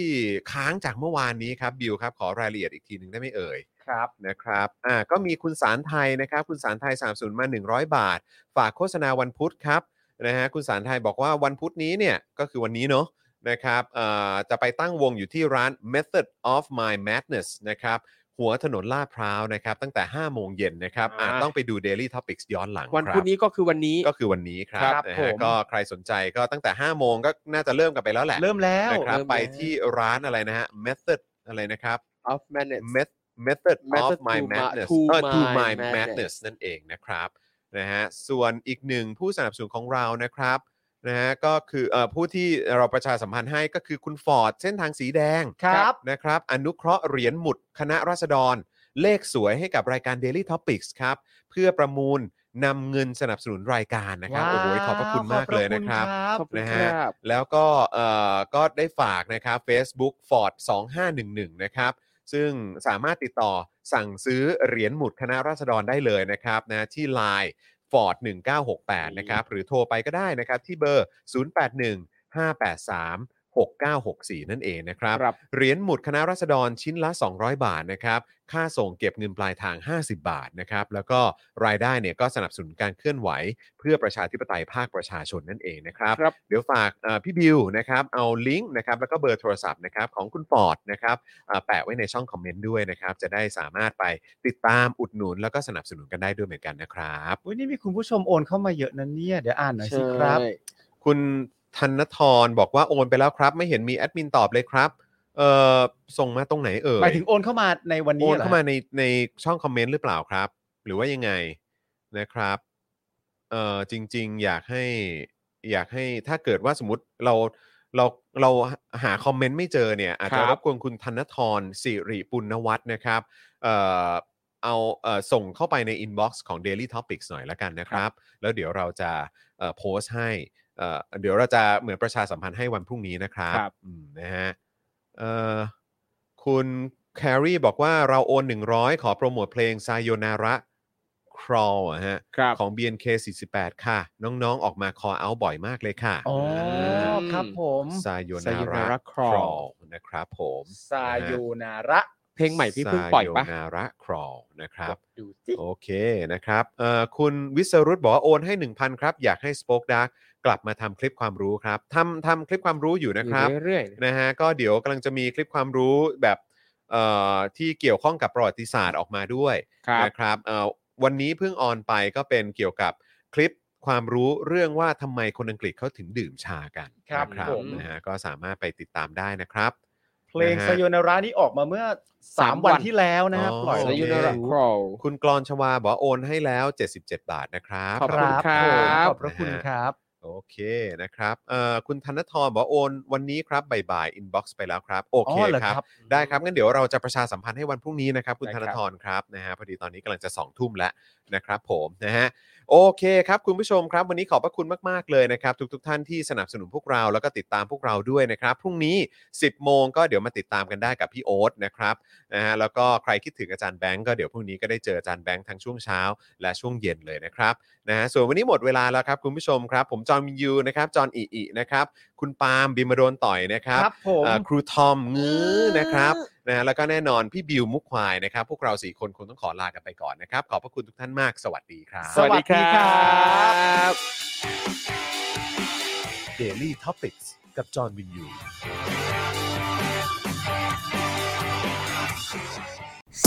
ค้างจากเมื่อวานนี้ครับบิวครับขอรายละเอียดอีกทีหนึ่งได้ไหมเอ่ย ครับ นะครับ อ่า ก็มีคุณสารไทยนะครับ คุณสารไทย30มา 100 บาท ฝากโฆษณาวันพุธครับ นะฮะ คุณสารไทยบอกว่าวันพุธนี้เนี่ย ก็คือวันนี้เนาะ นะครับอ่าจะไปตั้งวงอยู่ที่ร้าน Method of My Madness นะครับ หัวถนนลาดพร้าวนะครับ ตั้งแต่ 5 โมงเย็นนะครับ อ่า อ่า ต้องไปดู Daily Topics ย้อนหลัง วัน ครับ พรุ่งนี้ก็คือวันนี้ ก็คือวันนี้ครับ ครับ นะ ผ ฮะ ม ก็ใครสนใจก็ตั้งแต่ 5 โมงก็น่าจะเริ่มกันไปแล้วแหละ เริ่มแล้ว นะครับ เริ่มแล้ว ไปที่ร้านอะไรนะฮะ Method อะไรนะครับ of minutes Met- method of Method my to my- madness to เออ to my my madness madness นั่นเองนะครับนะฮะส่วนอีกหนึ่งผู้สนับสนุนของเรานะครับนะฮะก็คือเอ่อผู้ที่เราประชาสัมพันธ์ให้ก็คือคุณฟอร์ดเส้นทางสีแดง ครับ นะครับ อนุเคราะห์เหรียญหมุดคณะราษฎร เลขสวยให้กับรายการ Daily Topics ครับ เพื่อประมูลนำเงินสนับสนุนรายการนะครับโอ้โหขอบพระคุณมากเลยนะครับ ขอบคุณ นะ ค ฮะ รับ แล้วก็เอ่อก็ได้ฝากนะครับ Facebook Ford 2511 นะครับ ซึ่งสามารถติดต่อสั่งซื้อเหรียญหมุดคณะราษฎรได้เลยนะครับนะที่ Line Ford 1968 นะครับ หรือโทรไปก็ได้นะครับ ที่เบอร์ 081 583 6964 นั่นเองนะครับ ครับ เหรียญหมุดคณะราษฎรชิ้นละ 200 บาทนะครับ ค่าส่งเก็บเงินปลายทาง 50 บาทนะครับ แล้วก็รายได้เนี่ยก็สนับสนุนการเคลื่อนไหว เพื่อประชาธิปไตยภาคประชาชนนั่นเองนะครับ ครับ เดี๋ยวฝากเอ่อพี่บิวนะครับ เอาลิงก์นะครับ แล้วก็เบอร์โทรศัพท์นะครับของคุณฟอร์ดนะครับอ่าแปะไว้ในช่องคอมเมนต์ด้วยนะครับ จะได้สามารถไปติดตามอุดหนุน แล้วก็สนับสนุนกันได้ด้วยเหมือนกันนะครับ วันนี้มีคุณผู้ชมโอนเข้ามาเยอะนะเนี่ย เดี๋ยวอ่านหน่อยสิครับ ใช่ คุณธนทรบอกว่าโอนไปแล้วครับ ไม่เห็นมีแอดมินตอบเลยครับเอ่อส่งมาตรงไหนเอ่ย หมายถึงโอนเข้ามาในวัน โอ นี้ น หร เข้ามาในในช่องคอมเมนต์หรือเปล่าครับ หรือว่ายังไงนะครับเอ่อจริง ๆ อยากให้อยากให้ถ้าเกิดว่าสมมติเราเราเราหาคอมเมนต์ไม่เจอเนี่ยอาจจะ ครับ รบกวนคุณธนทรสิริปุณณวัฒน์นะครับเอ่อเอาเอ่อส่งเข้าไปในอินบ็อกซ์ของ Daily Topics หน่อยละกันนะครับ แล้วเดี๋ยวเราจะเอ่อโพสต์ให้เอ่อเดี๋ยวเราจะเหมือนประชาสัมพันธ์ให้วันพรุ่งนี้นะครับ ครับ อืมนะฮะเอ่อคุณแครีบอกว่าเราโอน 100 ขอโปรโมทเพลง s a y o n a r a Crawl อะฮะ ครับ ของ BNK 48 ค่ะ น้องๆ ออกมาคอเอาบ่อยมากเลยค่ะ อ๋อครับผม ซายนาร Sayonara ะ Crawl นะครับผม ซาโยูนาระ เพลงใหม่พี่เพิ่งปล่อยปะ ซายนาระครอนะครับ ดูสิ โอเคนะครับเอ่อคุณวิสรุตบอกว่าโอนให้ 1,000 ครับ อยากให้ Spoke Dark กลับมาทำคลิปความรู้ครับทำทำคลิปความรู้อยู่นะครับ อยู่เรื่อยๆ นะฮะก็เดี๋ยวกำลังจะมีคลิปความรู้แบบเอ่อที่เกี่ยวข้องกับประวัติศาสตร์ออกมาด้วย ครับ นะครับเอ่อวันนี้เพิ่งออนไปก็เป็นเกี่ยวกับคลิปความรู้เรื่องว่าทำไมคนอังกฤษเขาถึงดื่มชากัน ครับ นะ ผม นะฮะก็สามารถไปติดตามได้นะครับ เพลง นะฮะ ซาโยูนาระนี่ออกมาเมื่อ 3 วันที่แล้วนะฮะ อ๋อ ปล่อย โเค แล้ ซาว ยูนาระครอ คุณกรอนชวาบอกว่าโอนให้แล้ว 77 บาทนะครับ ขอบคุณครับ ขอบพระคุณครับ โอเคนะครับเอ่อคุณธนทรบอกว่าโอนวันนี้ครับบ่ายๆอินบ็อกซ์ไปแล้วครับ โอเค อ๋อเหรอ ค ค รั รับ บ ได้ครับงั้นเดี๋ยวเราจะประชาสัมพันธ์ให้วันพรุ่งนี้นะครับ คุณธได้ครับ นทรครับนะฮะพอดีตอนนี้กำลังจะ 2 ทุ่มแล้วนะครับผมนะฮะโอเคครับ คุณผู้ชมครับ วันนี้ขอบพระคุณมาก ๆ เลยนะครับ ทุก ๆ ท่านที่สนับสนุนพวกเราแล้วก็ติดตามพวกเราด้วยนะครับ พรุ่งนี้ 10 โมงก็เดี๋ยวมาติดตามกันได้กับพี่โอ๊ตนะครับนะฮะแล้วก็ใครคิดถึงอาจารย์แบงก์ก็เดี๋ยวพรุ่งนี้ก็ได้เจออาจารย์แบงก์ทั้งช่วงเช้าและช่วงเย็นเลยนะครับนะฮะส่วนวันนี้หมดเวลาแล้วครับคุณผู้ชมครับ ผมจอห์นวินยูนะครับจอห์นอิอินะครับคุณปาล์มบิมมาโดนต่อยนะครับ ครับผม อ่าครูทอมงื้อนะครับนะฮะแล้วก็แน่นอนพี่บิวมุกควายนะครับ พวกเราสี่คนคงต้องขอลากันไปก่อนนะครับ ขอบพระคุณทุกท่านมากสวัสดีครับ สวัสดีครับ Daily Topics กับจอห์นวินยู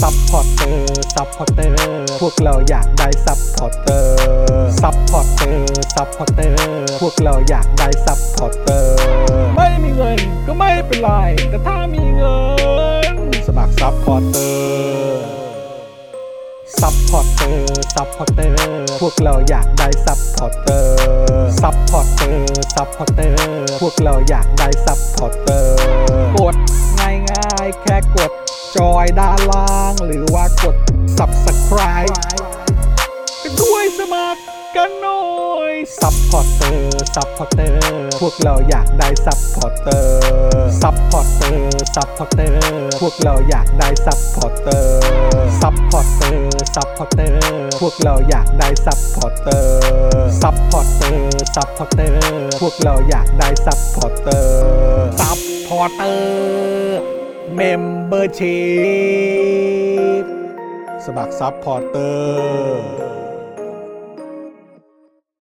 ซัพพอร์เตอร์ ซัพพอร์เตอร์ พวกเราอยากได้ซัพพอร์เตอร์ ซัพพอร์เตอร์ ซัพพอร์เตอร์ พวกเราอยากได้ซัพพอร์เตอร์ ไม่มีเงินก็ไม่เป็นไร แต่ถ้ามีเงิน สมัครซัพพอร์เตอร์ ซัพพอร์เตอร์ ซัพพอร์เตอร์ พวกเราอยากได้ซัพพอร์เตอร์ ซัพพอร์เตอร์ ซัพพอร์เตอร์ พวกเราอยากได้ซัพพอร์เตอร์ กดง่ายๆ แค่กด จอยด้านล่าง หรือว่ากด subscribe กันด้วยสมัคร กันหน่อย ซัพพอร์เตอร์ ซัพพอร์เตอร์ พวกเราอยากได้ซัพพอร์เตอร์ ซัพพอร์เตอร์ ซัพพอร์เตอร์ พวกเราอยากได้ซัพพอร์เตอร์ ซัพพอร์เตอร์ ซัพพอร์เตอร์ พวกเราอยากได้ซัพพอร์เตอร์ ซัพพอร์เตอร์ ซัพพอร์เตอร์ พวกเราอยากได้ซัพพอร์เตอร์ ซัพพอร์เตอร์ เมมเบอร์ชีพสมัครซัพพอร์เตอร์